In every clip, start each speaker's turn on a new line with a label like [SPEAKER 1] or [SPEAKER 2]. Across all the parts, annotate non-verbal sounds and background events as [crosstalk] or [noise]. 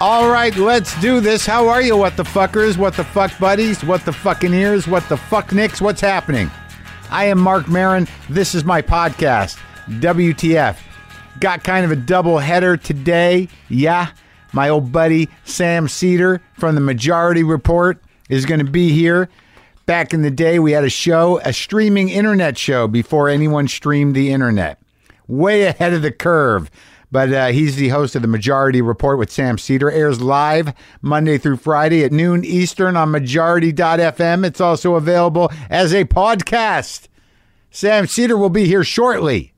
[SPEAKER 1] All right, let's do this. How are you, what the fuckers? What the fuck buddies? What the fucking ears? What the fuck nicks? What's happening? I am Mark Marin. This is my podcast, WTF. Got kind of a double header today. Yeah, my old buddy Sam Cedar from the Majority Report is going to be here. Back in the day, we had a show, a streaming internet show before anyone streamed the internet way ahead of the curve. But uh, he's the host of the Majority Report with Sam Cedar. Airs live Monday through Friday at noon Eastern on majority.fm. It's also available as a podcast. Sam Cedar will be here shortly.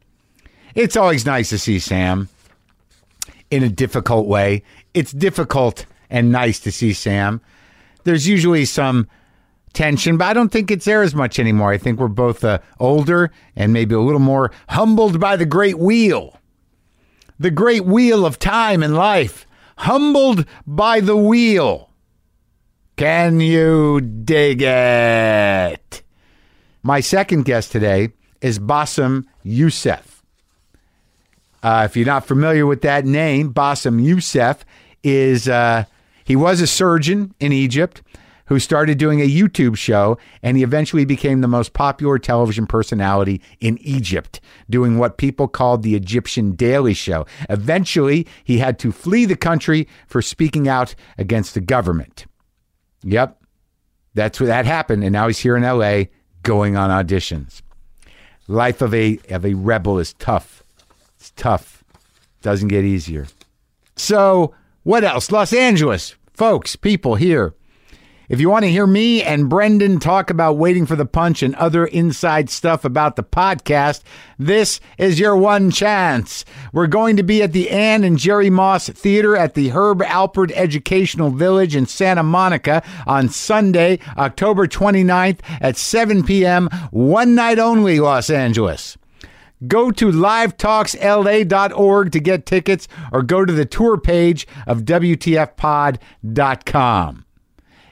[SPEAKER 1] It's always nice to see Sam in a difficult way. It's difficult and nice to see Sam. There's usually some tension, but I don't think it's there as much anymore. I think we're both uh, older and maybe a little more humbled by the great wheel, the great wheel of time and life. Humbled by the wheel. Can you dig it? My second guest today is Bassem Youssef. Uh, if you're not familiar with that name, Bassem Youssef is uh, he was a surgeon in Egypt who started doing a YouTube show, and he eventually became the most popular television personality in Egypt, doing what people called the Egyptian Daily Show. Eventually, he had to flee the country for speaking out against the government. Yep, that's what that happened, and now he's here in L.A. going on auditions. Life of a of a rebel is tough. It's tough. Doesn't get easier. So, what else? Los Angeles, folks, people here. If you want to hear me and Brendan talk about waiting for the punch and other inside stuff about the podcast, this is your one chance. We're going to be at the Ann and Jerry Moss Theater at the Herb Alpert Educational Village in Santa Monica on Sunday, October 29th at 7 p.m., one night only, Los Angeles. Go to livetalksla.org to get tickets or go to the tour page of WTFpod.com.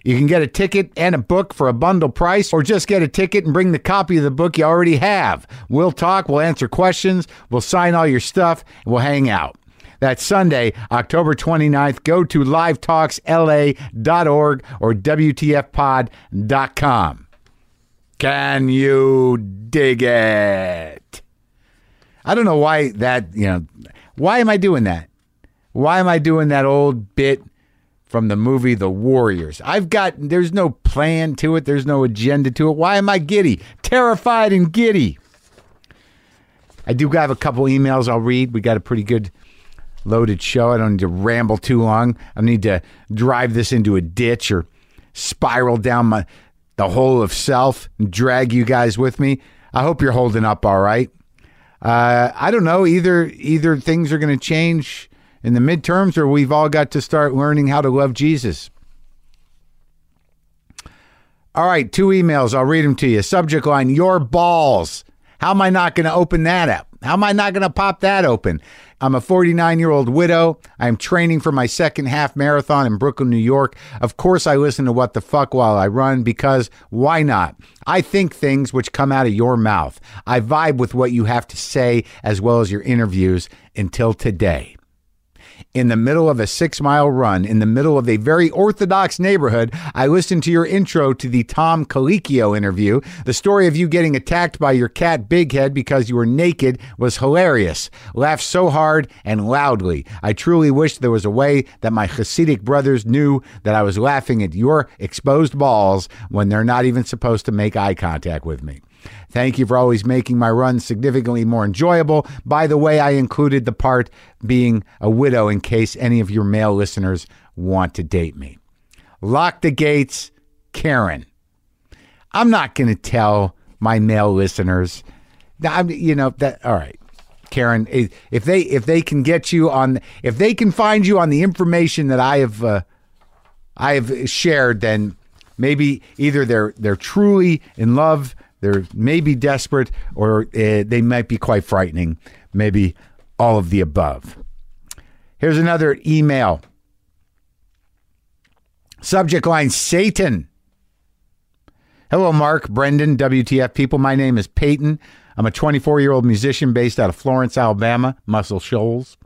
[SPEAKER 1] You can get a ticket and a book for a bundle price, or just get a ticket and bring the copy of the book you already have. We'll talk, we'll answer questions, we'll sign all your stuff, and we'll hang out. That's Sunday, October 29th. Go to livetalksla.org or WTFpod.com. Can you dig it? I don't know why that, you know, why am I doing that? Why am I doing that old bit from the movie The Warriors? I've got, there's no plan to it, there's no agenda to it. Why am I giddy? Terrified and giddy. I do have a couple emails I'll read. We got a pretty good loaded show. I don't need to ramble too long. I don't need to drive this into a ditch or spiral down my the hole of self and drag you guys with me. I hope you're holding up all right. Uh, I don't know either. Either things are going to change in the midterms, or we've all got to start learning how to love Jesus. All right, two emails. I'll read them to you. Subject line Your balls. How am I not going to open that up? How am I not going to pop that open? I'm a 49 year old widow. I'm training for my second half marathon in Brooklyn, New York. Of course, I listen to What the Fuck while I run because why not? I think things which come out of your mouth. I vibe with what you have to say as well as your interviews until today in the middle of a six mile run, in the middle of a very orthodox neighborhood, I listened to your intro to the Tom Colicchio interview. The story of you getting attacked by your cat Big Head because you were naked was hilarious. Laughed so hard and loudly. I truly wish there was a way that my Hasidic brothers knew that I was laughing at your exposed balls when they're not even supposed to make eye contact with me. Thank you for always making my runs significantly more enjoyable. By the way, I included the part being a widow in case any of your male listeners want to date me. Lock the gates, Karen. I'm not going to tell my male listeners. that I'm, you know that. All right, Karen. i- If they if they can get you on, if they can find you on the information that I have. Uh, I have shared, then maybe either they're they're truly in love, they're maybe desperate, or uh, they might be quite frightening. Maybe all of the above. Here's another email. Subject line Satan. Hello, Mark, Brendan, WTF people. My name is Peyton. I'm a 24 year old musician based out of Florence, Alabama, Muscle Shoals.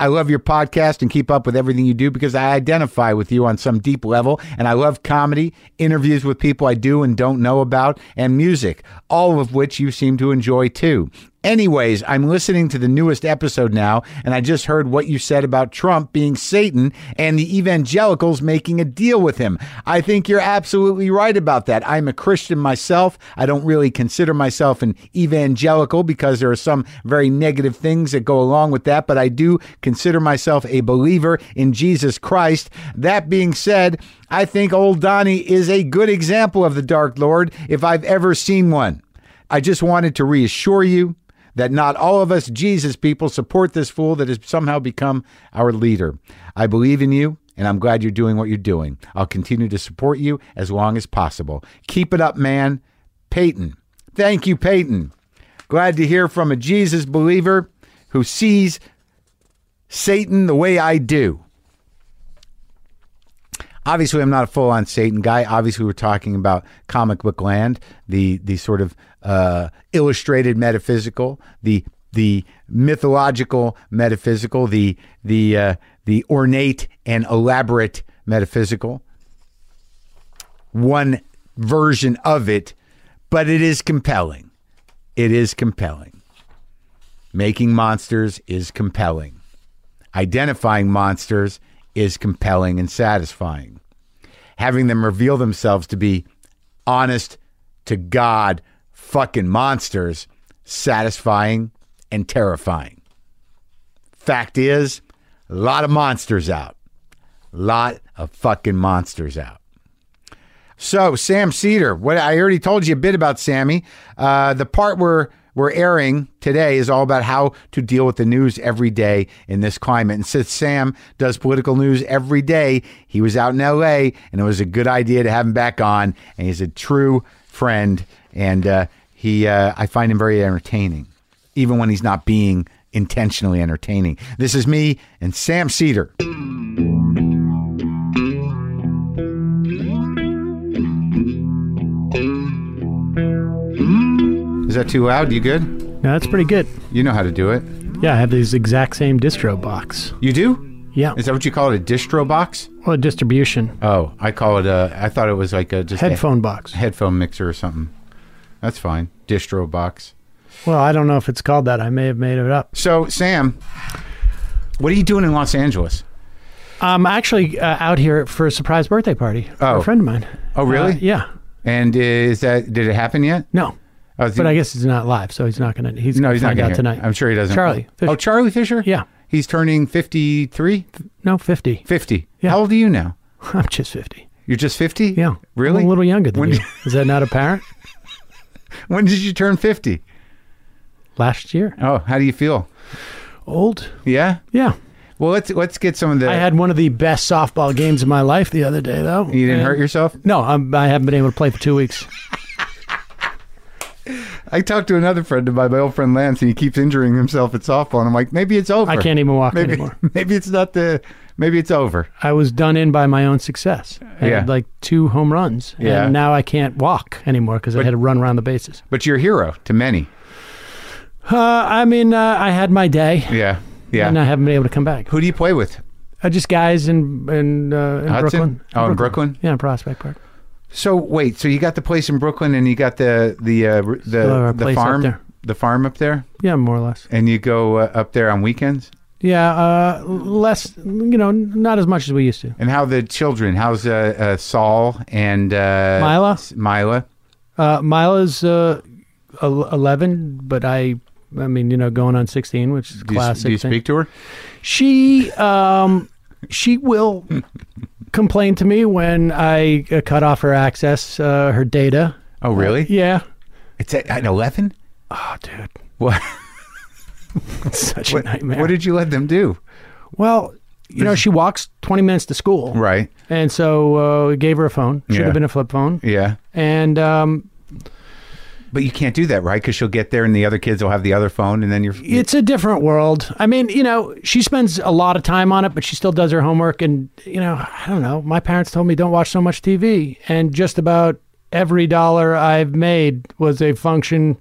[SPEAKER 1] I love your podcast and keep up with everything you do because I identify with you on some deep level. And I love comedy, interviews with people I do and don't know about, and music, all of which you seem to enjoy too. Anyways, I'm listening to the newest episode now, and I just heard what you said about Trump being Satan and the evangelicals making a deal with him. I think you're absolutely right about that. I'm a Christian myself. I don't really consider myself an evangelical because there are some very negative things that go along with that, but I do consider myself a believer in Jesus Christ. That being said, I think old Donnie is a good example of the Dark Lord if I've ever seen one. I just wanted to reassure you that not all of us Jesus people support this fool that has somehow become our leader. I believe in you, and I'm glad you're doing what you're doing. I'll continue to support you as long as possible. Keep it up, man. Peyton. Thank you, Peyton. Glad to hear from a Jesus believer who sees Satan the way I do. Obviously, I'm not a full on Satan guy. Obviously, we're talking about comic book land, the the sort of uh, illustrated metaphysical, the the mythological metaphysical, the the uh, the ornate and elaborate metaphysical. One version of it, but it is compelling. It is compelling. Making monsters is compelling. Identifying monsters is compelling and satisfying. Having them reveal themselves to be honest to God fucking monsters, satisfying and terrifying. Fact is, a lot of monsters out. Lot of fucking monsters out. So Sam Cedar, what I already told you a bit about Sammy. Uh, the part where we're airing today is all about how to deal with the news every day in this climate. And since Sam does political news every day, he was out in LA and it was a good idea to have him back on. And he's a true friend. And uh, he, uh, I find him very entertaining, even when he's not being intentionally entertaining. This is me and Sam Cedar. Is that too loud? You good?
[SPEAKER 2] No, that's pretty good.
[SPEAKER 1] You know how to do it.
[SPEAKER 2] Yeah, I have these exact same distro box.
[SPEAKER 1] You do?
[SPEAKER 2] Yeah.
[SPEAKER 1] Is that what you call it? A distro box?
[SPEAKER 2] Well, distribution.
[SPEAKER 1] Oh, I call it a. I thought it was like a just a
[SPEAKER 2] Headphone box.
[SPEAKER 1] headphone mixer or something. That's fine. Distro box.
[SPEAKER 2] Well, I don't know if it's called that. I may have made it up.
[SPEAKER 1] So, Sam, what are you doing in Los Angeles?
[SPEAKER 2] I'm actually uh, out here for a surprise birthday party for
[SPEAKER 1] Oh.
[SPEAKER 2] a friend of mine.
[SPEAKER 1] Oh, really?
[SPEAKER 2] Uh, yeah.
[SPEAKER 1] And is that did it happen yet?
[SPEAKER 2] No.
[SPEAKER 1] Oh, is he-
[SPEAKER 2] But I guess he's not live, so he's not going to. He's
[SPEAKER 1] no,
[SPEAKER 2] gonna
[SPEAKER 1] he's not
[SPEAKER 2] find
[SPEAKER 1] gonna
[SPEAKER 2] out
[SPEAKER 1] hear.
[SPEAKER 2] tonight.
[SPEAKER 1] I'm sure he doesn't.
[SPEAKER 2] Charlie Fisher.
[SPEAKER 1] Oh, Charlie Fisher.
[SPEAKER 2] Yeah.
[SPEAKER 1] he's turning 53,
[SPEAKER 2] No, 50.
[SPEAKER 1] 50.
[SPEAKER 2] Yeah.
[SPEAKER 1] How old are you now?
[SPEAKER 2] [laughs] I'm just 50.
[SPEAKER 1] You're just 50.
[SPEAKER 2] Yeah.
[SPEAKER 1] really.
[SPEAKER 2] I'm a little younger than
[SPEAKER 1] When [laughs]
[SPEAKER 2] you.
[SPEAKER 1] did-
[SPEAKER 2] Is that not apparent?
[SPEAKER 1] When did you turn 50?
[SPEAKER 2] Last year.
[SPEAKER 1] Oh, how do you feel?
[SPEAKER 2] Old.
[SPEAKER 1] Yeah.
[SPEAKER 2] Yeah.
[SPEAKER 1] Well, let's let's get some of the.
[SPEAKER 2] I had one of the best softball games of my life the other day, though.
[SPEAKER 1] you didn't
[SPEAKER 2] And-
[SPEAKER 1] hurt yourself.
[SPEAKER 2] No, I'm, I haven't been able to play for two weeks.
[SPEAKER 1] I talked to another friend of mine, my old friend Lance, and he keeps injuring himself at softball. And I'm like, maybe it's over.
[SPEAKER 2] I can't even walk
[SPEAKER 1] Maybe,
[SPEAKER 2] anymore.
[SPEAKER 1] [laughs] maybe it's not the. Maybe it's over.
[SPEAKER 2] I was done in by my own success. I
[SPEAKER 1] Yeah.
[SPEAKER 2] had like two home runs,
[SPEAKER 1] Yeah.
[SPEAKER 2] and now I can't walk anymore because I had to run around the bases.
[SPEAKER 1] But you're a hero to many.
[SPEAKER 2] Uh, I mean, uh, I had my day,
[SPEAKER 1] Yeah. Yeah.
[SPEAKER 2] and uh, I haven't been able to come back.
[SPEAKER 1] Who do you play with?
[SPEAKER 2] Uh, just guys in in, uh, in
[SPEAKER 1] Hudson?
[SPEAKER 2] Brooklyn.
[SPEAKER 1] Oh, in Brooklyn?
[SPEAKER 2] Yeah, in Prospect Park.
[SPEAKER 1] So wait, so you got the place in Brooklyn, and you got the the uh, r- the
[SPEAKER 2] our
[SPEAKER 1] the
[SPEAKER 2] place up
[SPEAKER 1] farm,
[SPEAKER 2] there.
[SPEAKER 1] the farm up there,
[SPEAKER 2] Yeah, more or less.
[SPEAKER 1] and you go uh, up there on weekends.
[SPEAKER 2] Yeah, uh, less. You know, n- not as much as we used to.
[SPEAKER 1] And how the children? How's uh, uh, Saul and uh,
[SPEAKER 2] Mila?
[SPEAKER 1] S- Mila.
[SPEAKER 2] Uh, Mila's uh, el- eleven, but I. I mean, you know, going on sixteen, which is a
[SPEAKER 1] Do you, s-
[SPEAKER 2] classic.
[SPEAKER 1] do you
[SPEAKER 2] thing.
[SPEAKER 1] speak to her?
[SPEAKER 2] She um she will complain to me when I uh, cut off her access, uh, her data.
[SPEAKER 1] Oh, really?
[SPEAKER 2] Uh, Yeah.
[SPEAKER 1] It's at, at eleven.
[SPEAKER 2] Oh, dude,
[SPEAKER 1] What?
[SPEAKER 2] it's such
[SPEAKER 1] What,
[SPEAKER 2] a [laughs] nightmare.
[SPEAKER 1] what did you let them do?
[SPEAKER 2] well, you know, she walks 20 minutes to school.
[SPEAKER 1] Right.
[SPEAKER 2] And so uh, we gave her a phone. Should
[SPEAKER 1] Yeah.
[SPEAKER 2] have been a flip phone.
[SPEAKER 1] Yeah.
[SPEAKER 2] And um,
[SPEAKER 1] But you can't do that, right? Because she'll get there, and the other kids will have the other phone, and then you're.
[SPEAKER 2] it's a different world. I mean, you know, she spends a lot of time on it, but she still does her homework. And, you know, I don't know. My parents told me don't watch so much TV. And just about every dollar I've made was a function,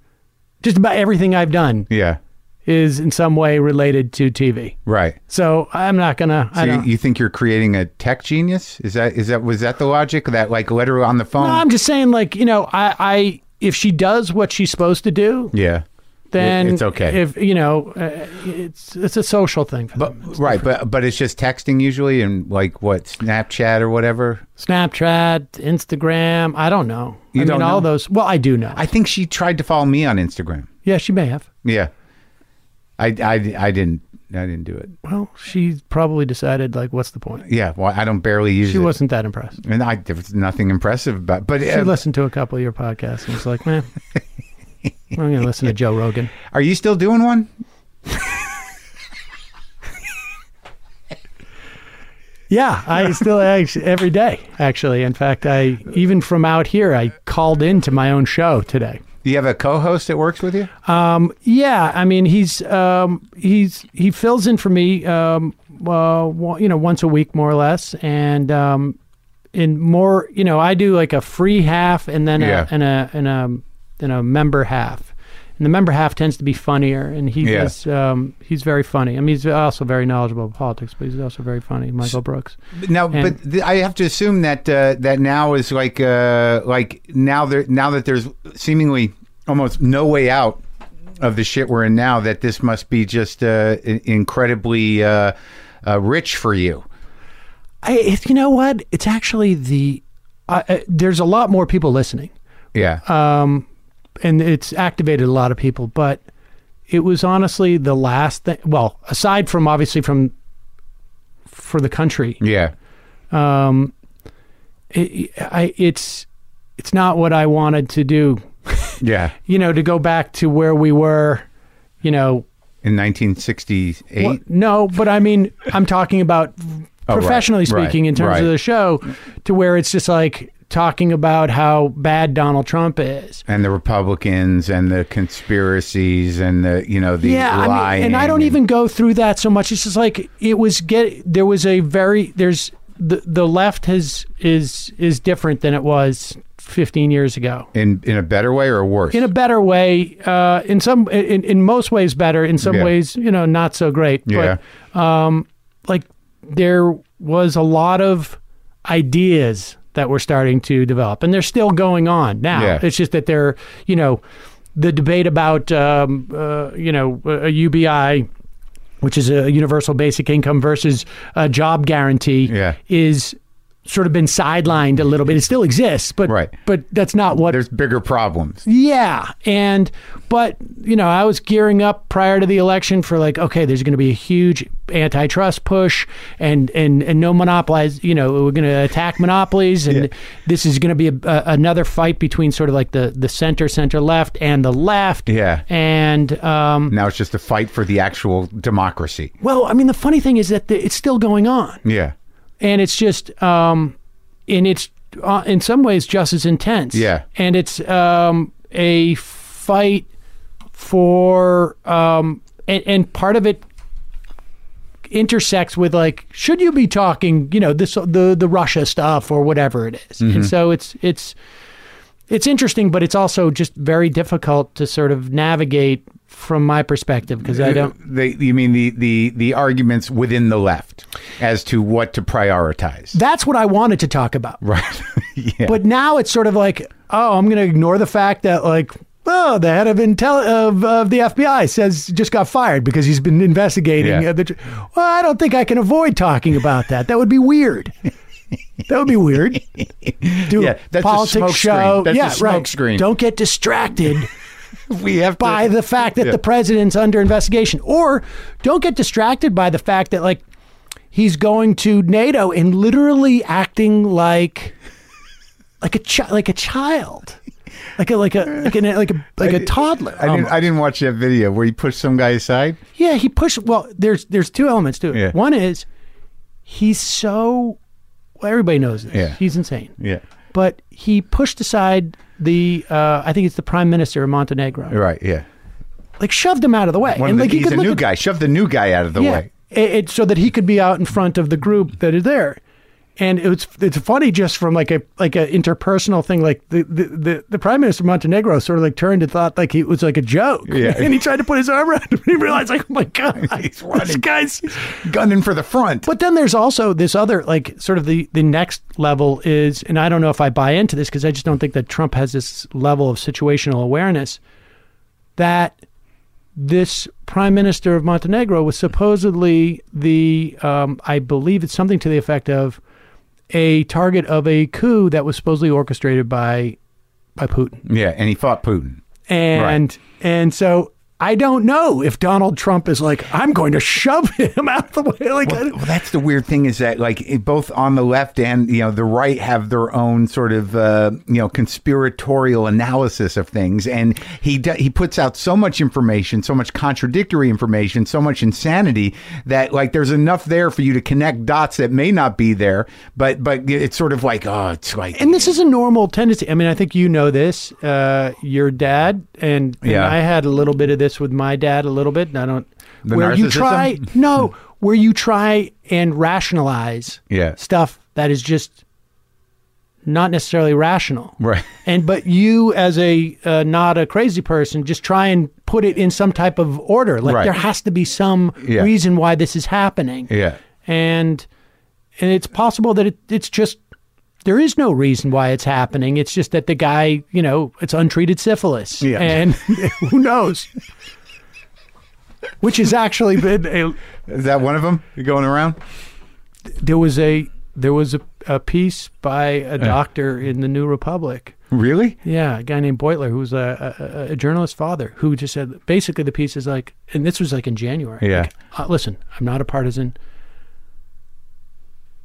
[SPEAKER 2] just about everything I've done
[SPEAKER 1] yeah.
[SPEAKER 2] is in some way related to TV.
[SPEAKER 1] Right.
[SPEAKER 2] So I'm not gonna. I
[SPEAKER 1] So you,
[SPEAKER 2] don't,
[SPEAKER 1] you think you're creating a tech genius? Is that is that was that the logic that like letter on the phone?
[SPEAKER 2] No, I'm just saying, like you know, I, I if she does what she's supposed to do,
[SPEAKER 1] yeah.
[SPEAKER 2] then
[SPEAKER 1] It- it's okay.
[SPEAKER 2] If you know, uh, it's it's a social thing for them.
[SPEAKER 1] right, but but it's just texting usually and like what Snapchat or whatever.
[SPEAKER 2] Snapchat, Instagram. I don't know. I
[SPEAKER 1] don't
[SPEAKER 2] mean, all
[SPEAKER 1] know?
[SPEAKER 2] those. Well, I do know.
[SPEAKER 1] I think she tried to follow me on Instagram.
[SPEAKER 2] yeah, she may have.
[SPEAKER 1] Yeah. I, I, I didn't I didn't do it.
[SPEAKER 2] Well, she probably decided like, what's the point?
[SPEAKER 1] Yeah, well I don't barely use
[SPEAKER 2] She
[SPEAKER 1] it.
[SPEAKER 2] wasn't that impressed.
[SPEAKER 1] and I there was nothing impressive about but
[SPEAKER 2] She
[SPEAKER 1] uh,
[SPEAKER 2] listened to a couple of your podcasts and was like, [laughs] man, I'm gonna listen to Joe Rogan.
[SPEAKER 1] are you still doing one?
[SPEAKER 2] Yeah, [laughs] I still actually, every day. Actually, in fact, I even from out here, I called into my own show today.
[SPEAKER 1] Do you have a co-host that works with you?
[SPEAKER 2] Um, yeah, I mean, he's um, he's he fills in for me, um, uh, wa- you know, once a week more or less, and um, in more, you know, I do like a free half and then
[SPEAKER 1] Yeah.
[SPEAKER 2] a, and a and a and a member half. And the member half tends to be funnier, and he
[SPEAKER 1] Yeah.
[SPEAKER 2] does. Um, he's very funny. I mean, he's also very knowledgeable about politics, but he's also very funny. Michael Brooks.
[SPEAKER 1] Now,
[SPEAKER 2] And-
[SPEAKER 1] but th- I have to assume that uh, that now is like uh, like now there now that there's seemingly almost no way out of the shit we're in now. That this must be just uh, i- incredibly uh, uh, rich for you.
[SPEAKER 2] I, it's- you know what? It's actually the I I- there's a lot more people listening.
[SPEAKER 1] Yeah,
[SPEAKER 2] um, and it's activated a lot of people. But it was honestly the last thing. Well, aside from obviously from for the country,
[SPEAKER 1] yeah,
[SPEAKER 2] um, it, I, it's it's not what I wanted to do.
[SPEAKER 1] yeah.
[SPEAKER 2] You know, to go back to where we were. You know,
[SPEAKER 1] In 1968,
[SPEAKER 2] well, no, but I mean, I'm talking about
[SPEAKER 1] Oh, right,
[SPEAKER 2] professionally
[SPEAKER 1] right,
[SPEAKER 2] speaking in terms
[SPEAKER 1] right.
[SPEAKER 2] of the show, to where it's just like talking about how bad Donald Trump is.
[SPEAKER 1] and the Republicans and the conspiracies and the you know the
[SPEAKER 2] yeah, I
[SPEAKER 1] lying
[SPEAKER 2] mean, and I don't even go through that so much. It's just like it was get there was a very there's the the left has is is different than it was 15 years ago.
[SPEAKER 1] in in a better way or worse.
[SPEAKER 2] In a better way, uh, in some in, in most ways better, in some
[SPEAKER 1] Yeah.
[SPEAKER 2] ways you know not so great.
[SPEAKER 1] Yeah.
[SPEAKER 2] But um, like there was a lot of ideas that were starting to develop, and they're still going on now.
[SPEAKER 1] Yeah.
[SPEAKER 2] It's just that they're you know the debate about um, uh, you know a UBI. Which is a universal basic income versus a job guarantee
[SPEAKER 1] Yeah.
[SPEAKER 2] is sort of been sidelined a little bit. It still exists, but
[SPEAKER 1] Right.
[SPEAKER 2] but that's not what
[SPEAKER 1] There's bigger problems.
[SPEAKER 2] yeah. And, but, you know, I was gearing up prior to the election for like, okay, there's going to be a huge antitrust push and, and, and no monopolize, you know, we're going to attack monopolies. And this is going to be a, a, another fight between sort of like the, the center, center left and the left.
[SPEAKER 1] Yeah.
[SPEAKER 2] And, um,
[SPEAKER 1] Now it's just a fight for the actual democracy.
[SPEAKER 2] well, I mean, the funny thing is that the, it's still going on
[SPEAKER 1] Yeah.
[SPEAKER 2] and it's just um and it's uh, in some ways just as intense
[SPEAKER 1] Yeah.
[SPEAKER 2] and it's um a fight for um and, and part of it intersects with like should you be talking you know this the the russia stuff or whatever it is. and so it's it's it's interesting but it's also just very difficult to sort of navigate from my perspective because i don't
[SPEAKER 1] They, you mean the, the the arguments within the left as to what to prioritize?
[SPEAKER 2] that's what i wanted to talk about
[SPEAKER 1] [laughs] Right. [laughs] yeah.
[SPEAKER 2] But now it's sort of like, oh, I'm going to ignore the fact that like, oh, the head of intel of, of the FBI says just got fired because he's been investigating.
[SPEAKER 1] Yeah.
[SPEAKER 2] uh, the tr- well, I don't think I can avoid talking about that. That would be weird. That would be
[SPEAKER 1] [laughs]
[SPEAKER 2] weird. Do
[SPEAKER 1] Yeah, that's a
[SPEAKER 2] a politics
[SPEAKER 1] smoke screen.
[SPEAKER 2] show.
[SPEAKER 1] That's a
[SPEAKER 2] yeah,
[SPEAKER 1] smoke
[SPEAKER 2] right.
[SPEAKER 1] screen.
[SPEAKER 2] Don't get distracted
[SPEAKER 1] we have
[SPEAKER 2] by
[SPEAKER 1] to,
[SPEAKER 2] the fact that
[SPEAKER 1] Yeah.
[SPEAKER 2] the president's under investigation, or don't get distracted by the fact that like he's going to NATO and literally acting like like a chi- like a child, like a like a like, an, like a like a toddler.
[SPEAKER 1] I didn't,
[SPEAKER 2] almost.
[SPEAKER 1] I didn't watch that video where he pushed some guy aside.
[SPEAKER 2] yeah, he pushed. Well, there's there's two elements to it.
[SPEAKER 1] Yeah.
[SPEAKER 2] One is he's so well, everybody knows this.
[SPEAKER 1] Yeah.
[SPEAKER 2] He's insane.
[SPEAKER 1] Yeah.
[SPEAKER 2] But he pushed aside the uh, I think it's the prime minister of Montenegro.
[SPEAKER 1] Right. Yeah.
[SPEAKER 2] Like shoved him out of the way.
[SPEAKER 1] One
[SPEAKER 2] and
[SPEAKER 1] of
[SPEAKER 2] like
[SPEAKER 1] the,
[SPEAKER 2] he
[SPEAKER 1] he's
[SPEAKER 2] could
[SPEAKER 1] a
[SPEAKER 2] look
[SPEAKER 1] new
[SPEAKER 2] at-
[SPEAKER 1] guy. Shove the new guy out of the
[SPEAKER 2] yeah.
[SPEAKER 1] way.
[SPEAKER 2] It, it- so that he could be out in front of the group that is there. and it's it's funny just from like a like a interpersonal thing. Like the the, the, the prime minister of Montenegro sort of like turned and thought like he it was like a joke,
[SPEAKER 1] Yeah.
[SPEAKER 2] [laughs] and he tried to put his arm around him. And he realized like oh
[SPEAKER 1] [laughs]
[SPEAKER 2] my god, this
[SPEAKER 1] running.
[SPEAKER 2] guy's
[SPEAKER 1] gunning for the front.
[SPEAKER 2] but then there's also this other, like, sort of the, the next level is, and I don't know if I buy into this because I just don't think that Trump has this level of situational awareness that this prime minister of Montenegro was supposedly the, um, I believe it's something to the effect of a target of a coup that was supposedly orchestrated by by Putin
[SPEAKER 1] Yeah, and he fought Putin.
[SPEAKER 2] and and so I don't know if Donald Trump is like I'm going to shove [laughs] him out of the way. Like, I don't-
[SPEAKER 1] Well, that's the weird thing is that like it, both on the left and you know the right have their own sort of uh, you know conspiratorial analysis of things, and he do, he puts out so much information, so much contradictory information, so much insanity that like there's enough there for you to connect dots that may not be there, but but it's sort of like oh, it's like
[SPEAKER 2] and this is a normal tendency. I mean, I think you know this. Uh, your dad and, and
[SPEAKER 1] Yeah.
[SPEAKER 2] I had a little bit of this with my dad, a little bit. And I don't
[SPEAKER 1] The
[SPEAKER 2] where you
[SPEAKER 1] narcissism?
[SPEAKER 2] try
[SPEAKER 1] [laughs]
[SPEAKER 2] no where you try and rationalize
[SPEAKER 1] Yeah.
[SPEAKER 2] stuff that is just not necessarily rational.
[SPEAKER 1] Right. [laughs]
[SPEAKER 2] And but you as a uh, not a crazy person just try and put it in some type of order. Like
[SPEAKER 1] Right.
[SPEAKER 2] there has to be some
[SPEAKER 1] Yeah.
[SPEAKER 2] reason why this is happening.
[SPEAKER 1] Yeah.
[SPEAKER 2] And and it's possible that it, it's just there is no reason why it's happening. It's just that the guy, you know, it's untreated syphilis.
[SPEAKER 1] Yeah.
[SPEAKER 2] And who knows? Which has actually been a
[SPEAKER 1] is that one of them going around?
[SPEAKER 2] there was a there was a, a piece by a doctor in the New Republic.
[SPEAKER 1] Really?
[SPEAKER 2] Yeah, a guy named Beutler, who was a, a, a- a journalist father, who just said basically the piece is like, and this was like in January.
[SPEAKER 1] Yeah.
[SPEAKER 2] Like, uh, listen, I'm not a partisan.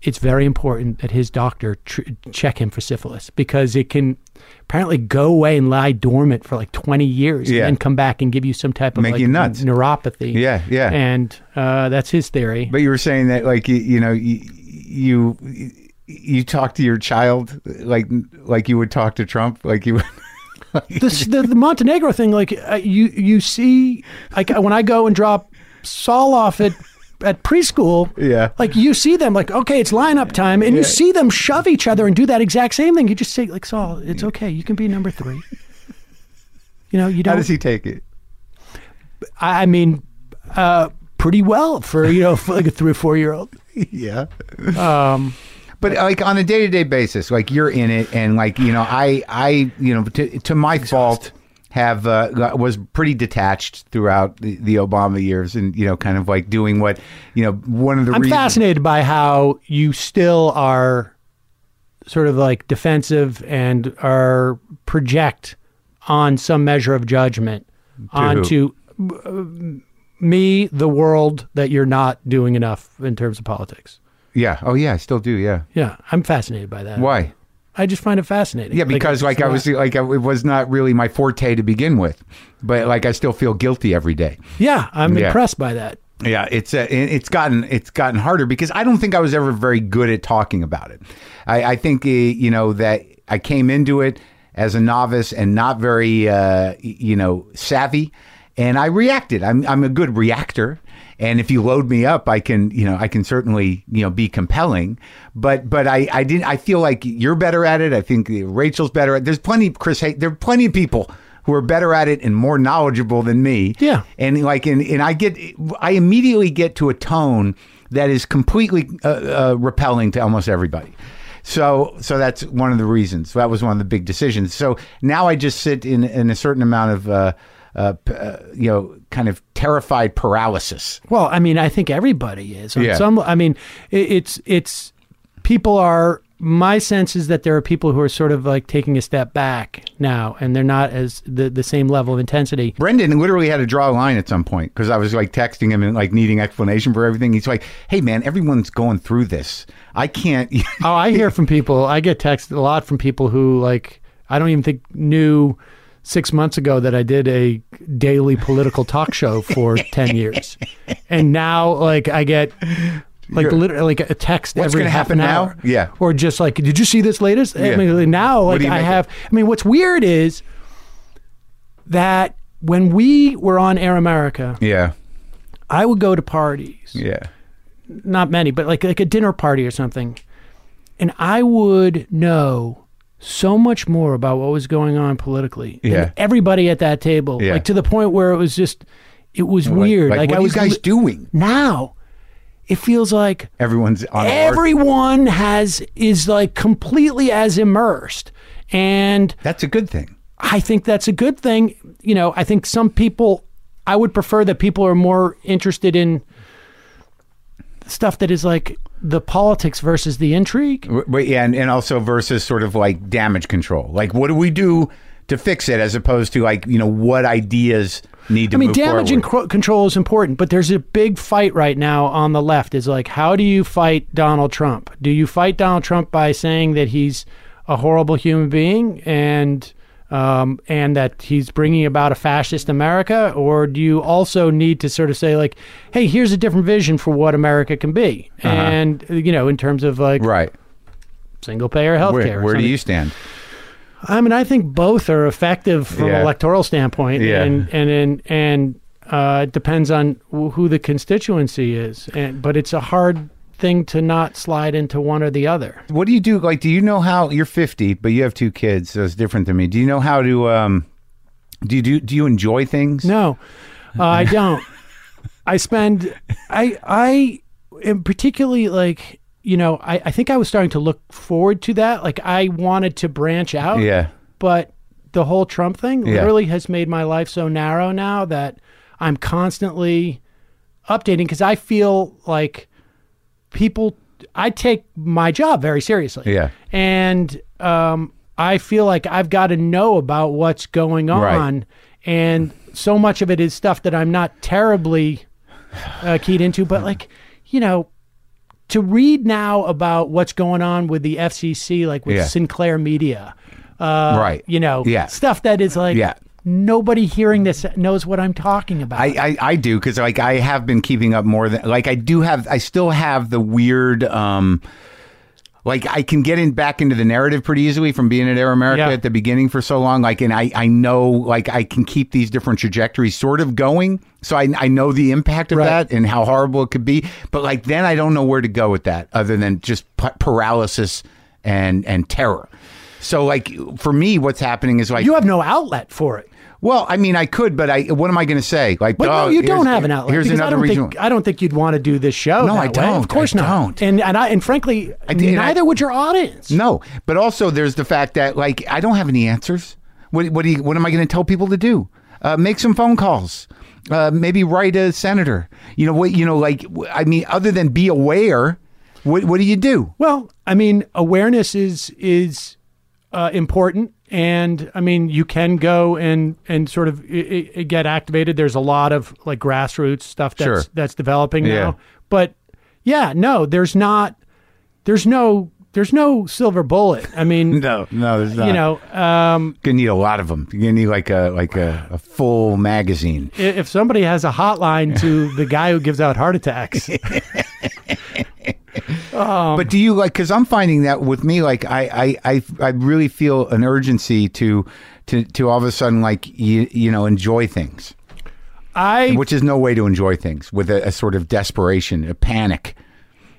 [SPEAKER 2] It's very important that his doctor tr- check him for syphilis because it can apparently go away and lie dormant for like 20 years
[SPEAKER 1] Yeah.
[SPEAKER 2] and then come back and give you some type of
[SPEAKER 1] Make
[SPEAKER 2] like
[SPEAKER 1] you nuts.
[SPEAKER 2] neuropathy.
[SPEAKER 1] Yeah, yeah.
[SPEAKER 2] And uh, that's his theory.
[SPEAKER 1] But you were saying that, like you, you know, you, you you talk to your child like like you would talk to Trump, like you. would- [laughs]
[SPEAKER 2] the, the, the Montenegro thing, like uh, you you see, like when I go and drop Saul off at at preschool,
[SPEAKER 1] Yeah.
[SPEAKER 2] like you see them, like okay, it's lineup time, and you see them shove each other and do that exact same thing. You just say, like Saul, it's okay, you can be number three. You know, you
[SPEAKER 1] How
[SPEAKER 2] don't.
[SPEAKER 1] does he take it? [laughs]
[SPEAKER 2] I, I mean, uh, pretty well for you know for like a three or four year old.
[SPEAKER 1] Yeah.
[SPEAKER 2] Um,
[SPEAKER 1] But like on a day to day basis, like you're in it, and like you know, I I you know to, to my fault have uh, was pretty detached throughout the, the Obama years, and you know, kind of like doing what you know one of the
[SPEAKER 2] I'm
[SPEAKER 1] reasons.
[SPEAKER 2] fascinated by how you still are sort of like defensive and are project on some measure of judgment onto uh, me, the world, that you're not doing enough in terms of politics.
[SPEAKER 1] Yeah. Oh yeah, I still do. Yeah.
[SPEAKER 2] Yeah, I'm fascinated by that.
[SPEAKER 1] Why?
[SPEAKER 2] I just find it fascinating.
[SPEAKER 1] Yeah, because like,
[SPEAKER 2] it's
[SPEAKER 1] I
[SPEAKER 2] not-
[SPEAKER 1] was like I, it was not really my forte to begin with, but like I still feel guilty every day.
[SPEAKER 2] Yeah, I'm
[SPEAKER 1] Yeah.
[SPEAKER 2] impressed by that.
[SPEAKER 1] Yeah, it's uh, it- it's gotten it's gotten harder because I don't think I was ever very good at talking about it. I, I think uh, you know that I came into it as a novice and not very uh, y- you know savvy, and I reacted. I'm I'm a good reactor, and if you load me up, I can you know I can certainly you know be compelling. But but I I didn't I feel like you're better at it. I think Rachel's better at. There's plenty Chris. Hay- There are plenty of people. Who are better at it and more knowledgeable than me?
[SPEAKER 2] Yeah.
[SPEAKER 1] and like and, and i get i immediately get to a tone that is completely uh, uh, repelling to almost everybody so so that's one of the reasons that was one of the big decisions so now i just sit in in a certain amount of uh, uh, p- uh, you know, kind of terrified paralysis.
[SPEAKER 2] Well, I mean, I think everybody is. On
[SPEAKER 1] Yeah.
[SPEAKER 2] Some, I mean, it, it's it's people are. My sense is that there are people who are sort of like taking a step back now, and they're not as the the same level of intensity.
[SPEAKER 1] Brendan literally had to draw a line at some point because I was like texting him and like needing explanation for everything. He's like, "Hey, man, everyone's going through this. I can't." [laughs]
[SPEAKER 2] Oh, I hear from people. I get texted a lot from people who like I don't even think knew six months ago that I did a daily political talk
[SPEAKER 1] [laughs]
[SPEAKER 2] show for ten years, and now like I get. Like literally, like a text
[SPEAKER 1] What's
[SPEAKER 2] every
[SPEAKER 1] gonna
[SPEAKER 2] half
[SPEAKER 1] happen
[SPEAKER 2] an
[SPEAKER 1] now?
[SPEAKER 2] hour.
[SPEAKER 1] Yeah.
[SPEAKER 2] or just like, did you see this latest? I
[SPEAKER 1] Yeah.
[SPEAKER 2] mean, like, now, like
[SPEAKER 1] do you
[SPEAKER 2] I
[SPEAKER 1] make
[SPEAKER 2] have. I mean, what's weird is that when we were on Air America,
[SPEAKER 1] yeah,
[SPEAKER 2] I would go to parties
[SPEAKER 1] yeah,
[SPEAKER 2] not many, but like like a dinner party or something. and I would know so much more about what was going on politically. than
[SPEAKER 1] Yeah.
[SPEAKER 2] everybody at that table,
[SPEAKER 1] Yeah.
[SPEAKER 2] like to the point where it was just, it was weird.
[SPEAKER 1] Like,
[SPEAKER 2] Like,
[SPEAKER 1] what
[SPEAKER 2] I
[SPEAKER 1] are
[SPEAKER 2] was
[SPEAKER 1] you guys
[SPEAKER 2] li-
[SPEAKER 1] doing?
[SPEAKER 2] now. It feels like
[SPEAKER 1] Everyone's on board.
[SPEAKER 2] everyone has is like completely as immersed and
[SPEAKER 1] That's a good thing.
[SPEAKER 2] I think that's a good thing. You know, I think some people, I would prefer that people are more interested in stuff that is like the politics versus the intrigue.
[SPEAKER 1] W- But yeah, and, and also versus sort of like damage control. Like, what do we do to fix it, as opposed to like you know what ideas need to.
[SPEAKER 2] I mean,
[SPEAKER 1] move
[SPEAKER 2] damage and
[SPEAKER 1] forward.
[SPEAKER 2] cro- control is important, but there's a big fight right now on the left is like, how do you fight Donald Trump? Do you fight Donald Trump by saying that he's a horrible human being and um, and that he's bringing about a fascist America, or do you also need to sort of say like, hey, here's a different vision for what America can be, and you know, in terms of like
[SPEAKER 1] Uh-huh. right.
[SPEAKER 2] single payer
[SPEAKER 1] Where,
[SPEAKER 2] healthcare. or
[SPEAKER 1] where do
[SPEAKER 2] something.
[SPEAKER 1] you stand?
[SPEAKER 2] I mean, I think both are effective from
[SPEAKER 1] Yeah.
[SPEAKER 2] an electoral standpoint,
[SPEAKER 1] Yeah.
[SPEAKER 2] and and and, and uh, it depends on wh- who the constituency is. And but it's a hard thing to not slide into one or the other.
[SPEAKER 1] What do you do? Like, do you know how you're 50, but you have two kids, so it's different than me. Do you know how to? um Do you do? Do you enjoy things?
[SPEAKER 2] No, uh,
[SPEAKER 1] [laughs]
[SPEAKER 2] I don't. I spend. I I am particularly like you know. I I think I was starting to look forward to that. Like I wanted to branch out.
[SPEAKER 1] Yeah.
[SPEAKER 2] but the whole Trump thing
[SPEAKER 1] Yeah.
[SPEAKER 2] literally has made my life so narrow now that I'm constantly updating because I feel like people. I take my job very seriously.
[SPEAKER 1] Yeah.
[SPEAKER 2] and um, I feel like I've got to know about what's going on,
[SPEAKER 1] Right.
[SPEAKER 2] and so much of it is stuff that I'm not terribly uh, keyed into,
[SPEAKER 1] Mm.
[SPEAKER 2] but like you know. To read now about what's going on with the FCC, like with
[SPEAKER 1] Yeah.
[SPEAKER 2] Sinclair Media,
[SPEAKER 1] right.
[SPEAKER 2] Uh, you know,
[SPEAKER 1] Yeah.
[SPEAKER 2] stuff that is like
[SPEAKER 1] Yeah.
[SPEAKER 2] nobody hearing this knows what I'm talking about.
[SPEAKER 1] I, I, I do because like I have been keeping up more than like I do have I still have the weird um like I can get in back into the narrative pretty easily from being at Air America
[SPEAKER 2] Yeah.
[SPEAKER 1] at the beginning for so long like and I I know like I can keep these different trajectories sort of going so I I know the impact of
[SPEAKER 2] Right.
[SPEAKER 1] that and how horrible it could be but like then I don't know where to go with that other than just p- paralysis and and terror. So like for me what's happening is like
[SPEAKER 2] you have no outlet for it.
[SPEAKER 1] well, I mean, I could, but I. What am I going to say? Like,
[SPEAKER 2] But
[SPEAKER 1] oh,
[SPEAKER 2] no, you don't
[SPEAKER 1] here's-
[SPEAKER 2] have an outlet.
[SPEAKER 1] Here's
[SPEAKER 2] because I
[SPEAKER 1] another
[SPEAKER 2] don't
[SPEAKER 1] regional.
[SPEAKER 2] think I don't think you'd want to do this show.
[SPEAKER 1] No,
[SPEAKER 2] that
[SPEAKER 1] I
[SPEAKER 2] way.
[SPEAKER 1] don't.
[SPEAKER 2] Of course
[SPEAKER 1] I
[SPEAKER 2] not.
[SPEAKER 1] don't.
[SPEAKER 2] And and I and frankly,
[SPEAKER 1] did- and I-
[SPEAKER 2] neither would your audience.
[SPEAKER 1] no, but also there's the fact that like I don't have any answers. What what do you, what am I going to tell people to do? Uh, make some phone calls. Uh, maybe write a senator. You know what? You know, like w- I mean, other than be aware, what what do you do?
[SPEAKER 2] Well, I mean, awareness is is uh, important, and I mean, you can go and and sort of I- I- get activated. There's a lot of like grassroots stuff that's
[SPEAKER 1] Sure.
[SPEAKER 2] that's developing
[SPEAKER 1] Yeah.
[SPEAKER 2] now, but yeah, no, there's not, there's no, there's no silver bullet. I
[SPEAKER 1] [laughs]
[SPEAKER 2] mean,
[SPEAKER 1] no, there's not.
[SPEAKER 2] you know, um,
[SPEAKER 1] gonna need a lot of them. You're gonna need like a like a, a full magazine.
[SPEAKER 2] i- if somebody has a hotline to the guy who gives out
[SPEAKER 1] [laughs]
[SPEAKER 2] heart attacks,
[SPEAKER 1] but do you like because i'm finding that with me like I, I i i really feel an urgency to to to all of a sudden like you you know enjoy things
[SPEAKER 2] I
[SPEAKER 1] which is no way to enjoy things with a, a sort of desperation a panic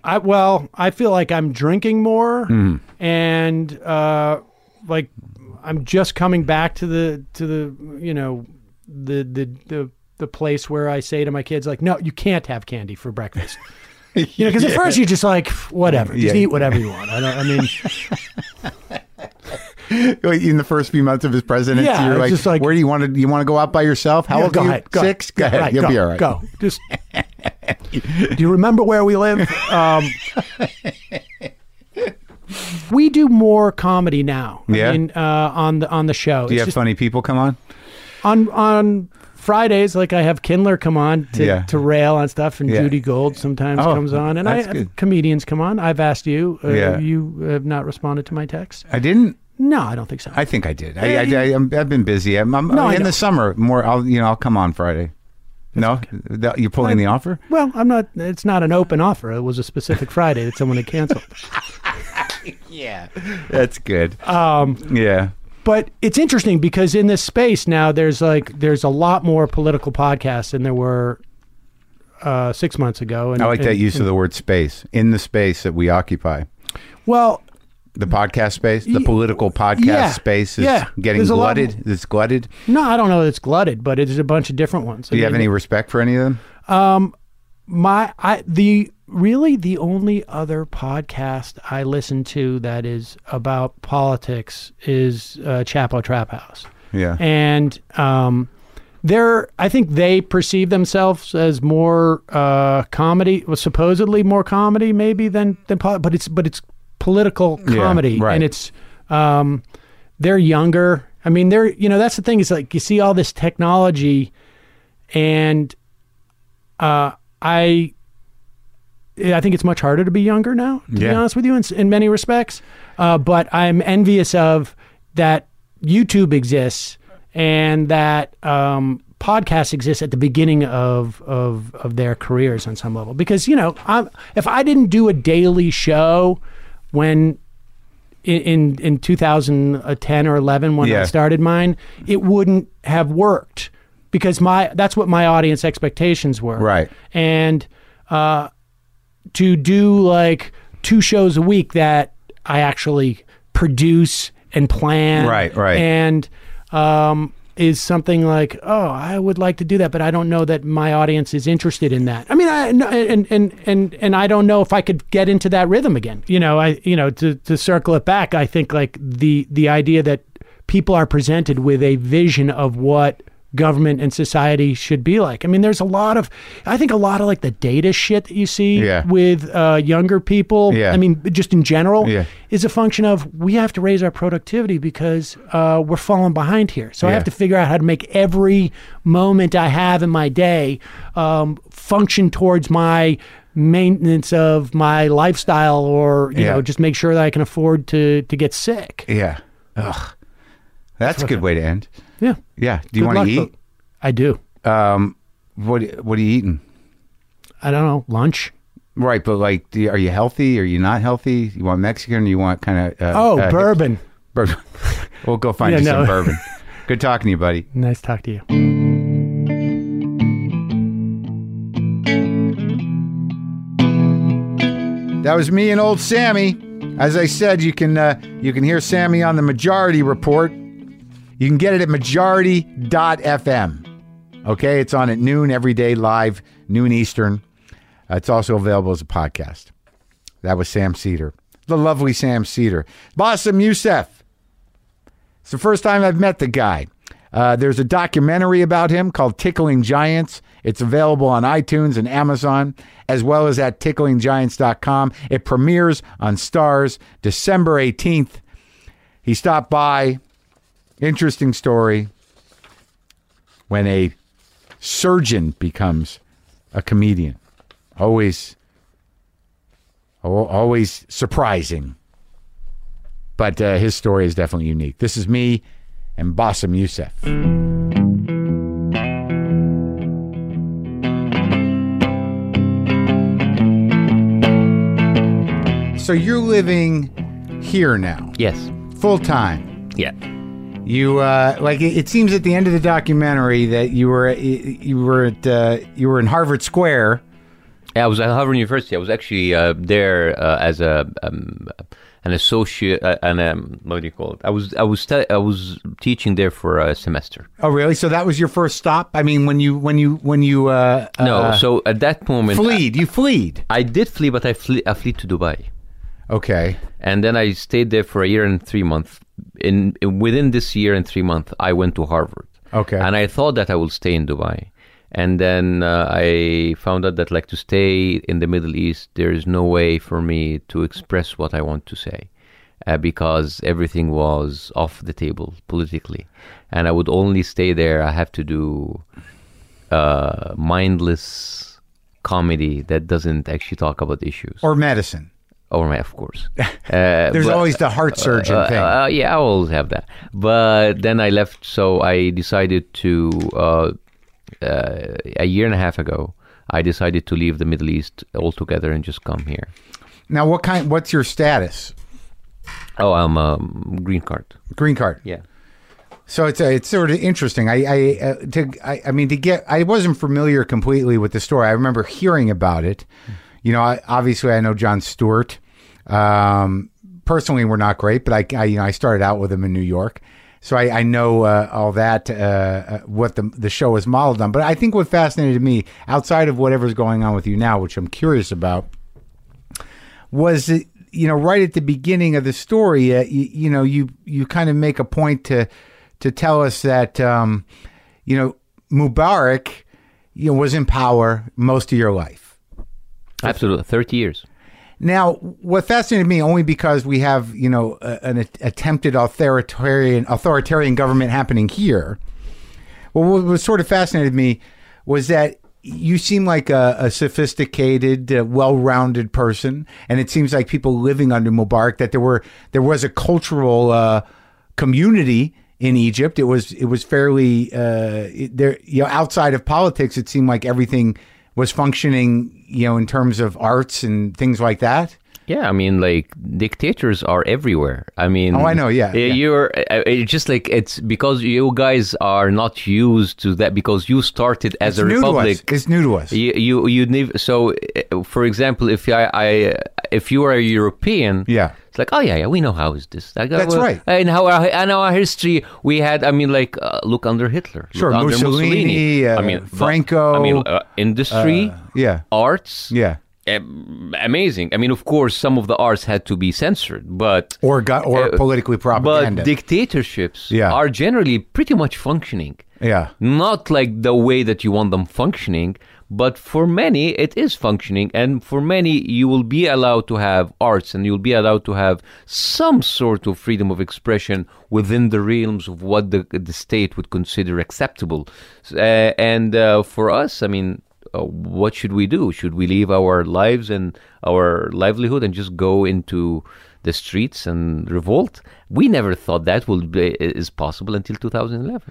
[SPEAKER 2] I well, I feel like I'm drinking more and uh like I'm just coming back to the to the you know the the the the place where I say to my kids like no, you can't have candy for breakfast. You know, because at first you're just like whatever, just
[SPEAKER 1] Yeah.
[SPEAKER 2] eat whatever you want. I don't. I mean,
[SPEAKER 1] Like, in the first few months of his presidency
[SPEAKER 2] Yeah,
[SPEAKER 1] you're
[SPEAKER 2] it's
[SPEAKER 1] like,
[SPEAKER 2] just like-
[SPEAKER 1] where do you want to you want to go out by yourself how
[SPEAKER 2] yeah,
[SPEAKER 1] old
[SPEAKER 2] Oh, go
[SPEAKER 1] are you?
[SPEAKER 2] ahead, go
[SPEAKER 1] six go
[SPEAKER 2] Yeah,
[SPEAKER 1] ahead you'll
[SPEAKER 2] go,
[SPEAKER 1] be all right
[SPEAKER 2] Go. Just. [laughs] do you remember where we live? Um, [laughs] we do more comedy now.
[SPEAKER 1] Yeah.
[SPEAKER 2] I mean, uh, on the on the show.
[SPEAKER 1] do you
[SPEAKER 2] It's
[SPEAKER 1] have
[SPEAKER 2] just-
[SPEAKER 1] funny people come on
[SPEAKER 2] on on Fridays, like I have Kindler come on to,
[SPEAKER 1] Yeah.
[SPEAKER 2] to rail on stuff, and
[SPEAKER 1] Yeah.
[SPEAKER 2] Judy Gold sometimes
[SPEAKER 1] Oh,
[SPEAKER 2] comes on, and I
[SPEAKER 1] that's
[SPEAKER 2] have
[SPEAKER 1] good.
[SPEAKER 2] comedians come on. I've asked you, uh,
[SPEAKER 1] Yeah.
[SPEAKER 2] you have not responded to my text.
[SPEAKER 1] i didn't
[SPEAKER 2] No, I don't think so.
[SPEAKER 1] i think i did i, I, I am i've been busy i'm, I'm
[SPEAKER 2] No, I
[SPEAKER 1] in
[SPEAKER 2] know.
[SPEAKER 1] the summer more i'll you know i'll come on friday no That- you're pulling the offer
[SPEAKER 2] well, I'm not. It's not an open offer. It was a specific Friday that someone had canceled.
[SPEAKER 1] yeah that's good um yeah
[SPEAKER 2] but it's interesting because in this space now, there's like there's a lot more political podcasts than there were uh, six months ago. And
[SPEAKER 1] I like
[SPEAKER 2] and-
[SPEAKER 1] that use of the word space in the space that we occupy.
[SPEAKER 2] Well,
[SPEAKER 1] The podcast space, the
[SPEAKER 2] Y-
[SPEAKER 1] political podcast
[SPEAKER 2] yeah,
[SPEAKER 1] space is
[SPEAKER 2] yeah.
[SPEAKER 1] getting
[SPEAKER 2] There's a lot
[SPEAKER 1] glutted. It's glutted.
[SPEAKER 2] No, I don't know. It's glutted, but it's a bunch of different ones.
[SPEAKER 1] Do you have any respect for any of them?
[SPEAKER 2] my I the really the only other podcast I listen to that is about politics is uh, Chapo Trap House,
[SPEAKER 1] Yeah.
[SPEAKER 2] and um, they're I think they perceive themselves as more uh, comedy, well, supposedly more comedy maybe than than poli- but it's but it's political comedy
[SPEAKER 1] right.
[SPEAKER 2] and it's um, they're younger. I mean, they're you know that's the thing is like you see all this technology and uh, I I think it's much harder to be younger now, to be
[SPEAKER 1] Yeah.
[SPEAKER 2] honest with you, in, s- in many respects. Uh, but I'm envious of that YouTube exists and that um, podcasts exist at the beginning of, of of their careers on some level. Because you know, I'm, if I didn't do a daily show when in in, in 2010 or 11 when
[SPEAKER 1] Yeah.
[SPEAKER 2] I started mine, it wouldn't have worked because my that's what my audience expectations were.
[SPEAKER 1] Right.
[SPEAKER 2] And uh, to do like two shows a week that I actually produce and plan.
[SPEAKER 1] Right, right.
[SPEAKER 2] And um, is something like, oh, I would like to do that, but I don't know that my audience is interested in that. I mean, I no, and and and and I don't know if I could get into that rhythm again. You know, I you know to to circle it back, I think like the the idea that people are presented with a vision of what government and society should be like. I mean, there's a lot of, I think a lot of like the data shit that you see
[SPEAKER 1] Yeah.
[SPEAKER 2] with uh, younger people.
[SPEAKER 1] Yeah.
[SPEAKER 2] I mean, just in general,
[SPEAKER 1] Yeah.
[SPEAKER 2] is a function of we have to raise our productivity because uh, we're falling behind here. So I
[SPEAKER 1] Yeah.
[SPEAKER 2] have to figure out how to make every moment I have in my day um, function towards my maintenance of my lifestyle or you
[SPEAKER 1] Yeah.
[SPEAKER 2] know just make sure that I can afford to to get sick.
[SPEAKER 1] Yeah. Ugh. That's a good way to end.
[SPEAKER 2] Yeah.
[SPEAKER 1] Yeah. Do you want
[SPEAKER 2] Good luck,
[SPEAKER 1] to eat?
[SPEAKER 2] folks. I do.
[SPEAKER 1] Um, what What are you eating?
[SPEAKER 2] I don't know, lunch.
[SPEAKER 1] Right, but like, do you, are you healthy? Are you not healthy? You want Mexican? or You want kind of? Uh,
[SPEAKER 2] Oh,
[SPEAKER 1] uh,
[SPEAKER 2] bourbon.
[SPEAKER 1] [laughs] bourbon. we'll go find
[SPEAKER 2] Yeah,
[SPEAKER 1] you some
[SPEAKER 2] no.
[SPEAKER 1] bourbon.
[SPEAKER 2] [laughs]
[SPEAKER 1] Good talking to you, buddy.
[SPEAKER 2] Nice talk to you.
[SPEAKER 1] That was me and old Sammy. As I said, you can uh, you can hear Sammy on the Majority Report. You can get it at majority.fm. Okay, it's on at noon every day, live noon Eastern. Uh, it's also available as a podcast. That was Sam Cedar, the lovely Sam Cedar, Bassam Youssef. It's the first time I've met the guy. Uh, there's a documentary about him called Tickling Giants. It's available on iTunes and Amazon, as well as at ticklinggiants.com. It premieres on Stars December 18th. He stopped by. Interesting story. When a surgeon becomes a comedian, always, al- always surprising but uh, his story is definitely unique. This is me and Bassam Youssef. So you're living here now,
[SPEAKER 3] Yes.
[SPEAKER 1] full time.
[SPEAKER 3] Yeah.
[SPEAKER 1] You uh, like it, it seems at the end of the documentary that you were you were at uh, you were in Harvard Square.
[SPEAKER 3] Yeah, I was at Harvard University. I was actually uh, there uh, as a um, an associate. Uh, an um, what do you call it? I was I was te- I was teaching there for a semester.
[SPEAKER 1] Oh, really? So that was your first stop? I mean, when you when you when you uh,
[SPEAKER 3] No,
[SPEAKER 1] uh,
[SPEAKER 3] so at that moment,
[SPEAKER 1] fleed, you fleed.
[SPEAKER 3] I, I did flee, but I flee I flee to Dubai,
[SPEAKER 1] Okay.
[SPEAKER 3] and then I stayed there for a year and three months. In, in within this year and three months, I went to Harvard.
[SPEAKER 1] Okay.
[SPEAKER 3] and I thought that I will stay in Dubai. And then uh, I found out that, like, to stay in the Middle East, there is no way for me to express what I want to say uh, because everything was off the table politically. And I would only stay there. I have to do uh, mindless comedy that doesn't actually talk about issues.
[SPEAKER 1] Or medicine.
[SPEAKER 3] Or, my, of
[SPEAKER 1] [laughs]
[SPEAKER 3] course. Uh,
[SPEAKER 1] There's
[SPEAKER 3] but-
[SPEAKER 1] always the heart surgeon
[SPEAKER 3] uh,
[SPEAKER 1] thing.
[SPEAKER 3] uh, yeah, I will have that. But then I left, so I decided to uh, uh, a year and a half ago. I decided to leave the Middle East altogether and just come here.
[SPEAKER 1] Now, what kind? What's your status?
[SPEAKER 3] Oh, I'm a green card.
[SPEAKER 1] Green card.
[SPEAKER 3] Yeah.
[SPEAKER 1] So it's a, it's sort of interesting. I I uh, to I, I mean to get I wasn't familiar completely with the story. I remember hearing about it. You know, I, obviously I know John Stewart, um, personally were not great, but I, I you know I started out with them in New York, so I, I know uh, all that uh, uh, what the the show is modeled on. But I think what fascinated me outside of whatever's going on with you now, which I'm curious about, was it, you know right at the beginning of the story, uh, you, you know you you kind of make a point to to tell us that um, you know Mubarak you know, was in power most of your life.
[SPEAKER 3] Absolutely, thirty years.
[SPEAKER 1] Now, what fascinated me only because we have you know a, an a- attempted authoritarian authoritarian government happening here. Well, what, what sort of fascinated me was that you seem like a, a sophisticated, uh, well-rounded person, and it seems like people living under Mubarak that there were there was a cultural uh, community in Egypt. It was it was fairly uh, it- there you know outside of politics. It seemed like everything was functioning, you know, in terms of arts and things like that.
[SPEAKER 3] Yeah, I mean, like dictators are everywhere. I mean,
[SPEAKER 1] Oh, I know, yeah,
[SPEAKER 3] uh,
[SPEAKER 1] yeah.
[SPEAKER 3] You're uh, it's just like it's because you guys are not used to that because you started as
[SPEAKER 1] It's
[SPEAKER 3] a
[SPEAKER 1] new to us.
[SPEAKER 3] republic.
[SPEAKER 1] It's new to us.
[SPEAKER 3] You you you nev- so uh, for example, if I, I if you are a European,
[SPEAKER 1] Yeah.
[SPEAKER 3] it's like oh yeah yeah we know how is this Like, uh,
[SPEAKER 1] That's right.
[SPEAKER 3] And how our and our history we had I mean like uh, look under Hitler,
[SPEAKER 1] Sure,
[SPEAKER 3] look under
[SPEAKER 1] Mussolini, uh,
[SPEAKER 3] I mean but-
[SPEAKER 1] Franco,
[SPEAKER 3] I mean uh, industry,
[SPEAKER 1] yeah.
[SPEAKER 3] arts,
[SPEAKER 1] Yeah.
[SPEAKER 3] um, amazing. I mean, of course, some of the arts had to be censored, but
[SPEAKER 1] Or got or
[SPEAKER 3] Uh,
[SPEAKER 1] politically propaganda.
[SPEAKER 3] but dictatorships
[SPEAKER 1] Yeah.
[SPEAKER 3] are generally pretty much functioning.
[SPEAKER 1] yeah.
[SPEAKER 3] Not like the way that you want them functioning, but for many it is functioning, and for many you will be allowed to have arts and you'll be allowed to have some sort of freedom of expression within the realms of what the the state would consider acceptable. S- Uh, and uh, for us, I mean, uh, what should we do? Should we leave our lives and our livelihood and just go into the streets and revolt? We never thought that would be, is possible until 2011.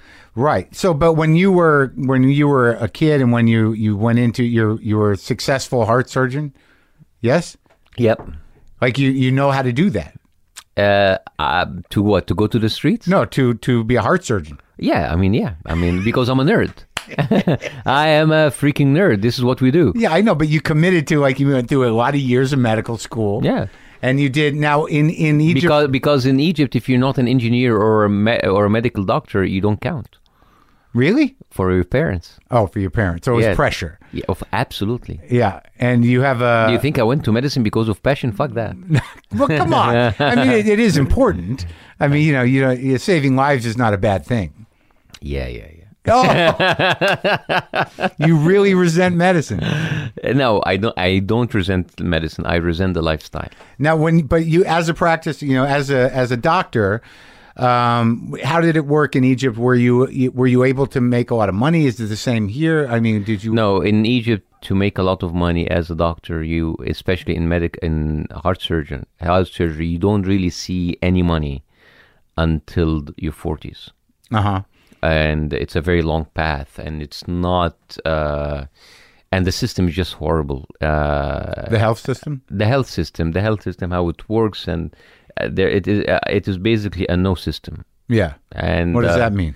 [SPEAKER 1] Right. So, but when you were when you were a kid and when you you went into your you were a successful heart surgeon, yes,
[SPEAKER 3] Yep.
[SPEAKER 1] like you you know how to do that.
[SPEAKER 3] Uh, uh, to what? To go to the streets?
[SPEAKER 1] No, to to be a heart surgeon.
[SPEAKER 3] Yeah, I mean, yeah, I mean, because I'm a nerd. [laughs] I am a freaking nerd. This is what we do.
[SPEAKER 1] Yeah, I know, but you committed to like you went through a lot of years of medical school.
[SPEAKER 3] Yeah.
[SPEAKER 1] and you did now in in Egypt.
[SPEAKER 3] Because because in Egypt, if you're not an engineer or a me- or a medical doctor, you don't count
[SPEAKER 1] really?
[SPEAKER 3] for your parents.
[SPEAKER 1] Oh, for your parents, so it was
[SPEAKER 3] Yeah.
[SPEAKER 1] pressure.
[SPEAKER 3] Yeah, of, absolutely.
[SPEAKER 1] Yeah, and you have a.
[SPEAKER 3] Do you think I went to medicine because of passion? Fuck that.
[SPEAKER 1] well, come on.
[SPEAKER 3] [laughs]
[SPEAKER 1] I mean, it, it is important. I mean, you know, you know, you- saving lives is not a bad
[SPEAKER 3] [laughs]
[SPEAKER 1] thing.
[SPEAKER 3] Yeah, yeah, yeah.
[SPEAKER 1] Oh, you really resent medicine.
[SPEAKER 3] Uh, No, I don't. I don't resent medicine. I resent the lifestyle.
[SPEAKER 1] Now, when but you as a practice, you know, as a as a doctor, um, how did it work in Egypt? Were you you- were you able to make a lot of money? Is it the same here? I mean, did you?
[SPEAKER 3] No, in Egypt, to make a lot of money as a doctor, you especially in medic in heart surgeon heart surgery, you don't really see any money until your forties,
[SPEAKER 1] Uh huh.
[SPEAKER 3] and it's a very long path, and it's not. Uh, and the system is just horrible. Uh,
[SPEAKER 1] The health system.
[SPEAKER 3] the health system, the health system, how it works, and uh, there it is. Uh, it is basically a no system.
[SPEAKER 1] Yeah.
[SPEAKER 3] And
[SPEAKER 1] What does
[SPEAKER 3] uh,
[SPEAKER 1] that mean?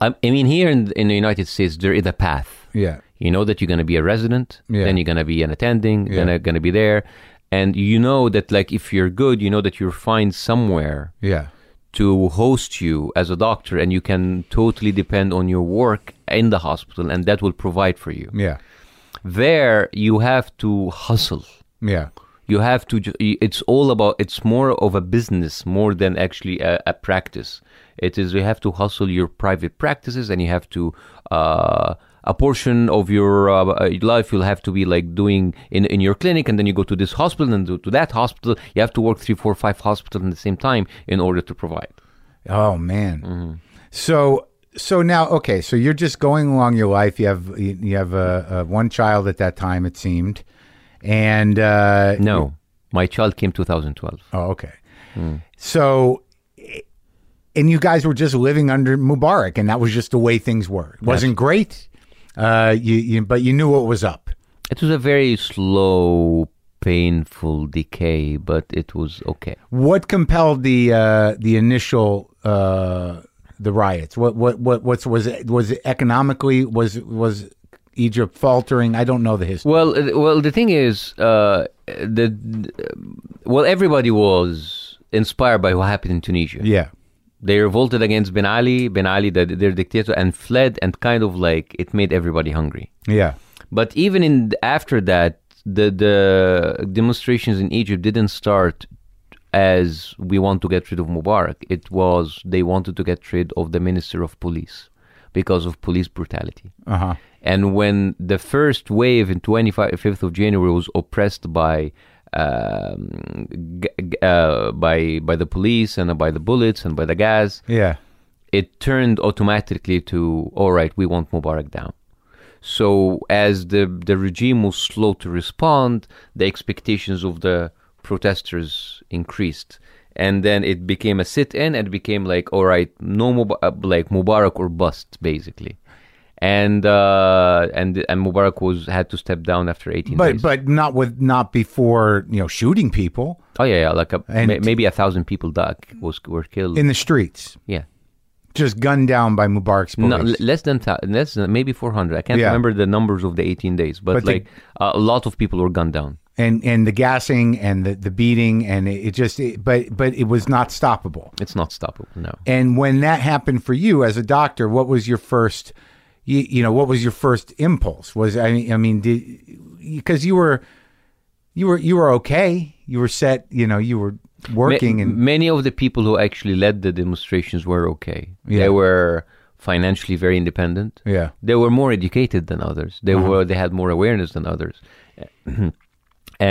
[SPEAKER 3] I, I mean, here in, in the United States, there is a path.
[SPEAKER 1] Yeah.
[SPEAKER 3] You know that you're going to be a resident,
[SPEAKER 1] Yeah.
[SPEAKER 3] then you're going to be an attending,
[SPEAKER 1] Yeah.
[SPEAKER 3] then you're going to be there. And you know that, like, if you're good, you know that you'll find somewhere
[SPEAKER 1] Yeah.
[SPEAKER 3] to host you as a doctor, and you can totally depend on your work in the hospital, and that will provide for you.
[SPEAKER 1] Yeah.
[SPEAKER 3] There, you have to hustle.
[SPEAKER 1] Yeah.
[SPEAKER 3] You have to, ju- it's all about, it's more of a business more than actually a, a practice. It is, you have to hustle your private practices and you have to, uh, a portion of your uh, uh, life you'll have to be like doing in, in your clinic and then you go to this hospital and to, to that hospital. You have to work three, four, five hospitals at the same time in order to provide.
[SPEAKER 1] Oh man.
[SPEAKER 3] Mm-hmm.
[SPEAKER 1] So so now okay, so you're just going along your life. You have you you have uh uh one child at that time it seemed, and uh,
[SPEAKER 3] No, my child came 2012.
[SPEAKER 1] Oh, okay. So, eh, and you guys were just living under Mubarak, and that was just the way things were. It wasn't great, uh, you, you, but you knew what was up.
[SPEAKER 3] It was a very slow, painful decay, but it was okay.
[SPEAKER 1] What compelled the uh, the initial uh, the riots? What what what what's was it, was it economically was was Egypt faltering? I don't know the history.
[SPEAKER 3] Well, uh, well, the thing is, uh, the uh, well, everybody was inspired by what happened in Tunisia.
[SPEAKER 1] Yeah.
[SPEAKER 3] They revolted against Ben Ali, Ben Ali, the, their dictator, and fled, and kind of like it made everybody hungry.
[SPEAKER 1] Yeah.
[SPEAKER 3] But even in after that, the the demonstrations in Egypt didn't start as we want to get rid of Mubarak. It was they wanted to get rid of the minister of police because of police brutality.
[SPEAKER 1] Uh huh.
[SPEAKER 3] Uh-huh. And when the first wave in 25th of January was oppressed by um, g- g- uh, by by the police and by the bullets and by the gas,
[SPEAKER 1] Yeah.
[SPEAKER 3] it turned automatically to all right, we want Mubarak down. So as the the regime was slow to respond, the expectations of the protesters increased. And then it became a sit-in and it became like, all right, no Mub- uh, like Mubarak or bust, basically. And uh, and and Mubarak was had to step down after 18
[SPEAKER 1] But
[SPEAKER 3] days.
[SPEAKER 1] but not with not before you know shooting people
[SPEAKER 3] oh yeah, yeah like a,
[SPEAKER 1] And-
[SPEAKER 3] ma- maybe a thousand people died, was were killed.
[SPEAKER 1] in the streets,
[SPEAKER 3] yeah.
[SPEAKER 1] just gunned down by Mubarak's police.
[SPEAKER 3] No, l- less than thou- less than maybe 400. I can't
[SPEAKER 1] Yeah.
[SPEAKER 3] remember the numbers of the 18 days, but,
[SPEAKER 1] But the-
[SPEAKER 3] like a lot of people were gunned down.
[SPEAKER 1] and and the gassing and the, the beating and it, it just it, but but it was not stoppable.
[SPEAKER 3] It's not stoppable now.
[SPEAKER 1] And when that happened for you as a doctor, what was your first, you, you know, what was your first impulse? Was I mean, I mean, did because you were, you were you were okay, you were set, you know, you were
[SPEAKER 3] Ma-
[SPEAKER 1] working and
[SPEAKER 3] many of the people who actually led the demonstrations were okay.
[SPEAKER 1] Yeah.
[SPEAKER 3] They were financially very independent.
[SPEAKER 1] yeah,
[SPEAKER 3] They were more educated than others. They
[SPEAKER 1] Mm-hmm.
[SPEAKER 3] were they had more awareness than others. [clears throat]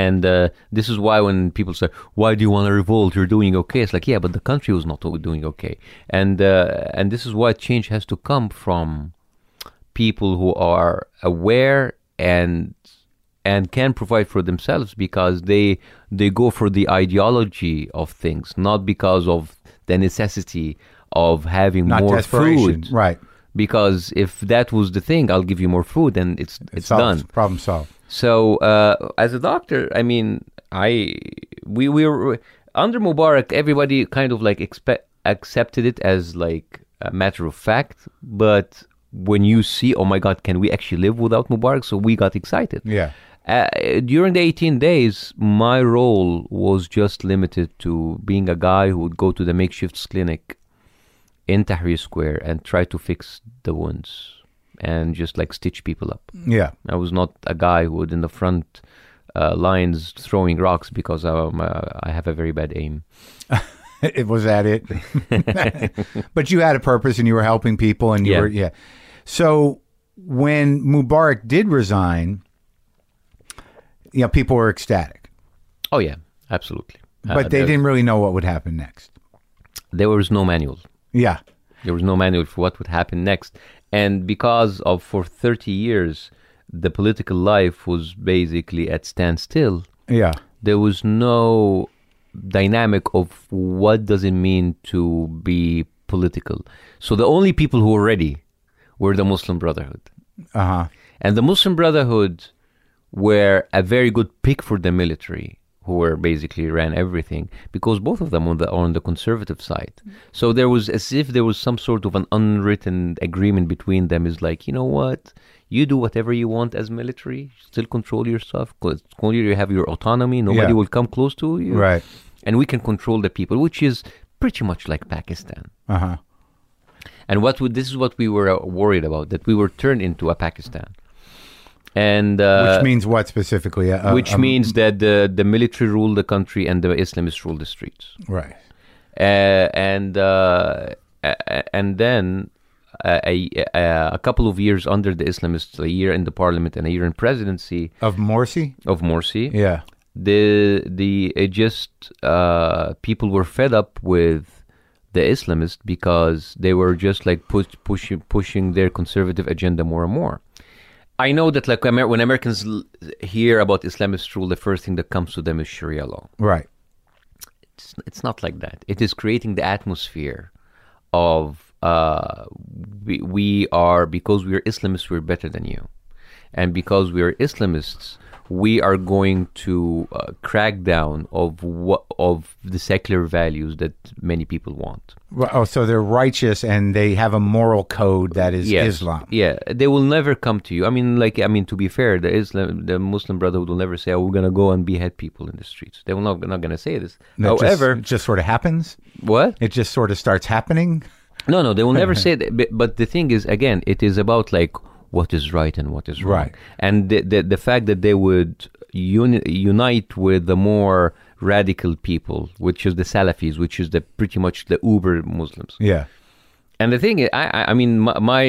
[SPEAKER 3] And uh, this is why when people say, "Why do you want to revolt? You're doing okay." It's like, yeah, but the country was not doing okay, and uh, and this is why change has to come from people who are aware and and can provide for themselves because they they go for the ideology of things, not because of the necessity of having
[SPEAKER 1] not
[SPEAKER 3] more
[SPEAKER 1] desperation,
[SPEAKER 3] food,
[SPEAKER 1] right?
[SPEAKER 3] Because if that was the thing, I'll give you more food, and it's it's
[SPEAKER 1] Solved.
[SPEAKER 3] done.
[SPEAKER 1] Problem solved.
[SPEAKER 3] So uh, as a doctor, I mean, I we we were under Mubarak, everybody kind of like expect accepted it as like a matter of fact. But when you see, oh my God, can we actually live without Mubarak? So we got excited.
[SPEAKER 1] Yeah.
[SPEAKER 3] Uh, during the 18 days, my role was just limited to being a guy who would go to the makeshift clinic in Tahrir Square and try to fix the wounds and just like stitch people up.
[SPEAKER 1] Yeah,
[SPEAKER 3] I was not a guy who would in the front uh, lines throwing rocks because um, uh, I have a very bad aim.
[SPEAKER 1] [laughs] it was that it.
[SPEAKER 3] [laughs]
[SPEAKER 1] but you had a purpose, and you were helping people, and you
[SPEAKER 3] Yeah.
[SPEAKER 1] were yeah. So when Mubarak did resign, you know, people were ecstatic.
[SPEAKER 3] Oh yeah, absolutely. Uh,
[SPEAKER 1] but they
[SPEAKER 3] there-
[SPEAKER 1] didn't really know what would happen next.
[SPEAKER 3] There was no manual.
[SPEAKER 1] Yeah,
[SPEAKER 3] There was no manual for what would happen next, and because of for thirty years, the political life was basically at standstill.
[SPEAKER 1] yeah,
[SPEAKER 3] There was no dynamic of what does it mean to be political. So the only people who were ready were the Muslim Brotherhood.
[SPEAKER 1] uh huh,
[SPEAKER 3] And the Muslim Brotherhood were a very good pick for the military, who were basically ran everything, because both of them on the, are on the conservative side.
[SPEAKER 1] Mm-hmm.
[SPEAKER 3] So there was as if there was some sort of an unwritten agreement between them. Is like, you know what? You do whatever you want as military. Still control yourself. co- Control you have your autonomy. Nobody
[SPEAKER 1] Yeah.
[SPEAKER 3] will come close to you.
[SPEAKER 1] right,
[SPEAKER 3] And we can control the people, which is pretty much like Pakistan.
[SPEAKER 1] uh huh,
[SPEAKER 3] And what would this is what we were uh, worried about that we were turned into a Pakistan, and uh,
[SPEAKER 1] which means what specifically? Uh, um, A- a-
[SPEAKER 3] which
[SPEAKER 1] a-
[SPEAKER 3] means that the the military rule the country and the Islamists rule the streets.
[SPEAKER 1] right,
[SPEAKER 3] Uh, and uh, a- a- and then uh, a, a a couple of years under the Islamists, a year in the parliament and a year in presidency
[SPEAKER 1] of Morsi.
[SPEAKER 3] of Morsi,
[SPEAKER 1] Yeah,
[SPEAKER 3] the the it just uh, people were fed up with the Islamists because they were just like push, pushing pushing their conservative agenda more and more. I know that like Amer- when Americans l- hear about Islamist rule, the first thing that comes to them is Sharia law.
[SPEAKER 1] right,
[SPEAKER 3] It's, it's not like that. It is creating the atmosphere of uh, we, we are because we are Islamists, we're better than you, and because we are Islamists, we are going to uh, crack down of what of the secular values that many people want.
[SPEAKER 1] Well, Oh, so they're righteous and they have a moral code that is
[SPEAKER 3] Yes.
[SPEAKER 1] Islam.
[SPEAKER 3] Yeah, they will never come to you. I mean, like I mean, to be fair, the Islam, the Muslim Brotherhood will never say, "Oh, we're gonna go and behead people in the streets." They will not not gonna say this.
[SPEAKER 1] That just-
[SPEAKER 3] However,
[SPEAKER 1] it just sort of happens.
[SPEAKER 3] what?
[SPEAKER 1] It just sort of starts happening.
[SPEAKER 3] No, no, they will never say that. But, but the thing is, again, it is about like what is right and what is wrong,
[SPEAKER 1] Right.
[SPEAKER 3] and the the, the fact that they would uni- unite with the more radical people, which is the Salafis, which is the pretty much the uber Muslims.
[SPEAKER 1] Yeah.
[SPEAKER 3] And the thing, I- I, I mean, my, my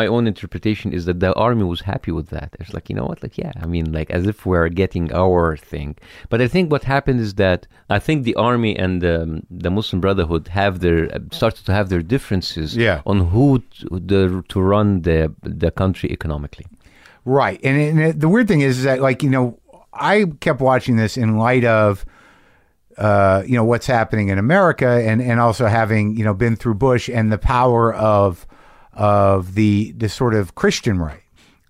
[SPEAKER 3] my own interpretation is that the army was happy with that. It's like you know what, like yeah, I mean, like as if we're getting our thing. But I think what happened is that I think the army and the, the Muslim Brotherhood have their started to have their differences
[SPEAKER 1] Yeah.
[SPEAKER 3] on who to, the, to run the the country economically.
[SPEAKER 1] Right. And, and it, the weird thing is, is that, like, you know, I kept watching this in light of, uh, you know, what's happening in America and, and also having, you know, been through Bush and the power of of the the sort of Christian right.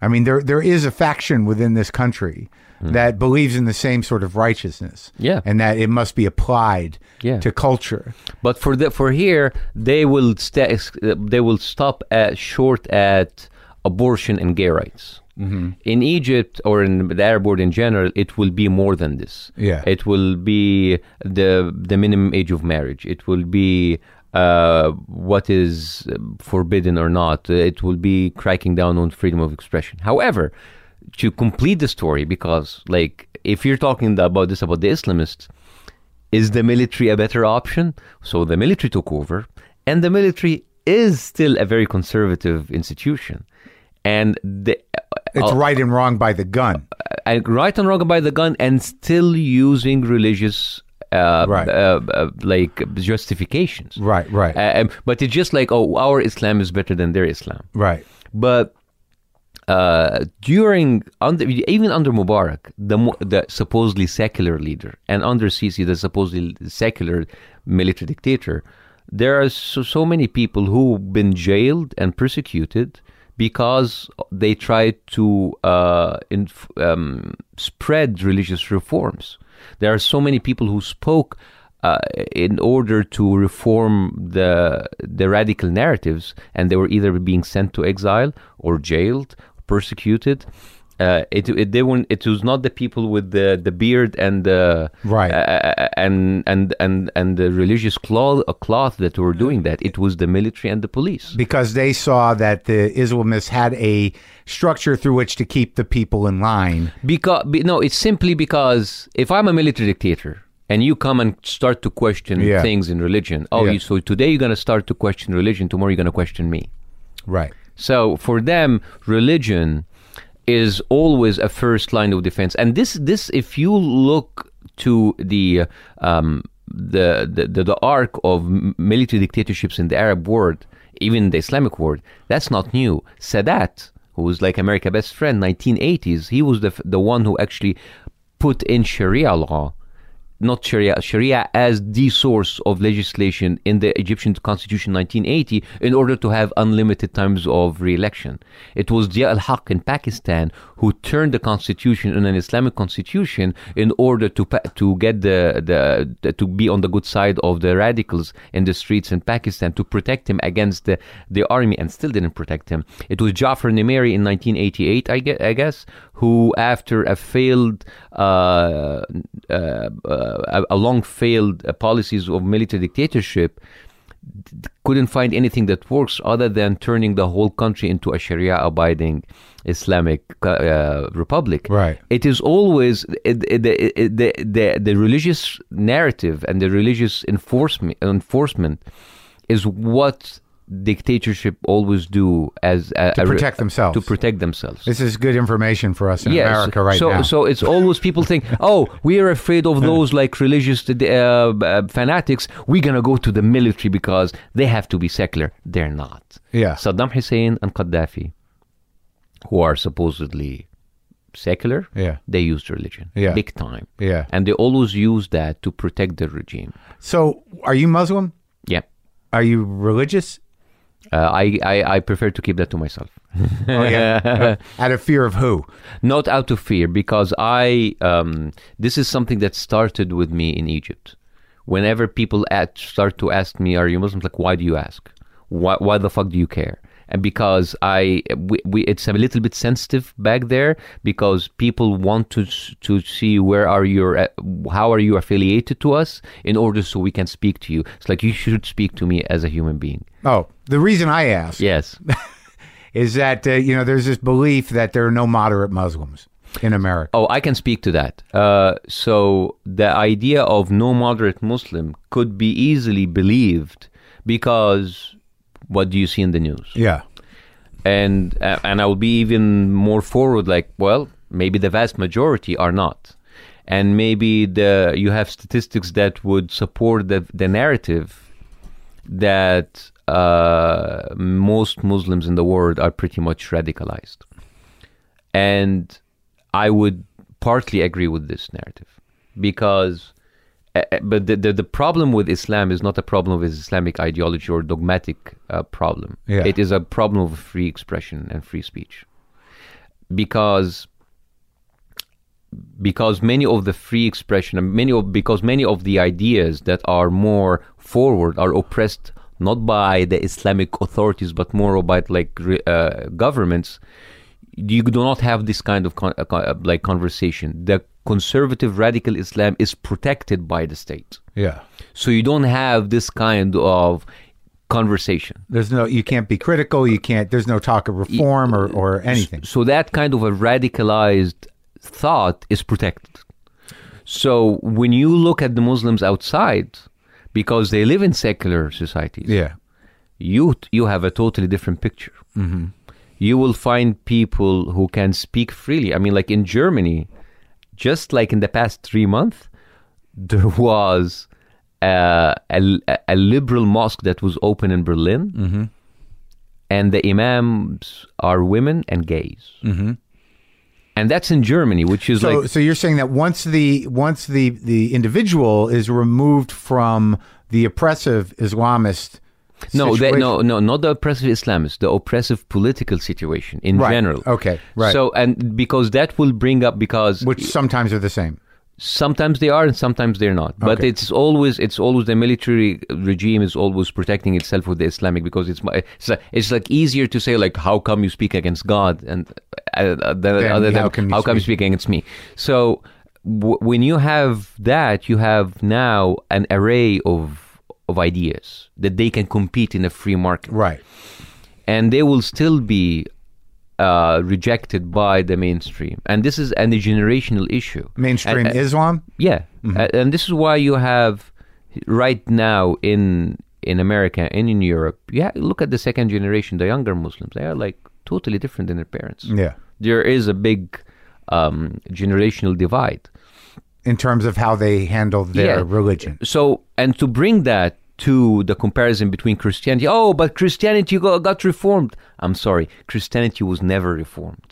[SPEAKER 1] I mean, there there is a faction within this country that believes in the same sort of righteousness.
[SPEAKER 3] Yeah.
[SPEAKER 1] And that it must be applied
[SPEAKER 3] Yeah.
[SPEAKER 1] to culture.
[SPEAKER 3] But for the for here, they will sta they will stop at short at abortion and gay rights. In Egypt or in the Arab world in general, it will be more than this.
[SPEAKER 1] Yeah.
[SPEAKER 3] it will be the the minimum age of marriage. It will be uh, what is um, forbidden or not. It will be cracking down on freedom of expression. However, to complete the story, because like if you're talking about this about the Islamists, is the military a better option? So the military took over, and the military is still a very conservative institution. And the,
[SPEAKER 1] It's right and wrong by the gun.
[SPEAKER 3] and right and wrong by the gun, and still using religious uh,
[SPEAKER 1] Right.
[SPEAKER 3] uh, uh, like justifications.
[SPEAKER 1] Right, right.
[SPEAKER 3] Uh, um, but it's just like oh, our Islam is better than their Islam.
[SPEAKER 1] Right.
[SPEAKER 3] But uh, during under, even under Mubarak, the mu- the supposedly secular leader, and under Sisi, the supposedly secular military dictator, there are so, so many people who've been jailed and persecuted because they tried to uh, inf- um, spread religious reforms. There are so many people who spoke uh, in order to reform the the radical narratives, and they were either being sent to exile or jailed, persecuted. Uh, it, it they weren't. It was not the people with the, the beard and the
[SPEAKER 1] Right.
[SPEAKER 3] uh, and and and and the religious cloth, cloth that were doing that. It was the military and the police.
[SPEAKER 1] because they saw that the Islamists had a structure through which to keep the people in line.
[SPEAKER 3] Because be, no, it's simply because if I'm a military dictator and you come and start to question
[SPEAKER 1] Yeah.
[SPEAKER 3] things in religion, oh,
[SPEAKER 1] Yeah.
[SPEAKER 3] you, so today you're gonna start to question religion. Tomorrow you're gonna question me.
[SPEAKER 1] Right.
[SPEAKER 3] So for them, religion is always a first line of defense. And this, this, if you look to the um, the, the the the arc of m- military dictatorships in the Arab world, even the Islamic world, that's not new. Sadat, who was like America's best friend, 1980s, he was the f- the one who actually put in Sharia law not Sharia, Sharia as the source of legislation in the Egyptian constitution 1980 in order to have unlimited times of re-election. It was Zia al-Haq in Pakistan who turned the constitution in an Islamic constitution in order to pa- to get the, the, the- to be on the good side of the radicals in the streets in Pakistan to protect him against the, the army and still didn't protect him. It was Jafar Nimeri in 1988 I guess, I guess who after a failed uh, uh, uh, a long failed uh, policies of military dictatorship d- couldn't find anything that works other than turning the whole country into a sharia abiding islamic uh, uh, republic
[SPEAKER 1] Right.
[SPEAKER 3] it is always it, it, the- it, the, the, the religious narrative and the religious enforcement enforcement is what dictatorship always do as a,
[SPEAKER 1] To
[SPEAKER 3] a re-
[SPEAKER 1] protect themselves.
[SPEAKER 3] to protect themselves
[SPEAKER 1] This is good information for us in
[SPEAKER 3] Yes.
[SPEAKER 1] America right
[SPEAKER 3] so,
[SPEAKER 1] now.
[SPEAKER 3] So it's always people
[SPEAKER 1] [laughs]
[SPEAKER 3] think, oh, we are afraid of those like religious uh, uh, fanatics. We're gonna go to the military because they have to be secular. They're not.
[SPEAKER 1] Yeah.
[SPEAKER 3] Saddam Hussein and Gaddafi, who are supposedly secular,
[SPEAKER 1] Yeah.
[SPEAKER 3] they used religion,
[SPEAKER 1] Yeah.
[SPEAKER 3] big time,
[SPEAKER 1] Yeah.
[SPEAKER 3] and they always use that to protect the regime.
[SPEAKER 1] so, are you Muslim?
[SPEAKER 3] Yeah.
[SPEAKER 1] Are you religious?
[SPEAKER 3] Uh, I, I I prefer to keep that to myself.
[SPEAKER 1] Oh,
[SPEAKER 3] [laughs]
[SPEAKER 1] yeah. Out of fear of who?
[SPEAKER 3] not out of fear because i um, this is something that started with me in egypt whenever people at, start to ask me are you muslim like why do you ask why, why the fuck do you care and because i we, we, it's a little bit sensitive back there because people want to s- to see where are your uh, how are you affiliated to us in order so we can speak to you it's like you should speak to me as a human being
[SPEAKER 1] Oh, the reason I ask
[SPEAKER 3] yes
[SPEAKER 1] is that uh, you know there's this belief that there are no moderate Muslims in America.
[SPEAKER 3] Oh, I can speak to that. Uh, so the idea of no moderate Muslim could be easily believed because what do you see in the news?
[SPEAKER 1] Yeah,
[SPEAKER 3] And uh, and I will be even more forward. Like, well, maybe the vast majority are not, and maybe the you have statistics that would support the the narrative that uh, most Muslims in the world are pretty much radicalized. And I would partly agree with this narrative because, uh, uh, but the, the, the problem with Islam is not a problem with Islamic ideology or dogmatic uh, problem.
[SPEAKER 1] Yeah.
[SPEAKER 3] It is a problem of free expression and free speech. Because because many of the free expression and many of because many of the ideas that are more forward are oppressed not by the islamic authorities but more by like re- uh, governments you do not have this kind of con- uh, con- uh, like conversation the conservative radical islam is protected by the state
[SPEAKER 1] yeah.
[SPEAKER 3] so you don't have this kind of conversation
[SPEAKER 1] There's no you can't be critical. You can't. There's no talk of reform or or anything.
[SPEAKER 3] So that kind of a radicalized thought is protected. So when you look at the Muslims outside, because they live in secular societies,
[SPEAKER 1] Yeah,
[SPEAKER 3] you you have a totally different picture. You will find people who can speak freely. I mean, like in Germany, just like in the past three months, [laughs] there was a, a, a liberal mosque that was open in Berlin, and the imams are women and gays. And that's in Germany, which is
[SPEAKER 1] So,
[SPEAKER 3] like
[SPEAKER 1] so you're saying that once the once the the individual is removed from the oppressive Islamist,
[SPEAKER 3] no, they,
[SPEAKER 1] situation-
[SPEAKER 3] no, no, not the oppressive Islamists, the oppressive political situation in
[SPEAKER 1] Right.
[SPEAKER 3] general.
[SPEAKER 1] Okay, right.
[SPEAKER 3] So, and because that will bring up because
[SPEAKER 1] which sometimes are the same.
[SPEAKER 3] sometimes they are and sometimes they're not but
[SPEAKER 1] Okay.
[SPEAKER 3] it's always it's always the military regime is always protecting itself with the islamic because it's mu- it's like, it's like easier to say like how come you speak against god and uh, uh, the,
[SPEAKER 1] Then
[SPEAKER 3] other than
[SPEAKER 1] how come you
[SPEAKER 3] you speak against me so w- when you have that you have now an array of of ideas that they can compete in a free market
[SPEAKER 1] Right.
[SPEAKER 3] and they will still be uh, rejected by the mainstream and this is an generational issue
[SPEAKER 1] Mainstream
[SPEAKER 3] And-
[SPEAKER 1] Islam.
[SPEAKER 3] yeah, A- and this is why you have right now in in America and in Europe. Yeah, look at the second generation, the younger Muslims. They are like totally different than their parents.
[SPEAKER 1] Yeah.
[SPEAKER 3] There is a big um, generational divide.
[SPEAKER 1] In terms of how they handle their
[SPEAKER 3] Yeah.
[SPEAKER 1] religion.
[SPEAKER 3] Mm-hmm. So, and to bring that to the comparison between Christianity, oh, but Christianity got, got reformed. I'm sorry, Christianity was never reformed.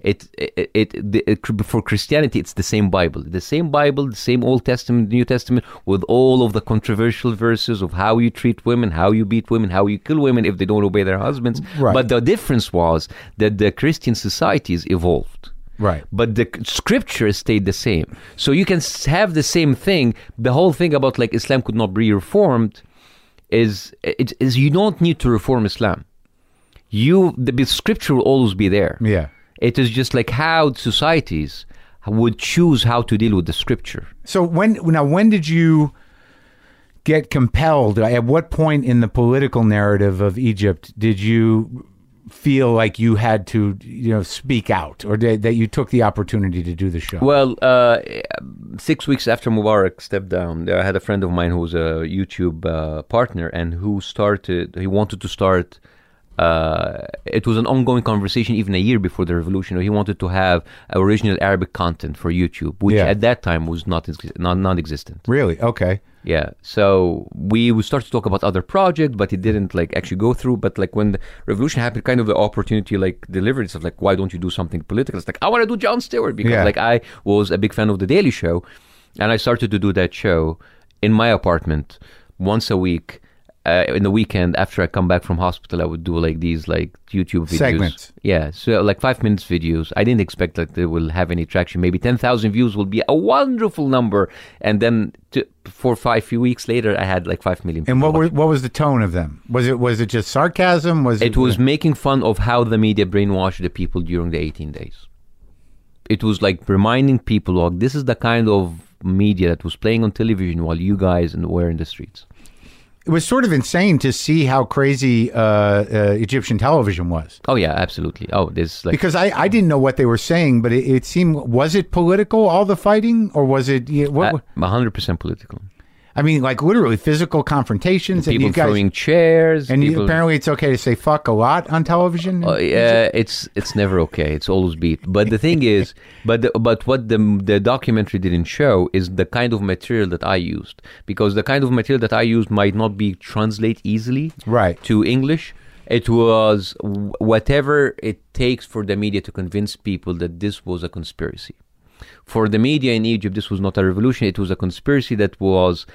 [SPEAKER 3] It, it, it, the, it- for Christianity, it's the same Bible, the same Bible, the same Old Testament, New Testament, with all of the controversial verses of how you treat women, how you beat women, how you kill women if they don't obey their husbands.
[SPEAKER 1] Right.
[SPEAKER 3] But the difference was that the Christian societies evolved
[SPEAKER 1] Right.
[SPEAKER 3] but the c- scripture stayed the same. So you can s- have the same thing. The whole thing about like Islam could not be reformed is it, is you don't need to reform Islam. You the, the scripture will always be there.
[SPEAKER 1] Yeah.
[SPEAKER 3] It is just like how societies would choose how to deal with the scripture.
[SPEAKER 1] So when now when did you get compelled? At what point in the political narrative of Egypt did you feel like you had to you know speak out or did, that you took the opportunity to do the show?
[SPEAKER 3] Well, uh, six weeks after Mubarak stepped down, I had a friend of mine who was a YouTube uh, partner and who started, he wanted to start. Uh, it was an ongoing conversation even a year before the revolution. He wanted to have original Arabic content for YouTube, which
[SPEAKER 1] Yeah.
[SPEAKER 3] at that time was not non non existent.
[SPEAKER 1] really? Okay.
[SPEAKER 3] Yeah. So we we started to talk about other project, but it didn't like actually go through. But like when the revolution happened, kind of the opportunity like delivered itself. Like, why don't you do something political? It's like I want to do John Stewart because
[SPEAKER 1] Yeah.
[SPEAKER 3] like I was a big fan of the Daily Show, and I started to do that show in my apartment once a week. uh, in the weekend after I come back from hospital, I would do like these like YouTube videos.
[SPEAKER 1] Segments.
[SPEAKER 3] Yeah, so like five minutes videos. I didn't expect that they will have any traction. Maybe ten thousand views will be a wonderful number, and then t- four five few weeks later, I had like five million.
[SPEAKER 1] And
[SPEAKER 3] people
[SPEAKER 1] what were,
[SPEAKER 3] watching.
[SPEAKER 1] what was the tone of them? Was it was it just sarcasm? Was it,
[SPEAKER 3] It was making fun of how the media brainwashed the people during the 18 days. It was like reminding people, look, this is the kind of media that was playing on television while you guys and were in the streets.
[SPEAKER 1] it was sort of insane to see how crazy uh, uh, Egyptian television was
[SPEAKER 3] Oh yeah, absolutely. Oh, there's like
[SPEAKER 1] because I, I didn't know what they were saying, but it, it seemed was it political all the fighting or was it yeah, what,
[SPEAKER 3] uh, 100% political.
[SPEAKER 1] I mean like literally physical confrontations and
[SPEAKER 3] People
[SPEAKER 1] you guys
[SPEAKER 3] throwing chairs.
[SPEAKER 1] and you-
[SPEAKER 3] people,
[SPEAKER 1] apparently it's okay to say fuck a lot on television.
[SPEAKER 3] Uh, yeah, it's it's never okay. It's always beat. But the thing is, but the, but what the the documentary didn't show is the kind of material that I used because the kind of material that I used might not be translate easily
[SPEAKER 1] Right.
[SPEAKER 3] to English. It was wh- whatever it takes for the media to convince people that this was a conspiracy. For the media in Egypt, this was not a revolution. It was a conspiracy that was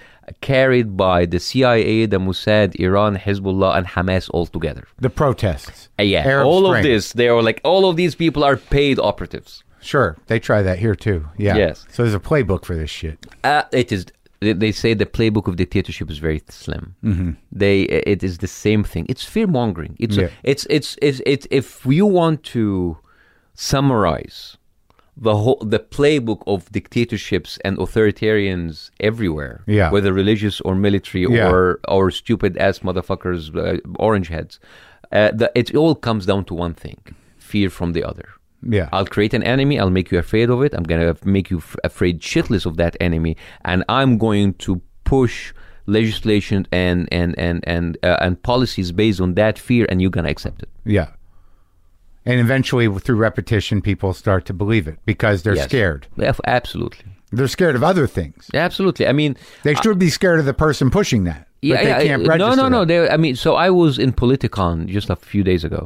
[SPEAKER 3] carried by the CIA, the Mossad, Iran, Hezbollah, and Hamas all together.
[SPEAKER 1] the protests.
[SPEAKER 3] Uh, yeah,
[SPEAKER 1] Arab
[SPEAKER 3] all
[SPEAKER 1] Spring.
[SPEAKER 3] of this. They were like, all of these people are paid operatives.
[SPEAKER 1] Sure, they try that here too. Yeah.
[SPEAKER 3] Yes.
[SPEAKER 1] So there's a playbook for this shit.
[SPEAKER 3] Uh, it is. They they say the playbook of dictatorship is very slim. Mm-hmm. They, it is the same thing. It's fear mongering. It's,
[SPEAKER 1] Yeah.
[SPEAKER 3] it's, it's, it's, it's. If you want to summarize the whole, the playbook of dictatorships and authoritarians everywhere,
[SPEAKER 1] Yeah.
[SPEAKER 3] whether religious or military
[SPEAKER 1] Yeah.
[SPEAKER 3] or or stupid ass motherfuckers, uh, orange heads, uh, the, it all comes down to one thing: fear from the other.
[SPEAKER 1] Yeah.
[SPEAKER 3] I'll create an enemy. I'll make you afraid of it. I'm gonna make you f- afraid shitless of that enemy, and I'm going to push legislation and and and and uh, and policies based on that fear, and you're gonna accept it.
[SPEAKER 1] Yeah. And eventually, through repetition, people start to believe it because they're
[SPEAKER 3] Yes.
[SPEAKER 1] scared.
[SPEAKER 3] Yeah, f- absolutely,
[SPEAKER 1] They're scared of other things.
[SPEAKER 3] absolutely. I mean,
[SPEAKER 1] They should be scared of the person pushing that. but they can't
[SPEAKER 3] I- no,
[SPEAKER 1] register
[SPEAKER 3] no, no.
[SPEAKER 1] that.
[SPEAKER 3] They, I mean, so I was in Politicon just a few days ago,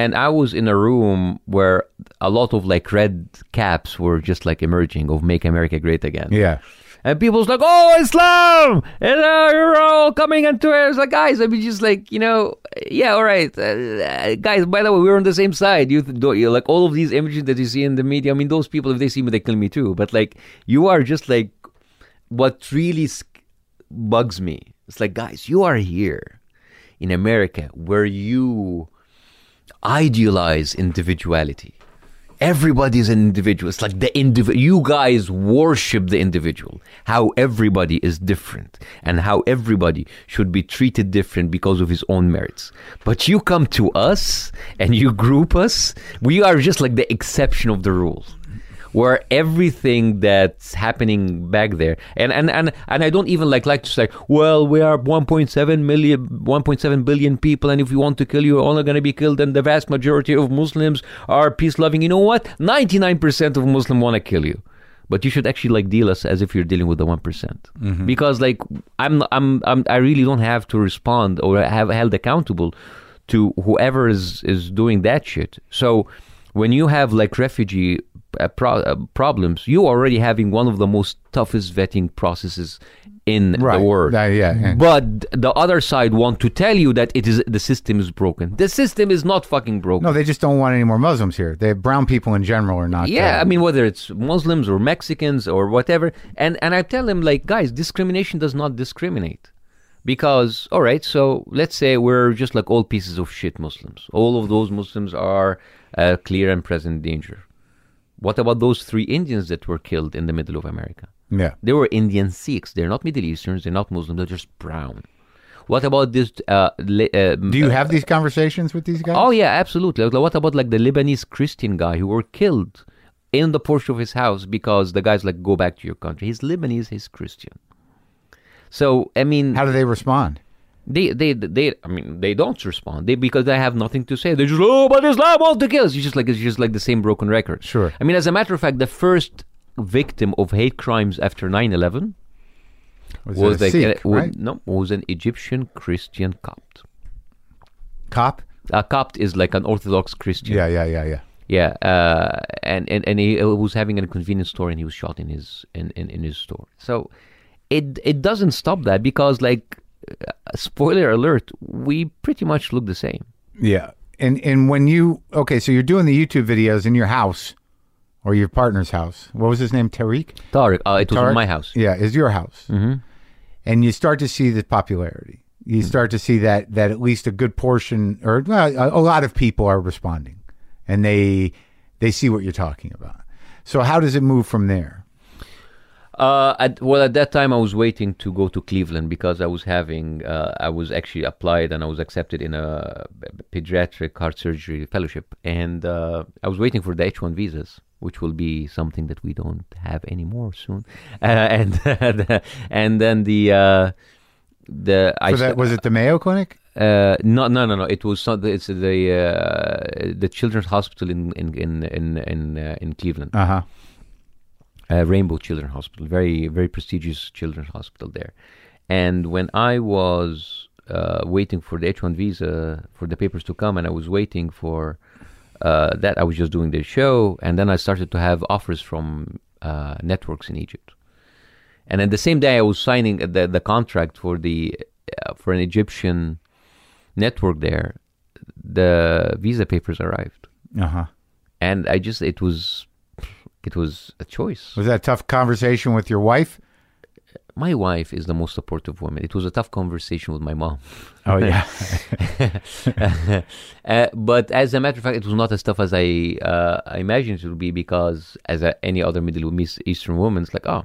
[SPEAKER 3] and I was in a room where a lot of like red caps were just like emerging of "Make America Great Again."
[SPEAKER 1] Yeah.
[SPEAKER 3] And people's like, oh, Islam! And uh, you're all coming into it. It's like, guys, I mean, just like, you know, yeah, all right. Uh, Uh, guys, by the way, we're on the same side. You, th- do- you Like, all of these images that you see in the media, I mean, those people, if they see me, they kill me too. But, like, you are just like, what really sc- bugs me. It's like, guys, you are here in America where you idealize individuality. Everybody's an individual. It's like the individual. You guys worship the individual. How everybody is different and how everybody should be treated different because of his own merits. But you come to us and you group us. We are just like the exception of the rule where everything that's happening back there and and and, and I don't even like like to say well we are 1.7 million 1.7 billion people and if we want to kill you you're only going to be killed and the vast majority of Muslims are peace loving you know what 99% of Muslim want to kill you but you should actually like deal us as if you're dealing with the one because like I'm, I'm I'm I really don't have to respond or have held accountable to whoever is is doing that shit. So when you have like refugee uh, pro- uh, problems, you already having one of the most toughest vetting processes in
[SPEAKER 1] Right.
[SPEAKER 3] the world.
[SPEAKER 1] Uh, yeah, yeah.
[SPEAKER 3] But the other side want to tell you that it is the system is broken. The system is not fucking broken.
[SPEAKER 1] No, they just don't want any more Muslims here. They brown people in general are not.
[SPEAKER 3] Yeah,
[SPEAKER 1] uh,
[SPEAKER 3] I mean whether it's Muslims or Mexicans or whatever, and and I tell them like, guys, discrimination does not discriminate, because all right, so let's say we're just like all pieces of shit Muslims. All of those Muslims are uh, clear and present danger. What about those three Indians that were killed in the middle of America?
[SPEAKER 1] yeah.
[SPEAKER 3] They were Indian Sikhs. They're not Middle Easterns. They're not Muslims. They're just brown. What about this? Uh, le- uh,
[SPEAKER 1] Do you have these conversations with these guys?
[SPEAKER 3] Oh yeah, absolutely. Like, what about like the Lebanese Christian guy who were killed in the porch of his house because the guy's like, "Go back to your country." He's Lebanese. He's Christian. So I mean,
[SPEAKER 1] How do they respond?
[SPEAKER 3] they, they, they. I mean, they don't respond. They because they have nothing to say. They just oh, but Islam all the kills. It's just like it's just like the same broken record.
[SPEAKER 1] Sure.
[SPEAKER 3] I mean, as a matter of fact, the first victim of hate crimes after 9-11
[SPEAKER 1] Was,
[SPEAKER 3] was
[SPEAKER 1] it a
[SPEAKER 3] like
[SPEAKER 1] Sikh,
[SPEAKER 3] uh, was-
[SPEAKER 1] right?
[SPEAKER 3] no was an Egyptian Christian Copt.
[SPEAKER 1] Cop?
[SPEAKER 3] A Copt is like an Orthodox Christian.
[SPEAKER 1] Yeah, yeah, yeah, yeah.
[SPEAKER 3] Yeah, uh, and, and and he was having a convenience store, and he was shot in his in, in, in his store. So it it doesn't stop that because like uh, spoiler alert, we pretty much look the same.
[SPEAKER 1] Yeah. And and when you okay, so you're doing the YouTube videos in your house or your partner's house. What was his name? Tariq?
[SPEAKER 3] Tariq, uh, it was
[SPEAKER 1] Tariq?
[SPEAKER 3] in my house.
[SPEAKER 1] Yeah, is your house. Mm-hmm. And you start to see the popularity. You start to see that that at least a good portion or well, a, a lot of people are responding, and they they see what you're talking about. So how does it move from there?
[SPEAKER 3] Uh, at, well, at that time, I was waiting to go to Cleveland because I was having, uh, I was actually applied and I was accepted in a pediatric heart surgery fellowship. And uh, I was waiting for the H 1 visas, which will be something that we don't have anymore soon. [laughs] Uh, and and then the. Uh, the I
[SPEAKER 1] So that was it the Mayo Clinic?
[SPEAKER 3] uh, no no no no it was not it's the uh, the children's hospital in in in in in, uh, in Cleveland
[SPEAKER 1] Uh huh.
[SPEAKER 3] uh, Rainbow Children's Hospital, very very prestigious children's hospital there. And when I was uh, waiting for the H-1 visa for the papers to come, and I was waiting for uh, that, I was just doing the show, and then I started to have offers from uh, networks in Egypt. And then the same day, I was signing uh, the the contract for the uh, for an Egyptian network there. The visa papers arrived,
[SPEAKER 1] Uh huh.
[SPEAKER 3] and I just it was it was a choice.
[SPEAKER 1] Was that a tough conversation with your wife?
[SPEAKER 3] my wife is the most supportive woman. It was a tough conversation with my mom. [laughs]
[SPEAKER 1] Oh yeah.
[SPEAKER 3] Uh, but as a matter of fact, it was not as tough as I, uh, I imagined it would be because, as a, any other Middle East- Eastern woman, it's like, oh,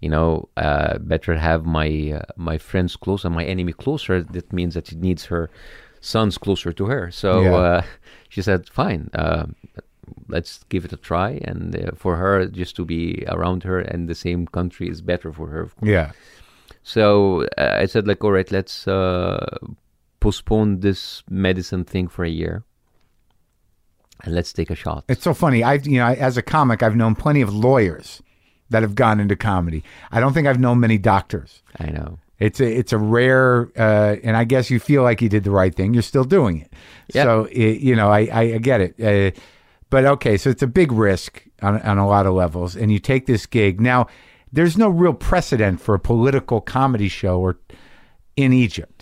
[SPEAKER 3] you know, uh, better have my uh, my friends closer, my enemy closer. That means that she needs her sons closer to her. So
[SPEAKER 1] Yeah.
[SPEAKER 3] uh, she said, fine, uh, let's give it a try. And uh, for her, just to be around her and the same country is better for her, of
[SPEAKER 1] [laughs] yeah.
[SPEAKER 3] so uh, I said, like, all right, let's uh, postpone this medicine thing for a year, and let's take a shot.
[SPEAKER 1] It's so funny. I, you know, I, as a comic, I've known plenty of lawyers that have gone into comedy. I don't think I've known many doctors.
[SPEAKER 3] I know.
[SPEAKER 1] It's a, it's a rare, uh, and I guess you feel like you did the right thing. You're still doing it.
[SPEAKER 3] Yeah.
[SPEAKER 1] So, it, you know, I, I, I get it. Uh, but okay, so it's a big risk on, on a lot of levels, and you take this gig. Now, there's no real precedent for a political comedy show or in Egypt.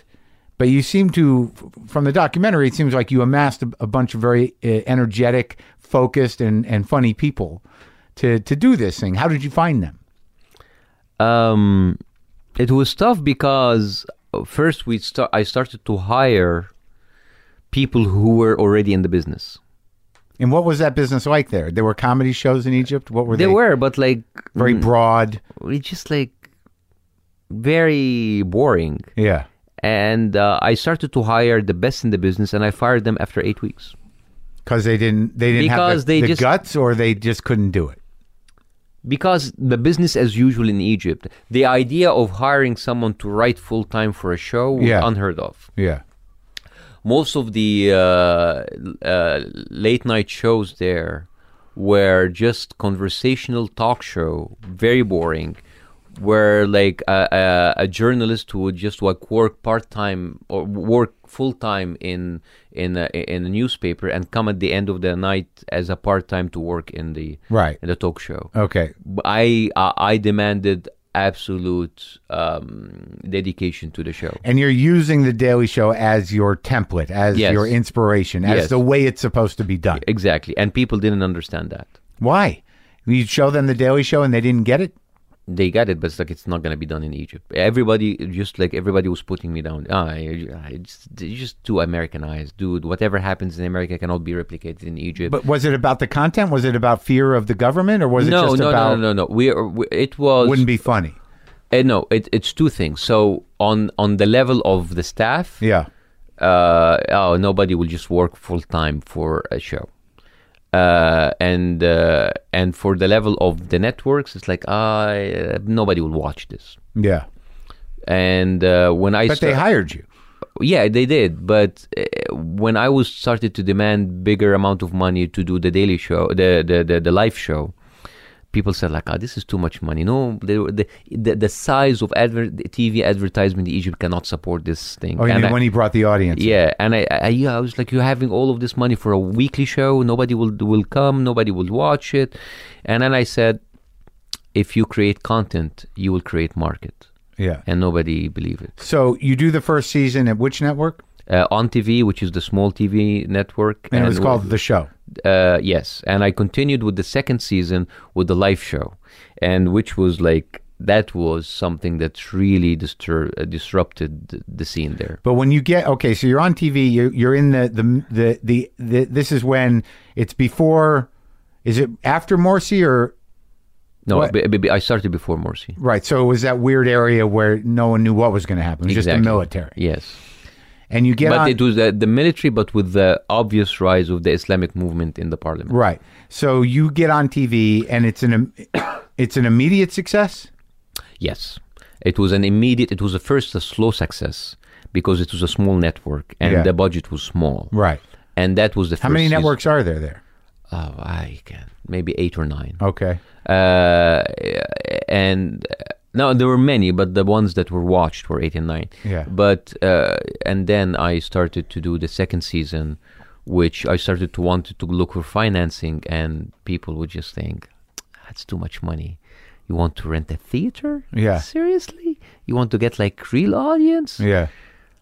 [SPEAKER 1] But you seem to, f- from the documentary, it seems like you amassed a, a bunch of very uh, energetic, focused, and, and funny people to, to do this thing. How did you find them?
[SPEAKER 3] Um, it was tough because uh, first we start. I started to hire people who were already in the business.
[SPEAKER 1] And what was that business like there? There were comedy shows in Egypt. What were they?
[SPEAKER 3] They were, but like
[SPEAKER 1] very
[SPEAKER 3] mm,
[SPEAKER 1] broad.
[SPEAKER 3] it's just like very boring.
[SPEAKER 1] Yeah.
[SPEAKER 3] And uh, I started to hire the best in the business, and I fired them after eight weeks.
[SPEAKER 1] Because they didn't, they didn't
[SPEAKER 3] Because
[SPEAKER 1] have
[SPEAKER 3] they
[SPEAKER 1] the, the
[SPEAKER 3] just-
[SPEAKER 1] guts, or they just couldn't do it.
[SPEAKER 3] because the business as usual in Egypt, the idea of hiring someone to write full time for a show was
[SPEAKER 1] Yeah.
[SPEAKER 3] unheard of.
[SPEAKER 1] Yeah,
[SPEAKER 3] Most of the uh, uh, late night shows there were just conversational talk show, very boring. Where like a, a, a journalist who would just like work part time or work full time in in a, in a newspaper and come at the end of the night as a part time to work in the
[SPEAKER 1] Right.
[SPEAKER 3] in the talk show.
[SPEAKER 1] Okay.
[SPEAKER 3] I uh, I demanded absolute um, dedication to the show.
[SPEAKER 1] And you're using the Daily Show as your template, as
[SPEAKER 3] Yes.
[SPEAKER 1] your inspiration, as
[SPEAKER 3] Yes.
[SPEAKER 1] the way it's supposed to be done.
[SPEAKER 3] Exactly, and people didn't understand that.
[SPEAKER 1] Why? You show them the Daily Show and they didn't get it.
[SPEAKER 3] They got it, but it's like it's not going to be done in Egypt. Everybody just like everybody was putting me down. Ah, I, I just, you're just too Americanized, dude. Whatever happens in America cannot be replicated in Egypt.
[SPEAKER 1] But was it about the content? Was it about fear of the government, or was it
[SPEAKER 3] no,
[SPEAKER 1] just
[SPEAKER 3] no,
[SPEAKER 1] about
[SPEAKER 3] no, no, no, no. We, are- we it was
[SPEAKER 1] wouldn't be funny?
[SPEAKER 3] Uh, no, it, it's two things. So on on the level of the staff,
[SPEAKER 1] Yeah.
[SPEAKER 3] uh, oh, nobody will just work full time for a show. Uh, and uh, and for the level of the networks, it's like ah, uh, nobody will watch this.
[SPEAKER 1] Yeah.
[SPEAKER 3] And uh, when I
[SPEAKER 1] But they
[SPEAKER 3] sta-
[SPEAKER 1] hired you.
[SPEAKER 3] yeah, they did. But uh, when I was started to demand bigger amount of money to do the daily show, the the the, the live show, people said like, "Ah, this is too much money." No, they, were- the the, the size of adver- TV advertisement in Egypt cannot support this thing.
[SPEAKER 1] Oh, you
[SPEAKER 3] And
[SPEAKER 1] mean
[SPEAKER 3] I-
[SPEAKER 1] when he brought the audience?
[SPEAKER 3] yeah, and I, I, yeah, I was like, you're having all of this money for a weekly show. Nobody will will come. Nobody will watch it. And then I said, if you create content, you will create market.
[SPEAKER 1] Yeah.
[SPEAKER 3] and nobody believed it.
[SPEAKER 1] So you do the first season at which network?
[SPEAKER 3] Uh, on TV, which is the small TV network,
[SPEAKER 1] And, it was called The Show.
[SPEAKER 3] uh, yes, and I continued with the second season with the live show, and which was like that was something that really distur- uh, disrupted th- the scene there.
[SPEAKER 1] But when you get okay, so you're on TV. You, you're in the the, the the the this is when it's before. Is it after Morsi or
[SPEAKER 3] No,
[SPEAKER 1] What-
[SPEAKER 3] b- b- I started before Morsi.
[SPEAKER 1] right? So it was that weird area where no one knew what was going to happen. It was just
[SPEAKER 3] Exactly.
[SPEAKER 1] the military,
[SPEAKER 3] Yes,
[SPEAKER 1] and you get
[SPEAKER 3] but
[SPEAKER 1] on,
[SPEAKER 3] it was uh, the military, but with the obvious rise of the Islamic movement in the parliament.
[SPEAKER 1] right. So you get on TV, and it's an im- it's an immediate success.
[SPEAKER 3] Yes, it was an immediate. It was a first a slow success because it was a small network and
[SPEAKER 1] Yeah.
[SPEAKER 3] the budget was small.
[SPEAKER 1] Right.
[SPEAKER 3] And that was the
[SPEAKER 1] How
[SPEAKER 3] first
[SPEAKER 1] many
[SPEAKER 3] season.
[SPEAKER 1] networks are there? There.
[SPEAKER 3] Oh, I can maybe eight or nine.
[SPEAKER 1] Okay.
[SPEAKER 3] uh, and uh, no, there were many, but the ones that were watched were eight and nine.
[SPEAKER 1] Yeah.
[SPEAKER 3] But uh, and then I started to do the second season, which I started to want to look for financing, and people would just think, "That's too much money." You want to rent a theater?
[SPEAKER 1] Yeah.
[SPEAKER 3] Seriously? You want to get like real audience?
[SPEAKER 1] Yeah.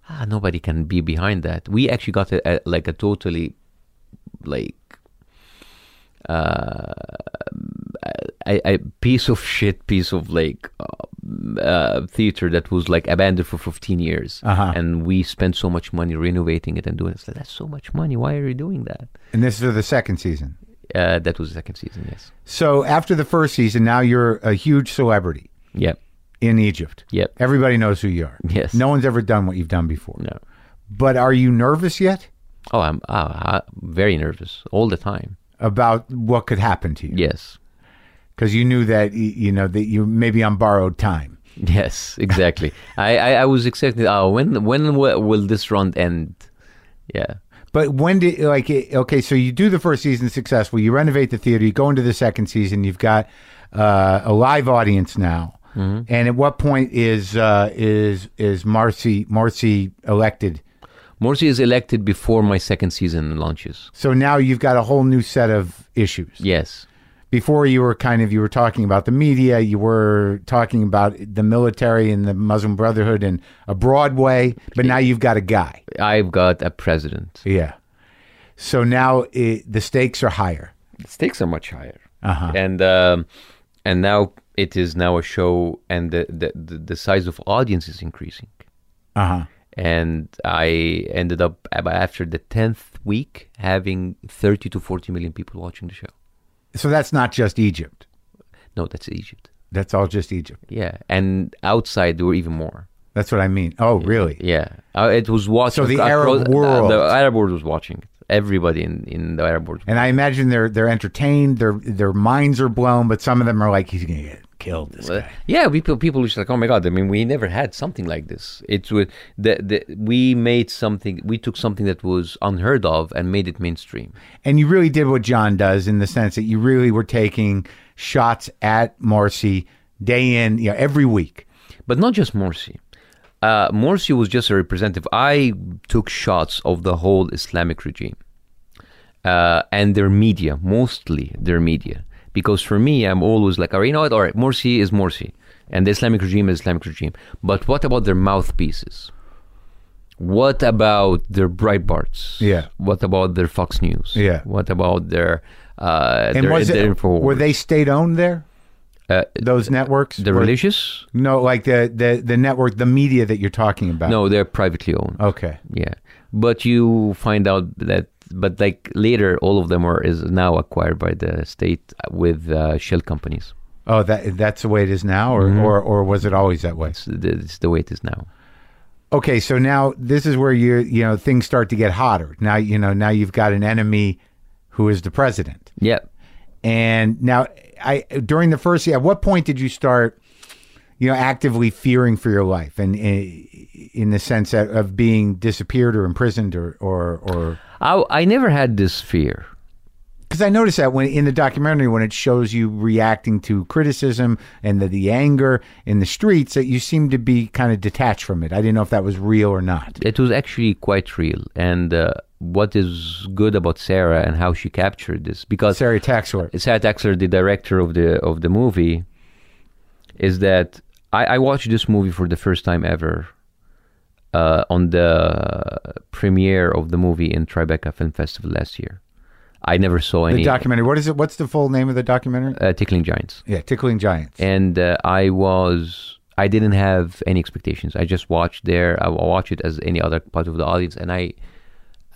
[SPEAKER 3] ah, nobody can be behind that. We actually got a, a, like a totally like uh, a, a piece of shit, piece of like uh, uh, theater that was like abandoned for 15 years,
[SPEAKER 1] Uh-huh.
[SPEAKER 3] and we spent so much money renovating it and doing it. It's like, That's so much money. Why are you doing that?
[SPEAKER 1] And this is the second season.
[SPEAKER 3] Uh, that was the second season. Yes.
[SPEAKER 1] So after the first season, now you're a huge celebrity
[SPEAKER 3] Yep.
[SPEAKER 1] in Egypt.
[SPEAKER 3] Yep.
[SPEAKER 1] Everybody knows who you are.
[SPEAKER 3] Yes.
[SPEAKER 1] No one's ever done what you've done before.
[SPEAKER 3] No.
[SPEAKER 1] But are you nervous yet
[SPEAKER 3] Oh, I'm uh, very nervous all the time.
[SPEAKER 1] about what could happen to you?
[SPEAKER 3] Yes.
[SPEAKER 1] Because you knew that y- you know that you maybe on borrowed time.
[SPEAKER 3] [laughs] Yes, exactly. I, I, I was expecting. Oh, when when w- will this round end? Yeah,
[SPEAKER 1] But when did like it- okay? So you do the first season successful. You renovate the theater. You go into the second season. You've got uh, a live audience now.
[SPEAKER 3] Mm-hmm.
[SPEAKER 1] And at what point is uh, is is Marcy Marcy elected?
[SPEAKER 3] Morsi is elected before my second season launches.
[SPEAKER 1] So now you've got a whole new set of issues.
[SPEAKER 3] Yes,
[SPEAKER 1] before you were kind of you were talking about the media you were talking about the military and the muslim brotherhood in a broad way but now you've got a guy
[SPEAKER 3] I've got a president.
[SPEAKER 1] yeah so now it, the stakes are higher
[SPEAKER 3] The stakes are much higher, and um, and now it is now a show, and the the, the, the size of audience is increasing.
[SPEAKER 1] uh-huh
[SPEAKER 3] And I ended up ab- after the tenth week having thirty to forty million people watching the show.
[SPEAKER 1] so that's not just egypt
[SPEAKER 3] No, that's Egypt.
[SPEAKER 1] that's all just egypt
[SPEAKER 3] Yeah, and outside there were even more.
[SPEAKER 1] that's what i mean oh really
[SPEAKER 3] Yeah, uh, it was watching. uh,
[SPEAKER 1] So the Arab world-
[SPEAKER 3] the Arab world was watching. it. Everybody in, in the Arab world.
[SPEAKER 1] and i imagine they're they're entertained their their minds are blown but some of them are like he's gonna get killed this guy
[SPEAKER 3] Yeah, people people were just like, oh my god! I mean, we never had something like this. It was the, the we made something. We took something that was unheard of and made it mainstream.
[SPEAKER 1] And you really did what John does in the sense that you really were taking shots at Marcy day in, you know, every week.
[SPEAKER 3] But not just Morsi. Uh, Morsi was just a representative. I took shots of the whole Islamic regime uh, and their media, mostly their media. Because for me, I'm always like, all right, you know what? All right, Morsi is Morsi, and the Islamic regime is Islamic regime. But what about their mouthpieces? What about their Breitbarts?
[SPEAKER 1] Yeah.
[SPEAKER 3] What about their Fox News?
[SPEAKER 1] Yeah.
[SPEAKER 3] What about their uh,
[SPEAKER 1] And
[SPEAKER 3] their,
[SPEAKER 1] was
[SPEAKER 3] their
[SPEAKER 1] it,
[SPEAKER 3] Infowars?
[SPEAKER 1] were they state owned there?
[SPEAKER 3] Uh,
[SPEAKER 1] Those networks?
[SPEAKER 3] the
[SPEAKER 1] Were- Uh,
[SPEAKER 3] religious?
[SPEAKER 1] No, like the, the the network, the media that you're talking about.
[SPEAKER 3] No, they're privately owned.
[SPEAKER 1] Okay.
[SPEAKER 3] Yeah, but you find out that, but like later, all of them are is now acquired by the state with uh, shell companies.
[SPEAKER 1] Oh, that that's the way it is now,
[SPEAKER 3] Mm-hmm.
[SPEAKER 1] or or, or was it always that way?
[SPEAKER 3] It's the, it's the way it is now.
[SPEAKER 1] Okay, so now this is where you you know things start to get hotter. Now you know now you've got an enemy who is the president.
[SPEAKER 3] Yeah,
[SPEAKER 1] And now, I during the first year, at what point did you start, you know, actively fearing for your life, and, and in the sense that, of being disappeared or imprisoned, or or or
[SPEAKER 3] I I never had this fear.
[SPEAKER 1] because I noticed that when in the documentary when it shows you reacting to criticism and the, the anger in the streets that you seem to be kind of detached from it. I didn't know if that was real or not.
[SPEAKER 3] It was actually quite real, and uh, what is good about Sarah and how she captured this because
[SPEAKER 1] Sarah Taxler.
[SPEAKER 3] Sarah Taxler, the director of the of the movie, is that I, I watched this movie for the first time ever uh, on the premiere of the movie in Tribeca Film Festival last year. I never saw
[SPEAKER 1] The
[SPEAKER 3] any
[SPEAKER 1] documentary. What is it? What's the full name of the documentary?
[SPEAKER 3] uh, Tickling Giants,
[SPEAKER 1] Yeah, Tickling Giants.
[SPEAKER 3] and uh, I was I didn't have any expectations. I just watched there. I wa- watched it as any other part of the audience, and I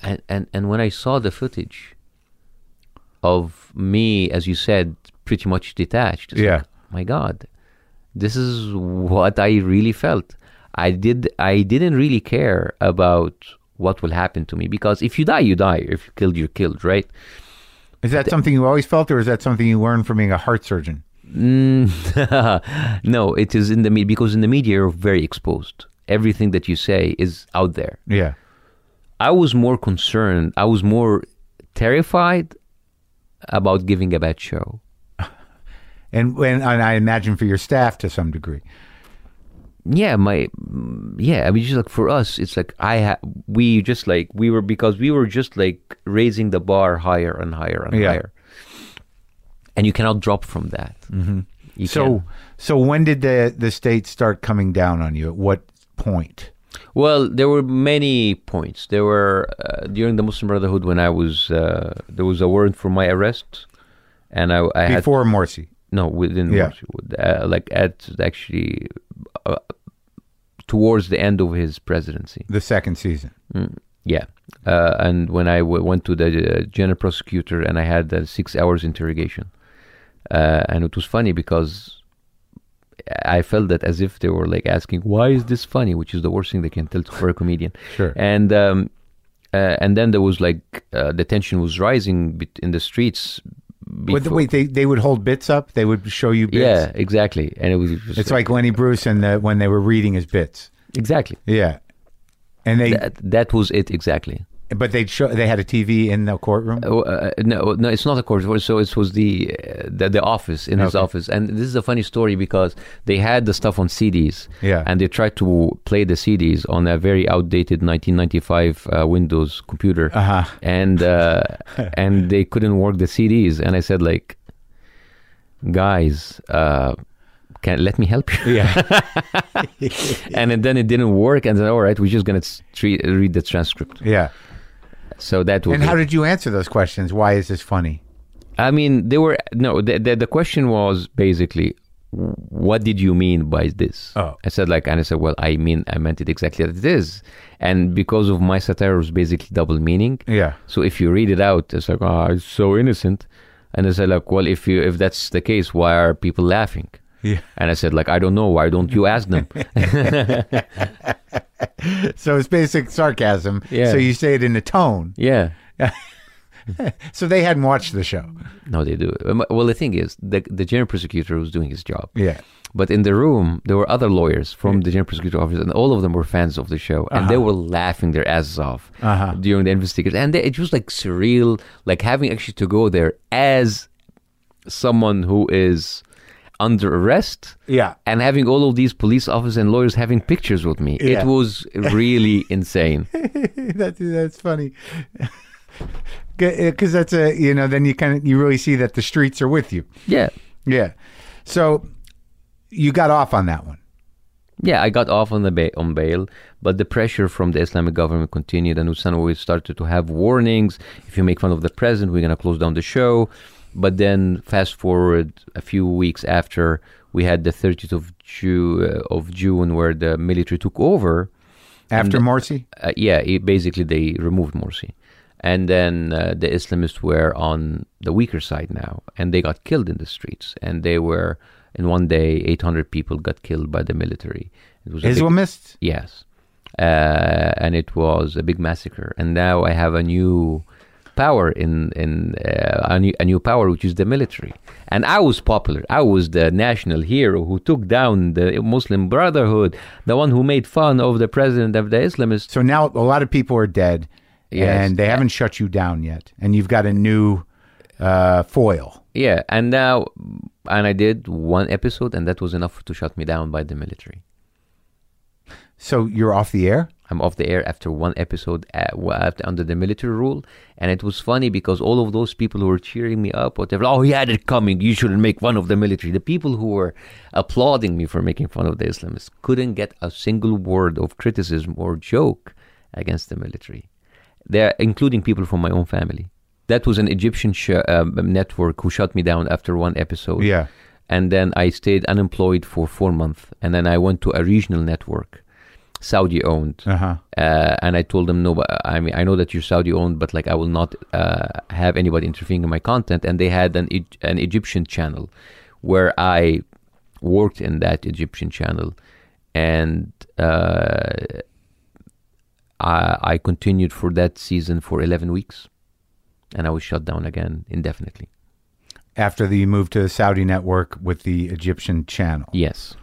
[SPEAKER 3] and and, and when I saw the footage of me, as you said, pretty much detached. it's
[SPEAKER 1] Yeah.
[SPEAKER 3] like, my God, this is what I really felt. I did. I didn't really care about what will happen to me because if you die, you die. If you killed, you're killed, right?
[SPEAKER 1] Is that something you always felt, or is that something you learned from being a heart surgeon?
[SPEAKER 3] Mm, [laughs] no, it is in the media because in the media you're very exposed. Everything that you say is out there.
[SPEAKER 1] Yeah.
[SPEAKER 3] I was more concerned. I was more terrified about giving a bad show.
[SPEAKER 1] And when and I imagine for your staff to some degree.
[SPEAKER 3] Yeah, my mm, yeah. I mean, just like for us, it's like I ha- we just like we were because we were just like raising the bar higher and higher and
[SPEAKER 1] Yeah.
[SPEAKER 3] higher, and you cannot drop from that. Mm-hmm. You
[SPEAKER 1] So
[SPEAKER 3] can't.
[SPEAKER 1] so when did the the state start coming down on you? At what point?
[SPEAKER 3] Well, there were many points. There were uh, during the Muslim Brotherhood when I was uh, there was a warrant for my arrest, and I, I had
[SPEAKER 1] Before Morsi.
[SPEAKER 3] no within
[SPEAKER 1] Yeah.
[SPEAKER 3] Morsi, uh, like at actually uh, towards the end of his presidency.
[SPEAKER 1] The second season.
[SPEAKER 3] Mm, yeah, uh, and when I w- went to the uh, general prosecutor and I had a six hours interrogation, uh, and it was funny because I felt that as if they were like asking, "Why is this funny?" Which is the worst thing they can tell for a comedian.
[SPEAKER 1] Sure.
[SPEAKER 3] And um, uh, and then there was like uh, the tension was rising bet- in the streets.
[SPEAKER 1] But the-
[SPEAKER 3] before-
[SPEAKER 1] wait, they, they would hold bits up. They would show you bits.
[SPEAKER 3] yeah, exactly. And it was just
[SPEAKER 1] It's like Lenny Bruce and the, when they were reading his bits.
[SPEAKER 3] exactly
[SPEAKER 1] Yeah. And they,
[SPEAKER 3] that, that was it exactly.
[SPEAKER 1] but they show they had a TV in the courtroom.
[SPEAKER 3] Oh, uh, no, no, it's not a court. So it was the uh, the, the office in his
[SPEAKER 1] Okay.
[SPEAKER 3] office, and this is a funny story because they had the stuff on CDs,
[SPEAKER 1] Yeah.
[SPEAKER 3] and they tried to play the CDs on a very outdated 1995 uh, Windows computer,
[SPEAKER 1] Uh-huh.
[SPEAKER 3] and
[SPEAKER 1] [laughs]
[SPEAKER 3] uh, and they couldn't work the CDs, and I said like, guys, uh, can let me help you,
[SPEAKER 1] Yeah.
[SPEAKER 3] [laughs] and then it didn't work, and then all right, we're just gonna s- tre- read the transcript.
[SPEAKER 1] yeah.
[SPEAKER 3] So that was
[SPEAKER 1] And
[SPEAKER 3] it.
[SPEAKER 1] how did you answer those questions? Why is this funny?
[SPEAKER 3] I mean, they were no. The, the, the question was basically, what did you mean by this?
[SPEAKER 1] Oh.
[SPEAKER 3] I said like, and I said, well, I mean, I meant it exactly as it is, and because of my satire it was basically double meaning.
[SPEAKER 1] Yeah.
[SPEAKER 3] So if you read it out, it's like, ah, it's so innocent, and I said like, well, if you if that's the case, why are people laughing?
[SPEAKER 1] Yeah. [laughs]
[SPEAKER 3] And I said like, I don't know. Why don't you ask them?
[SPEAKER 1] So it's basic sarcasm.
[SPEAKER 3] Yeah.
[SPEAKER 1] So you say it in a tone.
[SPEAKER 3] yeah.
[SPEAKER 1] So they hadn't watched the show.
[SPEAKER 3] No, they do. Um, Well, the thing is, the the general prosecutor was doing his job.
[SPEAKER 1] Yeah.
[SPEAKER 3] But in the room, there were other lawyers from the general prosecutor office, and all of them were fans of the show, and they were laughing their asses off
[SPEAKER 1] Uh-huh.
[SPEAKER 3] during the investigation. And they, it was like surreal, like having actually to go there as someone who is under arrest,
[SPEAKER 1] Yeah. [laughs]
[SPEAKER 3] and having all of these police officers and lawyers having pictures with me.
[SPEAKER 1] Yeah.
[SPEAKER 3] It was
[SPEAKER 1] [laughs]
[SPEAKER 3] really insane.
[SPEAKER 1] that, that's funny. [laughs] Because that's a, you know, then you kind of, you really see that the streets are with you.
[SPEAKER 3] Yeah,
[SPEAKER 1] Yeah. So you got off on that one.
[SPEAKER 3] yeah. I got off on the ba- on bail, but the pressure from the Islamic government continued, and Hussein always started to have warnings: if you make fun of the president, we're gonna close down the show. But then, fast forward a few weeks after, we had the 30th of June, uh, of June where the military took over.
[SPEAKER 1] After Morsi?
[SPEAKER 3] Uh, yeah, it, basically they removed Morsi, and then uh, the Islamists were on the weaker side now, and they got killed in the streets, and they were in one day 800 people got killed by the military. It was a big-
[SPEAKER 1] Islamists?
[SPEAKER 3] Yes. Uh, and it was a big massacre. And now I have a new power in in uh, a, new, a new power, which is the military. And I was popular. I was the national hero who took down the Muslim Brotherhood, the one who made fun of the president of the Islamists.
[SPEAKER 1] So now a lot of people are dead
[SPEAKER 3] Yes.
[SPEAKER 1] and they haven't shut you down yet. And you've got a new uh, foil.
[SPEAKER 3] Yeah. And now, and I did one episode, and that was enough to shut me down by the military.
[SPEAKER 1] So you're off the air?
[SPEAKER 3] I'm off the air after one episode at, w- after, under the military rule, and it was funny because all of those people who were cheering me up, whatever, oh, he had it coming. You shouldn't make fun of the military. The people who were applauding me for making fun of the Islamists couldn't get a single word of criticism or joke against the military. They're including people from my own family. That was an Egyptian sh- um, network who shut me down after one episode.
[SPEAKER 1] Yeah.
[SPEAKER 3] and then I stayed unemployed for four months, and then I went to a regional network. Saudi owned,
[SPEAKER 1] Uh-huh.
[SPEAKER 3] uh, and I told them no. But I mean, I know that you're Saudi owned, but like I will not uh, have anybody interfering in my content. And they had an E- an Egyptian channel, where I worked in that Egyptian channel, and uh, I, I continued for that season for eleven weeks, and I was shut down again indefinitely.
[SPEAKER 1] After the move to the Saudi network with the Egyptian channel.
[SPEAKER 3] Yes,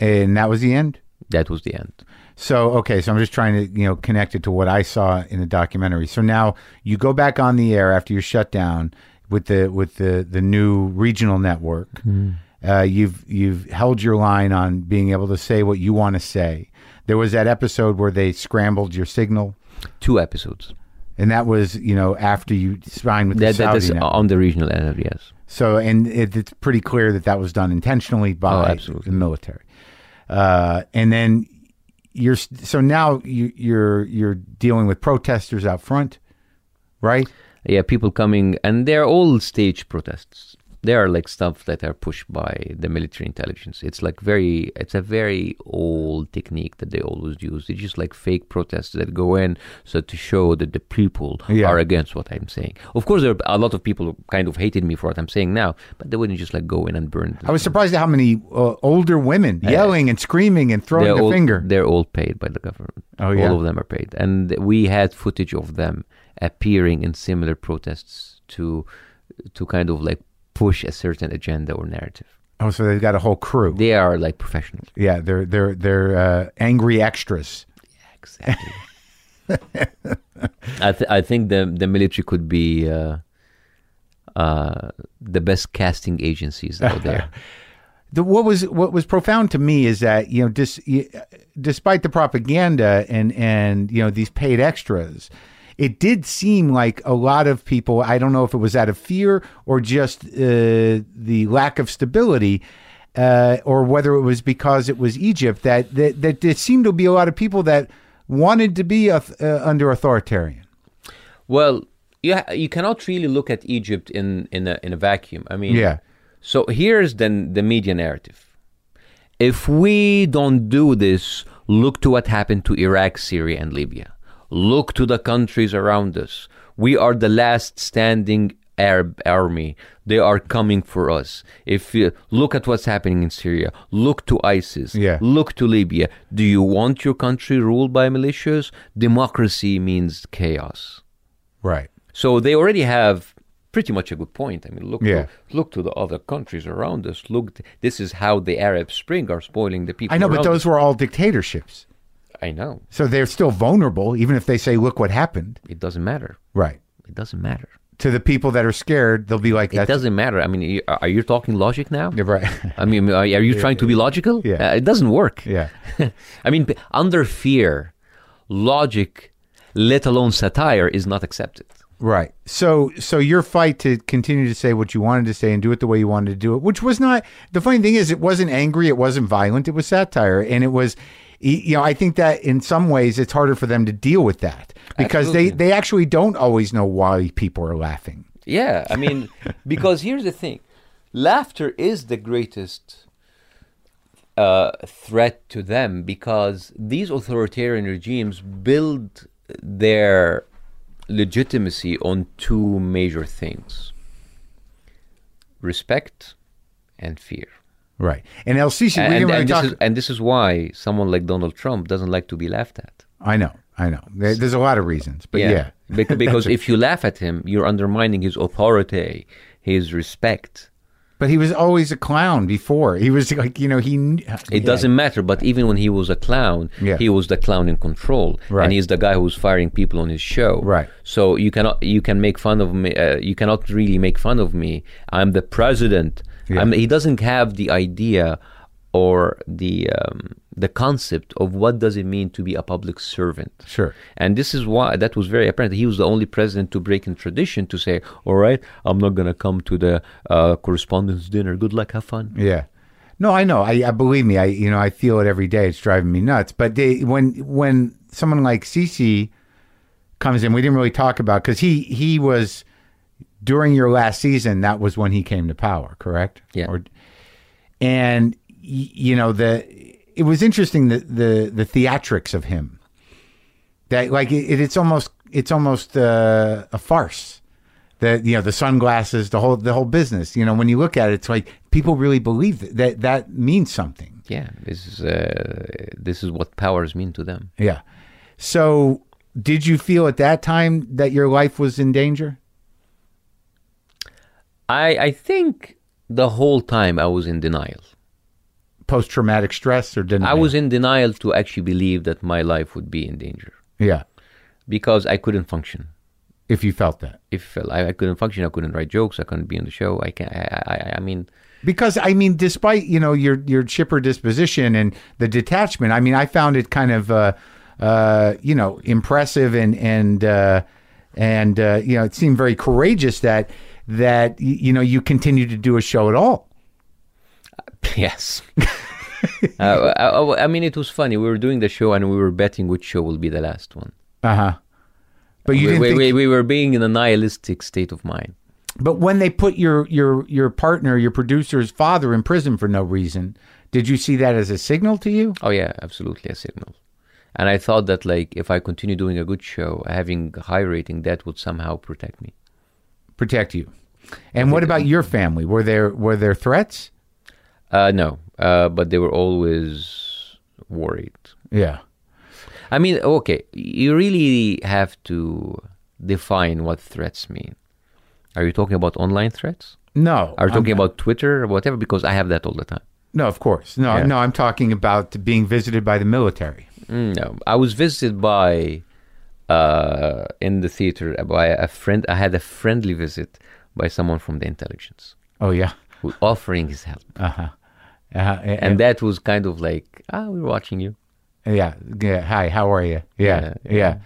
[SPEAKER 1] And that was the end?
[SPEAKER 3] that was the end.
[SPEAKER 1] So okay, so I'm just trying to you know connect it to what I saw in the documentary. So now you go back on the air after you're shut down with the with the the new regional network.
[SPEAKER 3] Hmm.
[SPEAKER 1] Uh, you've you've held your line on being able to say what you want to say. There was that episode where they scrambled your signal,
[SPEAKER 3] Two episodes.
[SPEAKER 1] and that was you know after you signed with the
[SPEAKER 3] That, that
[SPEAKER 1] Saudi
[SPEAKER 3] is
[SPEAKER 1] network.
[SPEAKER 3] on the regional level, yes.
[SPEAKER 1] So, and it, it's pretty clear that that was done intentionally
[SPEAKER 3] Oh,
[SPEAKER 1] by
[SPEAKER 3] absolutely.
[SPEAKER 1] the military. Uh, and then you're so now you, you're you're dealing with protesters out front, right?
[SPEAKER 3] Yeah, people coming, and they're all stage protests. They are like stuff that are pushed by the military intelligence. It's like very, it's a very old technique that they always use. It's just like fake protests that go in so to show that the people
[SPEAKER 1] Yeah.
[SPEAKER 3] are against what I'm saying. Of course, there are a lot of people who kind of hated me for what I'm saying now, but they wouldn't just like go in and burn.
[SPEAKER 1] I was surprised at how many uh, older women yelling and screaming and throwing their
[SPEAKER 3] all,
[SPEAKER 1] finger.
[SPEAKER 3] They're all paid by the government.
[SPEAKER 1] Oh,
[SPEAKER 3] all
[SPEAKER 1] yeah.
[SPEAKER 3] of them are paid, and we had footage of them appearing in similar protests to to kind of like push a certain agenda or narrative.
[SPEAKER 1] Oh, so they've got a whole crew.
[SPEAKER 3] They are like professionals.
[SPEAKER 1] yeah, they're they're they're uh, angry extras. [laughs]
[SPEAKER 3] Exactly. I th- I think the the military could be. Uh, uh, the best casting agencies out
[SPEAKER 1] [laughs]
[SPEAKER 3] there.
[SPEAKER 1] the, what was what was profound to me is that you know dis, y- despite the propaganda and and you know these paid extras it did seem like a lot of people i don't know if it was out of fear or just uh, the lack of stability uh, or whether it was because it was egypt that that, that there seemed to be a lot of people that wanted to be auth- uh, under authoritarian
[SPEAKER 3] Well, you ha- you cannot really look at Egypt in in a in a vacuum. I mean,
[SPEAKER 1] Yeah.
[SPEAKER 3] So here's then the media narrative. If we don't do this, look to what happened to Iraq, Syria, and Libya. Look to the countries around us. We are the last standing Arab army. They are coming for us. If you look at what's happening in Syria, look to ISIS.
[SPEAKER 1] Yeah.
[SPEAKER 3] Look to Libya. Do you want your country ruled by militias? Democracy means chaos.
[SPEAKER 1] right
[SPEAKER 3] So they already have pretty much a good point. I mean, look,
[SPEAKER 1] Yeah.
[SPEAKER 3] to, look to the other countries around us. Look, this is how the Arab Spring are spoiling the people.
[SPEAKER 1] i know but
[SPEAKER 3] around
[SPEAKER 1] those
[SPEAKER 3] us.
[SPEAKER 1] were all dictatorships
[SPEAKER 3] I know.
[SPEAKER 1] so they're still vulnerable even if they say look what happened
[SPEAKER 3] It doesn't matter.
[SPEAKER 1] right
[SPEAKER 3] It doesn't matter.
[SPEAKER 1] to the people that are scared, they'll be like,
[SPEAKER 3] It
[SPEAKER 1] "That's
[SPEAKER 3] doesn't matter. I mean, you- are you talking logic now?
[SPEAKER 1] Yeah, right."
[SPEAKER 3] [laughs] I mean, are are you trying to be logical?
[SPEAKER 1] Yeah.
[SPEAKER 3] Uh, it doesn't work.
[SPEAKER 1] yeah,
[SPEAKER 3] [laughs] I mean, p- under fear, logic, let alone satire, is not accepted.
[SPEAKER 1] right." So, so your fight to continue to say what you wanted to say and do it the way you wanted to do it, which was not the funny thing is, it wasn't angry, it wasn't violent, it was satire, and it was, y- you know, I think that in some ways it's harder for them to deal with that because they
[SPEAKER 3] Absolutely.
[SPEAKER 1] they actually don't always know why people are laughing.
[SPEAKER 3] Yeah, I
[SPEAKER 1] [laughs]
[SPEAKER 3] mean, because here's the thing laughter is the greatest uh, threat to them because these authoritarian regimes build their legitimacy on two major things respect and fear.
[SPEAKER 1] Right. And El Sisi, we didn't
[SPEAKER 3] And,
[SPEAKER 1] really
[SPEAKER 3] and,
[SPEAKER 1] talk.
[SPEAKER 3] this is, and this is why someone like Donald Trump doesn't like to be laughed at.
[SPEAKER 1] I know, I know. There- There's a lot of reasons, but yeah,
[SPEAKER 3] Bec-
[SPEAKER 1] [laughs]
[SPEAKER 3] because if you laugh at him, you're undermining his authority, his respect.
[SPEAKER 1] but he was always a clown before. He was like, you know, he. kn-
[SPEAKER 3] It
[SPEAKER 1] yeah.
[SPEAKER 3] doesn't matter, but even when he was a clown,
[SPEAKER 1] Yeah.
[SPEAKER 3] he was the clown in control,
[SPEAKER 1] Right.
[SPEAKER 3] and he's the guy who's firing people on his show.
[SPEAKER 1] Right.
[SPEAKER 3] So you cannot, you can make fun of me. Uh, you cannot really make fun of me. I'm the president. I'm, he doesn't have the idea or the um, the concept of what does it mean to be a public servant.
[SPEAKER 1] Sure.
[SPEAKER 3] And this is why that was very apparent. He was the only president to break in tradition to say, "All right, I'm not going to come to the uh, correspondence dinner. Good luck, have fun."
[SPEAKER 1] Yeah. No, I know. I, I believe me. I you know I feel it every day. It's driving me nuts. But they, when when someone like Cece comes in, we didn't really talk about because he he was during your last season. That was when he came to power, correct?
[SPEAKER 3] Yeah.
[SPEAKER 1] and y- you know the it was interesting the the the theatrics of him that like it, it's almost it's almost uh, a farce the you know the sunglasses the whole the whole business you know when you look at it it's like people really believe that that, that means something
[SPEAKER 3] Yeah, this is uh, this is what powers mean to them.
[SPEAKER 1] yeah so did you feel at that time that your life was in danger
[SPEAKER 3] I I think the whole time I was in denial.
[SPEAKER 1] post traumatic stress or didn't
[SPEAKER 3] I was in denial to actually believe that my life would be in danger
[SPEAKER 1] yeah
[SPEAKER 3] because I couldn't function.
[SPEAKER 1] if you felt that
[SPEAKER 3] If I, I couldn't function, I couldn't write jokes. I couldn't be on the show. I can I, I, I mean, [laughs]
[SPEAKER 1] because I mean, despite you know your your chipper disposition and the detachment, I mean, I found it kind of uh, uh, you know impressive and and uh, and uh, you know it seemed very courageous that that y- you know you continue to do a show at all. [laughs]
[SPEAKER 3] yes. uh, I, I- I mean, it was funny. We were doing the show and we were betting which show will be the last one.
[SPEAKER 1] Uh huh. But you
[SPEAKER 3] We,
[SPEAKER 1] didn't.
[SPEAKER 3] we,
[SPEAKER 1] think,
[SPEAKER 3] we, we were being in a nihilistic state of mind.
[SPEAKER 1] But when they put your your your partner, your producer's father, in prison for no reason, did you see that as a signal to you?
[SPEAKER 3] Oh yeah, absolutely a signal. And I thought that like if I continue doing a good show, having a high rating, that would somehow protect me.
[SPEAKER 1] Protect you. And what about your family? Were there were there threats?
[SPEAKER 3] Uh, no, uh, but they were always worried.
[SPEAKER 1] Yeah.
[SPEAKER 3] I mean, okay, you really have to define what threats mean. Are you talking about online threats?
[SPEAKER 1] No.
[SPEAKER 3] Are you
[SPEAKER 1] I'm-
[SPEAKER 3] talking about Twitter or whatever? Because I have that all the time.
[SPEAKER 1] No, of course. No,
[SPEAKER 3] Yeah.
[SPEAKER 1] no, I'm talking about being visited by the military.
[SPEAKER 3] Mm, No, I was visited by uh, in the theater by a friend. I had a friendly visit by someone from the intelligence
[SPEAKER 1] Oh yeah.
[SPEAKER 3] who offering his help.
[SPEAKER 1] Uh-huh. Uh,
[SPEAKER 3] and
[SPEAKER 1] and
[SPEAKER 3] that was kind of like ah we're watching you
[SPEAKER 1] yeah, yeah. Hi, how are you? Yeah, yeah.
[SPEAKER 3] Yeah,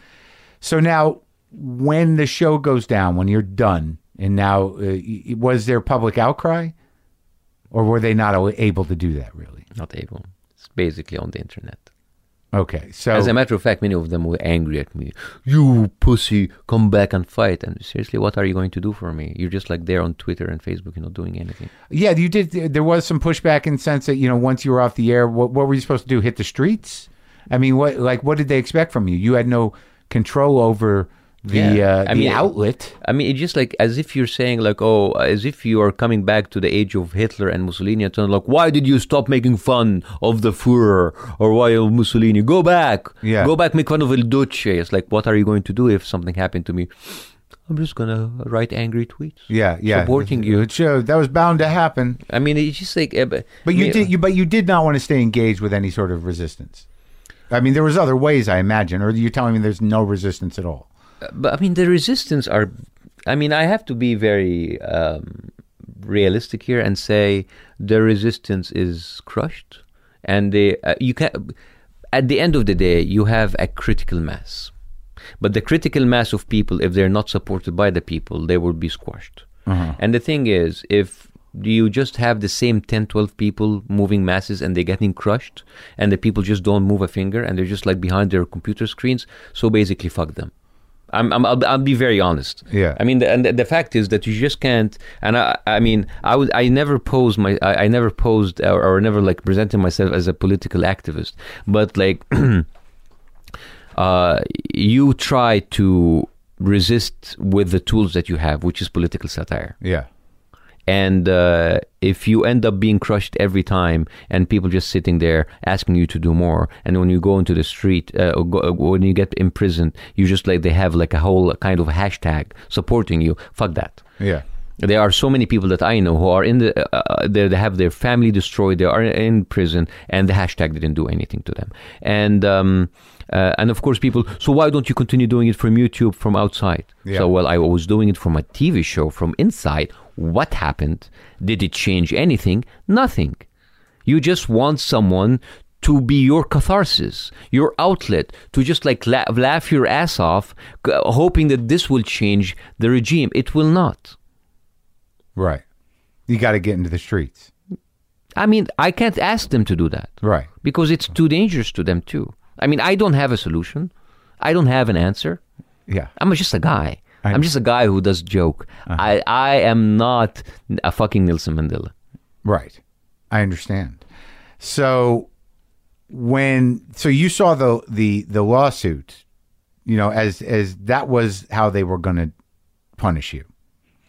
[SPEAKER 1] So now, when the show goes down, when you're done, and now, uh, y- y- was there public outcry, or were they not a- able to do that? Really?
[SPEAKER 3] not able it's basically on the internet
[SPEAKER 1] Okay. So
[SPEAKER 3] as a matter of fact many of them were angry at me you pussy come back and fight and seriously what are you going to do for me you're just like there on twitter and facebook you're not doing anything
[SPEAKER 1] yeah, you did. There was some pushback in the sense that you know once you were off the air, what what were you supposed to do? Hit the streets? I mean, what like what did they expect from you? You had no control over the
[SPEAKER 3] Yeah.
[SPEAKER 1] uh,
[SPEAKER 3] I
[SPEAKER 1] the
[SPEAKER 3] mean-
[SPEAKER 1] outlet.
[SPEAKER 3] i mean it's just like as if you're saying like oh as if you are coming back to the age of hitler and mussolini and like why did you stop making fun of the führer or why of mussolini go back
[SPEAKER 1] Yeah.
[SPEAKER 3] go back make fun of il duce it's like what are you going to do if something happened to me i'm just gonna write angry tweets
[SPEAKER 1] Yeah, yeah.
[SPEAKER 3] Supporting you.
[SPEAKER 1] It showed that was bound to happen.
[SPEAKER 3] I mean, it's just like. Uh, but
[SPEAKER 1] But you did. You but you did not want to stay engaged with any sort of resistance. I mean, there was other ways, I imagine. Or you're telling me there's no resistance at all?
[SPEAKER 3] But I mean, the resistance are. I mean, I have to be very um, realistic here and say the resistance is crushed, and they uh, you can. At the end of the day, you have a critical mass, but the critical mass of people, if they're not supported by the people, they will be squashed. And the thing is, if you just have the same 10 12 people moving masses and they're getting crushed and the people just don't move a finger and they're just like behind their computer screens so basically fuck them I'm, I'm I'll, I'll be very honest.
[SPEAKER 1] Yeah.
[SPEAKER 3] I mean, the, and the, the fact is that you just can't. And I, I mean, I would, I never posed my, I, I never posed or, or never like presented myself as a political activist. But like, [clears throat] uh, you try to resist with the tools that you have, which is political satire.
[SPEAKER 1] Yeah.
[SPEAKER 3] And uh, if you end up being crushed every time, and people just sitting there asking you to do more, and when you go into the street, uh, or go, uh, when you get imprisoned, you just like they have like a whole kind of hashtag supporting you. Fuck that.
[SPEAKER 1] Yeah.
[SPEAKER 3] There are so many people that I know who are in the, uh, uh, they they have their family destroyed, they are in prison, and the hashtag didn't do anything to them. And um, uh, and of course, people. So why don't you continue doing it from YouTube, from outside?
[SPEAKER 1] Yeah.
[SPEAKER 3] So well, I was doing it from a TV show, from inside. What happened? Did it change anything? Nothing. You just want someone to be your catharsis, your outlet, to just like la- laugh your ass off, g- hoping that this will change the regime. It will not.
[SPEAKER 1] Right. You got to get into the streets.
[SPEAKER 3] I mean, I can't ask them to do that
[SPEAKER 1] Right.
[SPEAKER 3] because it's too dangerous to them, too. I mean, I don't have a solution, I don't have an answer.
[SPEAKER 1] Yeah.
[SPEAKER 3] I'm just a guy.
[SPEAKER 1] I- Uh-huh.
[SPEAKER 3] I'm just a guy who does joke. I, I am not a fucking Nelson Mandela.
[SPEAKER 1] Right. I understand. So when so you saw the the the lawsuit, you know, as as that was how they were going to punish you.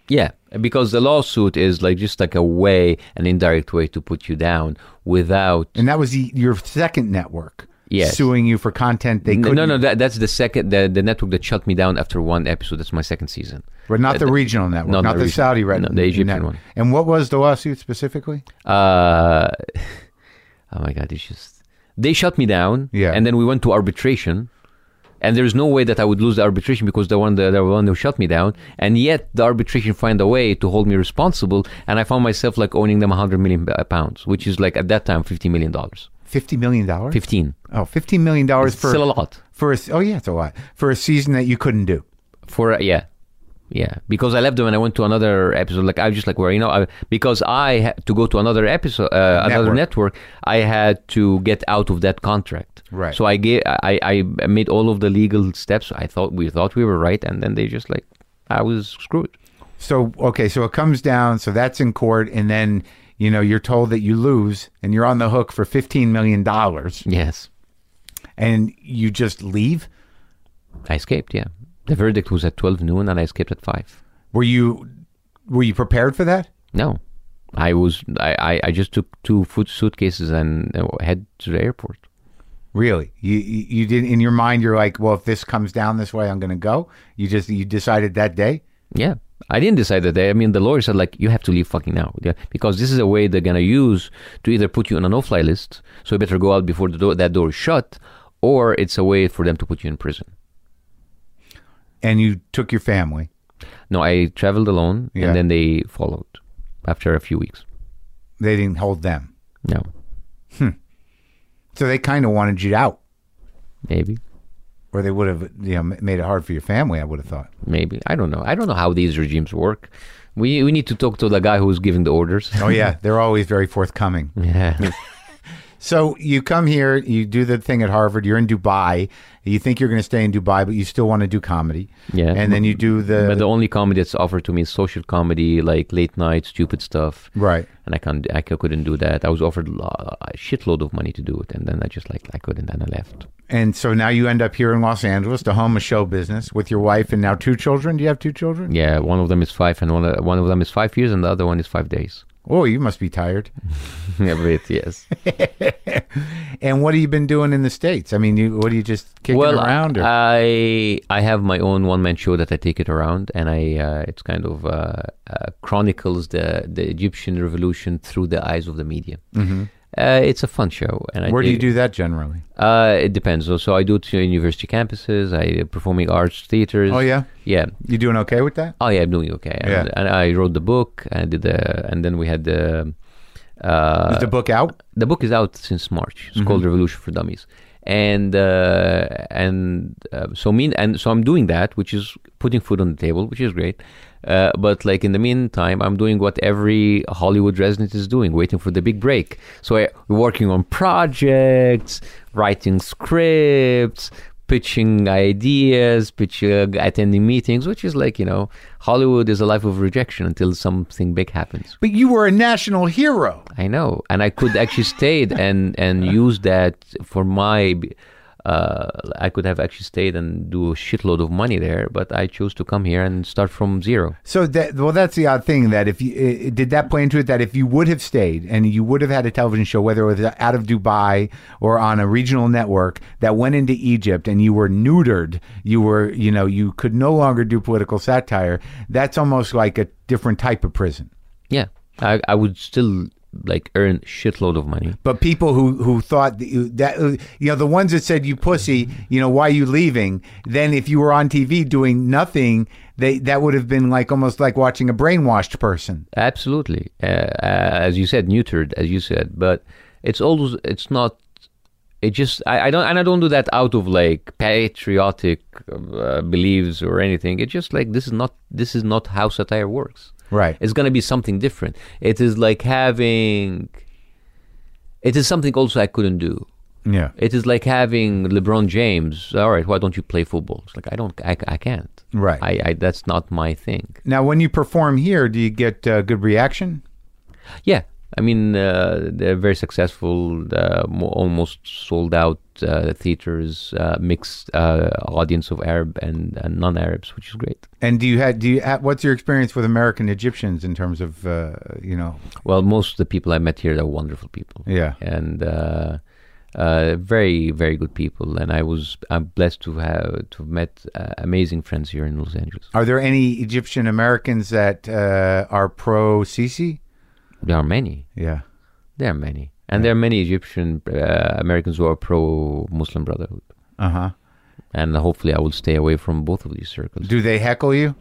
[SPEAKER 3] Yeah, because the lawsuit is like just like a way, an indirect way to put you down without.
[SPEAKER 1] And that was the, your second network
[SPEAKER 3] Yes.
[SPEAKER 1] suing you for content they couldn't
[SPEAKER 3] No, no, that, that's the second, the, the network that shut me down after one episode. That's my second season.
[SPEAKER 1] but not the, regional network,
[SPEAKER 3] Uh, no,
[SPEAKER 1] not
[SPEAKER 3] the
[SPEAKER 1] the,
[SPEAKER 3] regional.
[SPEAKER 1] Saudi red,
[SPEAKER 3] No, the Egyptian
[SPEAKER 1] network.
[SPEAKER 3] one.
[SPEAKER 1] And what was the lawsuit specifically?
[SPEAKER 3] Uh, [laughs] oh my God, it's just. They shut me down.
[SPEAKER 1] Yeah.
[SPEAKER 3] And then we went to arbitration. And there's no way that I would lose the arbitration because the one, the, the one who shut me down. And yet the arbitration find a way to hold me responsible. And I found myself like owning them 100 million uh, pounds, which is like at that time $50 million.
[SPEAKER 1] 50 million dollars?
[SPEAKER 3] 15.
[SPEAKER 1] Oh, 15 million dollars
[SPEAKER 3] It's
[SPEAKER 1] for
[SPEAKER 3] still a lot.
[SPEAKER 1] for a, oh yeah, it's a lot. For a season that you couldn't do.
[SPEAKER 3] for uh, yeah yeah because i left them and i went to another episode like i was just like where you know I, because i had to go to another episode uh, another network i had to get out of that contract
[SPEAKER 1] Right.
[SPEAKER 3] so i gave i i made all of the legal steps i thought we thought we were right and then they just like i was screwed
[SPEAKER 1] So okay, so it comes down. So that's in court, and then you know you're told that you lose, and you're on the hook for fifteen million dollars,
[SPEAKER 3] yes
[SPEAKER 1] and you just leave.
[SPEAKER 3] i escaped yeah the verdict was at 12 noon and i escaped at 5
[SPEAKER 1] Were you were you prepared for that?
[SPEAKER 3] no i was i i, I just took two food suitcases and uh, head to the airport
[SPEAKER 1] Really, you you you didn't in your mind. You're like, well, if this comes down this way, I'm going to go. You just you decided that day.
[SPEAKER 3] Yeah. I didn't decide that day. I mean, the lawyer said, like, you have to leave fucking now. Yeah. Because this is a way they're going to use to either put you on a no fly list, so you better go out before the door, that door is shut, or it's a way for them to put you in prison.
[SPEAKER 1] And you took your family.
[SPEAKER 3] No, I traveled alone,
[SPEAKER 1] Yeah.
[SPEAKER 3] and then they followed after a few weeks.
[SPEAKER 1] They didn't hold them,
[SPEAKER 3] No,
[SPEAKER 1] so they kind of wanted you out,
[SPEAKER 3] maybe.
[SPEAKER 1] or they would have you know m- made it hard for your family. I would have thought.
[SPEAKER 3] Maybe. I don't know. I don't know how these regimes work. We, we need to talk to the guy who's giving the orders. [laughs]
[SPEAKER 1] Oh yeah, they're always very forthcoming.
[SPEAKER 3] yeah.
[SPEAKER 1] So you come here, you do the thing at Harvard. You're in Dubai. You think you're going to stay in Dubai, but you still want to do comedy.
[SPEAKER 3] Yeah.
[SPEAKER 1] and then you do the,
[SPEAKER 3] but the only comedy that's offered to me is social comedy, like late night, stupid stuff.
[SPEAKER 1] right.
[SPEAKER 3] and I can't, I c- couldn't do that. I was offered lo- a shitload of money to do it, and then I just like I couldn't, and I left.
[SPEAKER 1] And so now you end up here in Los Angeles, the home of show business, with your wife and now two children. Do you have two children?
[SPEAKER 3] Yeah, one of them is five, and one one of them is five years, and the other one is five days. [laughs]
[SPEAKER 1] Oh, you must be tired.
[SPEAKER 3] a bit,
[SPEAKER 1] [laughs]
[SPEAKER 3] yes.
[SPEAKER 1] And what have you been doing in the states? I mean, you, what are you just kicking
[SPEAKER 3] well,
[SPEAKER 1] around? Or?
[SPEAKER 3] I I have my own one man show that I take it around, and I uh, it's kind of uh, uh, chronicles the the Egyptian revolution through the eyes of the media. Mm-hmm. Uh, it's a fun show, and I
[SPEAKER 1] Where do
[SPEAKER 3] take-
[SPEAKER 1] you do that generally?
[SPEAKER 3] Uh, it depends. So, so I do it to university campuses, I performing arts theaters.
[SPEAKER 1] Oh yeah,
[SPEAKER 3] yeah.
[SPEAKER 1] you doing okay with that?
[SPEAKER 3] Oh yeah, I'm doing okay. And,
[SPEAKER 1] Yeah.
[SPEAKER 3] and I wrote the book. I did the, and then we had the, uh,
[SPEAKER 1] Is the book out?
[SPEAKER 3] the book is out since March. It's called Revolution for Dummies, and uh, and uh, so mean and so I'm doing that, which is putting food on the table, which is great. Uh, but like in the meantime, I'm doing what every Hollywood resident is doing, waiting for the big break. So I, working on projects, writing scripts, pitching ideas, pitching, uh, attending meetings, which is like you know, Hollywood is a life of rejection until something big happens.
[SPEAKER 1] But you were a national hero.
[SPEAKER 3] I know, and I could actually stayed and and use that for my. Uh, I could have actually stayed and do a shitload of money there, but I chose to come here and start from zero.
[SPEAKER 1] So that well, that's the odd thing that if you i- i- did that play into it that if you would have stayed and you would have had a television show, whether it was out of Dubai or on a regional network that went into Egypt, and you were neutered, you were you know you could no longer do political satire. That's almost like a different type of prison.
[SPEAKER 3] Yeah, I I would still like earn shitload of money.
[SPEAKER 1] But people who who thought that, you- that uh, you know the ones that said you pussy, you know why you leaving? Then if you were on TV doing nothing, they that would have been like almost like watching a brainwashed person.
[SPEAKER 3] Absolutely, uh, uh, as you said, neutered, as you said, but it's always it's not it just I, I don't and I don't do that out of like patriotic uh, beliefs or anything. It's just like this is not this is not how satire works.
[SPEAKER 1] Right.
[SPEAKER 3] It's gonna be something different. It is like having. It is something also I couldn't do.
[SPEAKER 1] Yeah.
[SPEAKER 3] It is like having LeBron James. All right, why don't you play football? It's like I don't, I, I can't.
[SPEAKER 1] Right.
[SPEAKER 3] I, I, that's not my thing.
[SPEAKER 1] Now, when you perform here, do you get uh, good reaction?
[SPEAKER 3] Yeah, I mean uh, they're very successful, uh, mo- almost sold out uh, theaters, uh, mixed uh, audience of Arab and, and non-Arabs, which is great.
[SPEAKER 1] And do you had do you ha- what's your experience with American Egyptians in terms of uh, you know
[SPEAKER 3] Well, most of the people I met here are wonderful people.
[SPEAKER 1] Yeah.
[SPEAKER 3] and uh, uh, very very good people. And I was I'm blessed to have to have met uh, amazing friends here in Los Angeles.
[SPEAKER 1] are there any Egyptian Americans that uh, are pro Sisi?
[SPEAKER 3] There are many.
[SPEAKER 1] Yeah.
[SPEAKER 3] There are many. And there are many Egyptian uh, Americans who are pro Muslim Brotherhood.
[SPEAKER 1] Uh huh.
[SPEAKER 3] And hopefully, I will stay away from both of these circles.
[SPEAKER 1] Do they heckle you?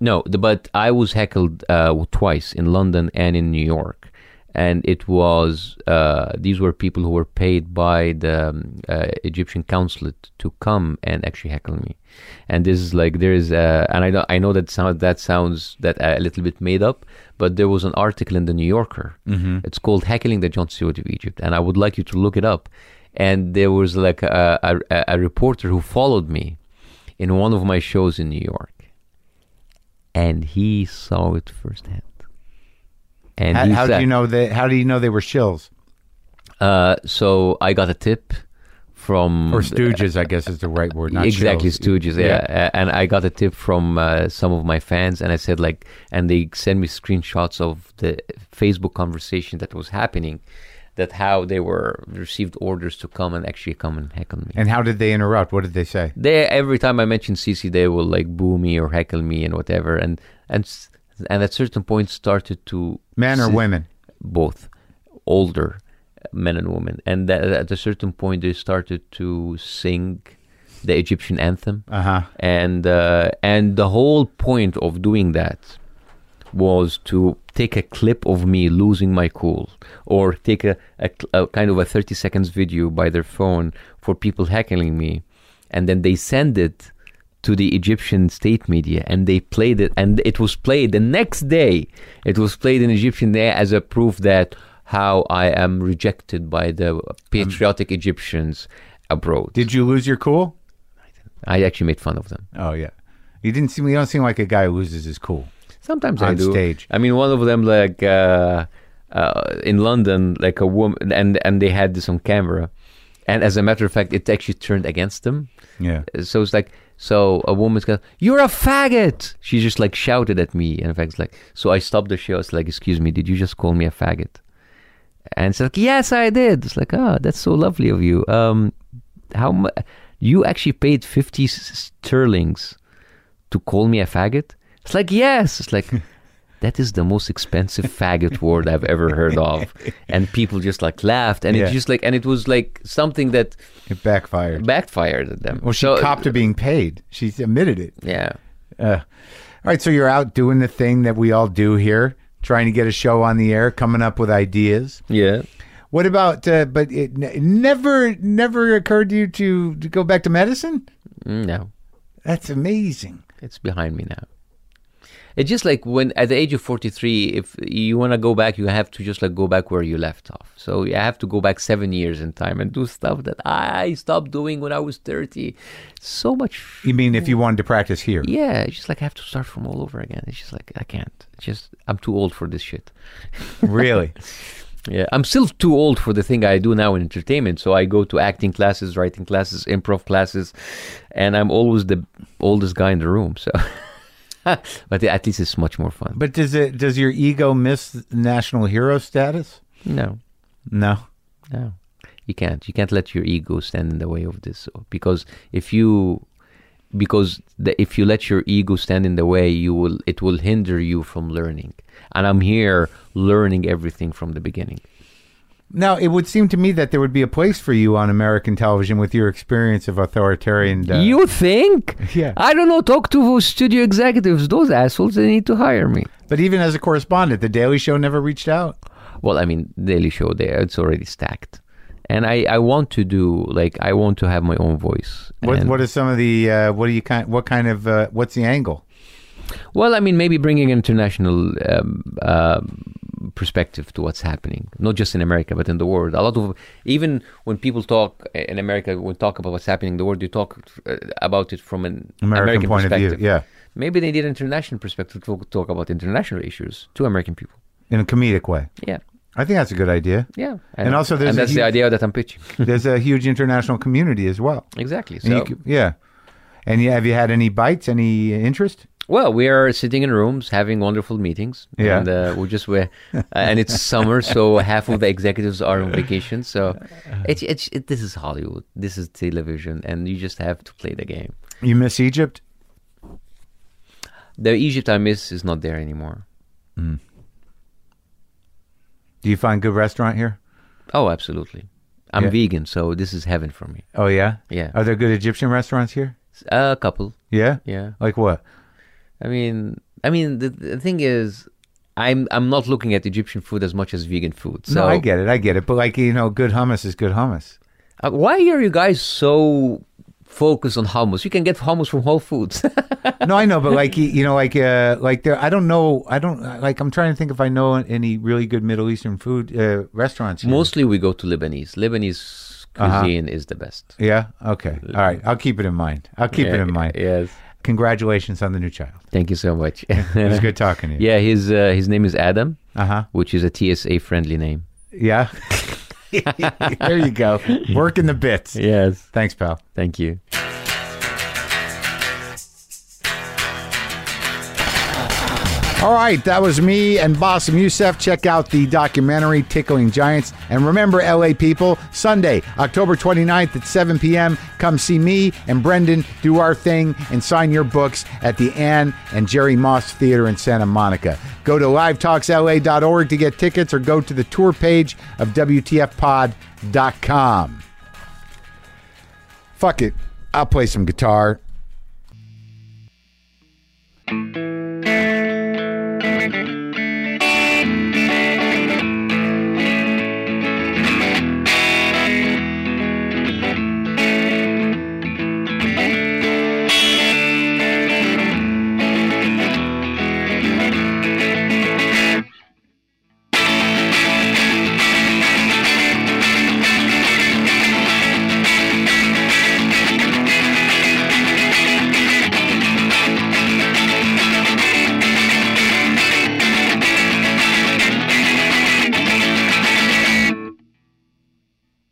[SPEAKER 3] No, the, but I was heckled uh, twice in London and in New York, and it was uh, these were people who were paid by the um, uh, Egyptian consulate to come and actually heckle me, and this is like there is uh, and I know I know that sound that sounds that uh, a little bit made up, but there was an article in the New Yorker. It's called "Heckling the John Stewart of Egypt," and I would like you to look it up. And there was like a, a, a- a reporter who followed me in one of my shows in New York and he saw it firsthand. And
[SPEAKER 1] How,
[SPEAKER 3] he
[SPEAKER 1] how
[SPEAKER 3] said-
[SPEAKER 1] do you know that? How do you know they were shills
[SPEAKER 3] Uh, so I got a tip from
[SPEAKER 1] or stooges? I guess is the right word. Not
[SPEAKER 3] exactly
[SPEAKER 1] shills.
[SPEAKER 3] Stooges, yeah. A- And I got a tip from uh, some of my fans, and I said like, and they sent me screenshots of the Facebook conversation that was happening, that how they were received orders to come and actually come and hack on me.
[SPEAKER 1] And how did they interrupt? What did they say?
[SPEAKER 3] they every time I mention CC, they will like boo me or heckle me and whatever, and and s- and at certain point started to
[SPEAKER 1] Men or
[SPEAKER 3] s-
[SPEAKER 1] women?
[SPEAKER 3] both older men and women and tha- at a certain point they started to sing the egyptian anthem
[SPEAKER 1] Uh huh.
[SPEAKER 3] and uh, and the whole point of doing that was to take a clip of me losing my cool or take a, a, cl- a kind of a 30 seconds video by their phone for people heckling me and then they send it to the Egyptian state media and they played it and it was played the next day it was played in Egyptian there as a proof that how I am rejected by the patriotic Egyptians abroad
[SPEAKER 1] Did you lose your cool?
[SPEAKER 3] I actually made fun of them
[SPEAKER 1] Oh yeah. You didn't seem. You don't seem like a guy who loses his cool.
[SPEAKER 3] Sometimes I
[SPEAKER 1] on
[SPEAKER 3] do.
[SPEAKER 1] stage.
[SPEAKER 3] I mean, one of them, like uh, uh, in London, like a woman, and and they had this on camera, and as a matter of fact, it actually turned against them.
[SPEAKER 1] Yeah.
[SPEAKER 3] So it's like, so a woman's going, "You're a faggot!" She just like shouted at me, and in fact, it's like, so I stopped the show. It's like, "Excuse me, did you just call me a faggot?" And it's like, "Yes, I did." It's like, "Ah, that's so lovely of you." Um, how mu you actually paid fifty s- sterlings to call me a faggot? It's like, yes. It's like, [laughs] that is the most expensive faggot word I've ever heard of. And people just like laughed. And
[SPEAKER 1] Yeah.
[SPEAKER 3] it just like, and it was like something that
[SPEAKER 1] It backfired.
[SPEAKER 3] backfired at them.
[SPEAKER 1] Well, she copped to being paid. She admitted it.
[SPEAKER 3] Yeah.
[SPEAKER 1] Uh, all right, so you're out doing the thing that we all do here, trying to get a show on the air, coming up with ideas.
[SPEAKER 3] Yeah.
[SPEAKER 1] What about? Uh, but it n- never, never occurred to you to, to go back to medicine.
[SPEAKER 3] Mm, No,
[SPEAKER 1] That's amazing.
[SPEAKER 3] it's behind me now. It's just like when at the age of 43, if you want to go back, you have to just like go back where you left off. So you have to go back seven years in time and do stuff that I stopped doing when I was 30. So much
[SPEAKER 1] You mean if you wanted to practice here?
[SPEAKER 3] Yeah, it's just like I have to start from all over again. It's just like I can't. It's just I'm too old for this shit.
[SPEAKER 1] [laughs] Really?
[SPEAKER 3] Yeah, I'm still too old for the thing I do now in entertainment. So I go to acting classes, writing classes, improv classes, and I'm always the oldest guy in the room. So, [laughs] but at least it's much more fun.
[SPEAKER 1] But does it? Does your ego miss national hero status?
[SPEAKER 3] No,
[SPEAKER 1] No.
[SPEAKER 3] no, you can't. You can't let your ego stand in the way of this because if you because the, if you let your ego stand in the way you will it will hinder you from learning and i'm here learning everything from the beginning
[SPEAKER 1] Now it would seem to me that there would be a place for you on American television with your experience of authoritarian. Uh,
[SPEAKER 3] You think?
[SPEAKER 1] [laughs] Yeah.
[SPEAKER 3] I don't know. Talk to studio executives. Those assholes. They need to hire me.
[SPEAKER 1] but even as a correspondent, the Daily Show never reached out.
[SPEAKER 3] Well, I mean, Daily Show. There, it's already stacked, and I, I want to do like I want to have my own voice.
[SPEAKER 1] What,
[SPEAKER 3] And-
[SPEAKER 1] what are some of the uh, what do you kind what kind of uh, what's the angle?
[SPEAKER 3] Well, I mean, maybe bringing an international um, uh, perspective to what's happening, not just in America but in the world. A lot of even when people talk eh, in America, when talk about what's happening in the world, you talk uh, about it from an
[SPEAKER 1] American
[SPEAKER 3] American,
[SPEAKER 1] point of view,
[SPEAKER 3] perspective.
[SPEAKER 1] yeah.
[SPEAKER 3] Maybe they need an international perspective to talk about international issues to American people.
[SPEAKER 1] in a comedic way.
[SPEAKER 3] Yeah,
[SPEAKER 1] I think that's a good idea. [laughs]
[SPEAKER 3] yeah.
[SPEAKER 1] And also there's
[SPEAKER 3] and
[SPEAKER 1] a
[SPEAKER 3] that's the
[SPEAKER 1] huge-
[SPEAKER 3] idea that I'm pitching.
[SPEAKER 1] There's a huge international community as well.
[SPEAKER 3] [laughs] exactly.
[SPEAKER 1] And
[SPEAKER 3] So
[SPEAKER 1] you c- yeah. And yeah, have you had any bites, any interest?
[SPEAKER 3] Well, we are sitting in rooms having wonderful meetings.
[SPEAKER 1] Yeah.
[SPEAKER 3] And uh, we just we're, and it's summer, so half of the executives are on vacation. So it's it's it, this is Hollywood, this is television, and you just have to play the game.
[SPEAKER 1] You miss Egypt?
[SPEAKER 3] The Egypt I miss is not there anymore.
[SPEAKER 1] Do you find good restaurant here?
[SPEAKER 3] Oh, absolutely. I'm
[SPEAKER 1] Yeah.
[SPEAKER 3] vegan, so this is heaven for me.
[SPEAKER 1] Oh yeah.
[SPEAKER 3] Yeah.
[SPEAKER 1] Are there good Egyptian restaurants here?
[SPEAKER 3] A couple,
[SPEAKER 1] Yeah.
[SPEAKER 3] yeah.
[SPEAKER 1] Like what?
[SPEAKER 3] I mean, I mean, the, the thing is, I'm I'm not looking at Egyptian food as much as vegan food. So
[SPEAKER 1] no, I get it. I get it. But like you know, good hummus is good hummus.
[SPEAKER 3] Uh, why are you guys so focused on hummus? You can get hummus from Whole Foods. [laughs]
[SPEAKER 1] no, I know, but like you- you know, like uh, like there, I don't know. I don't like. I'm trying to think if I know any really good Middle Eastern food uh, restaurants. Here.
[SPEAKER 3] Mostly we go to Lebanese. Lebanese
[SPEAKER 1] Uh-huh.
[SPEAKER 3] cuisine is the best.
[SPEAKER 1] Yeah. Okay. All right. I'll keep it in mind. I'll keep it in mind.
[SPEAKER 3] Yes.
[SPEAKER 1] Congratulations on the new child.
[SPEAKER 3] Thank you so
[SPEAKER 1] [laughs]
[SPEAKER 3] much.
[SPEAKER 1] It was good talking to you.
[SPEAKER 3] [laughs] yeah, his uh, his name is Adam,
[SPEAKER 1] Uh huh.
[SPEAKER 3] which is a TSA friendly name.
[SPEAKER 1] Yeah. [laughs] there you go. Working the bits.
[SPEAKER 3] Yes.
[SPEAKER 1] Thanks, pal.
[SPEAKER 3] Thank you.
[SPEAKER 1] All right, that was me and Bassem Youssef. Check out the documentary Tickling Giants. And remember, LA people, Sunday, October 29th at 7 p.m., come see me and Brendan do our thing and sign your books at the Ann and Jerry Moss Theater in Santa Monica. Go to livetalksla.org to get tickets or go to the tour page of WTFpod.com. Fuck it, I'll play some guitar.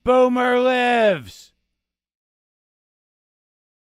[SPEAKER 2] Boomerly.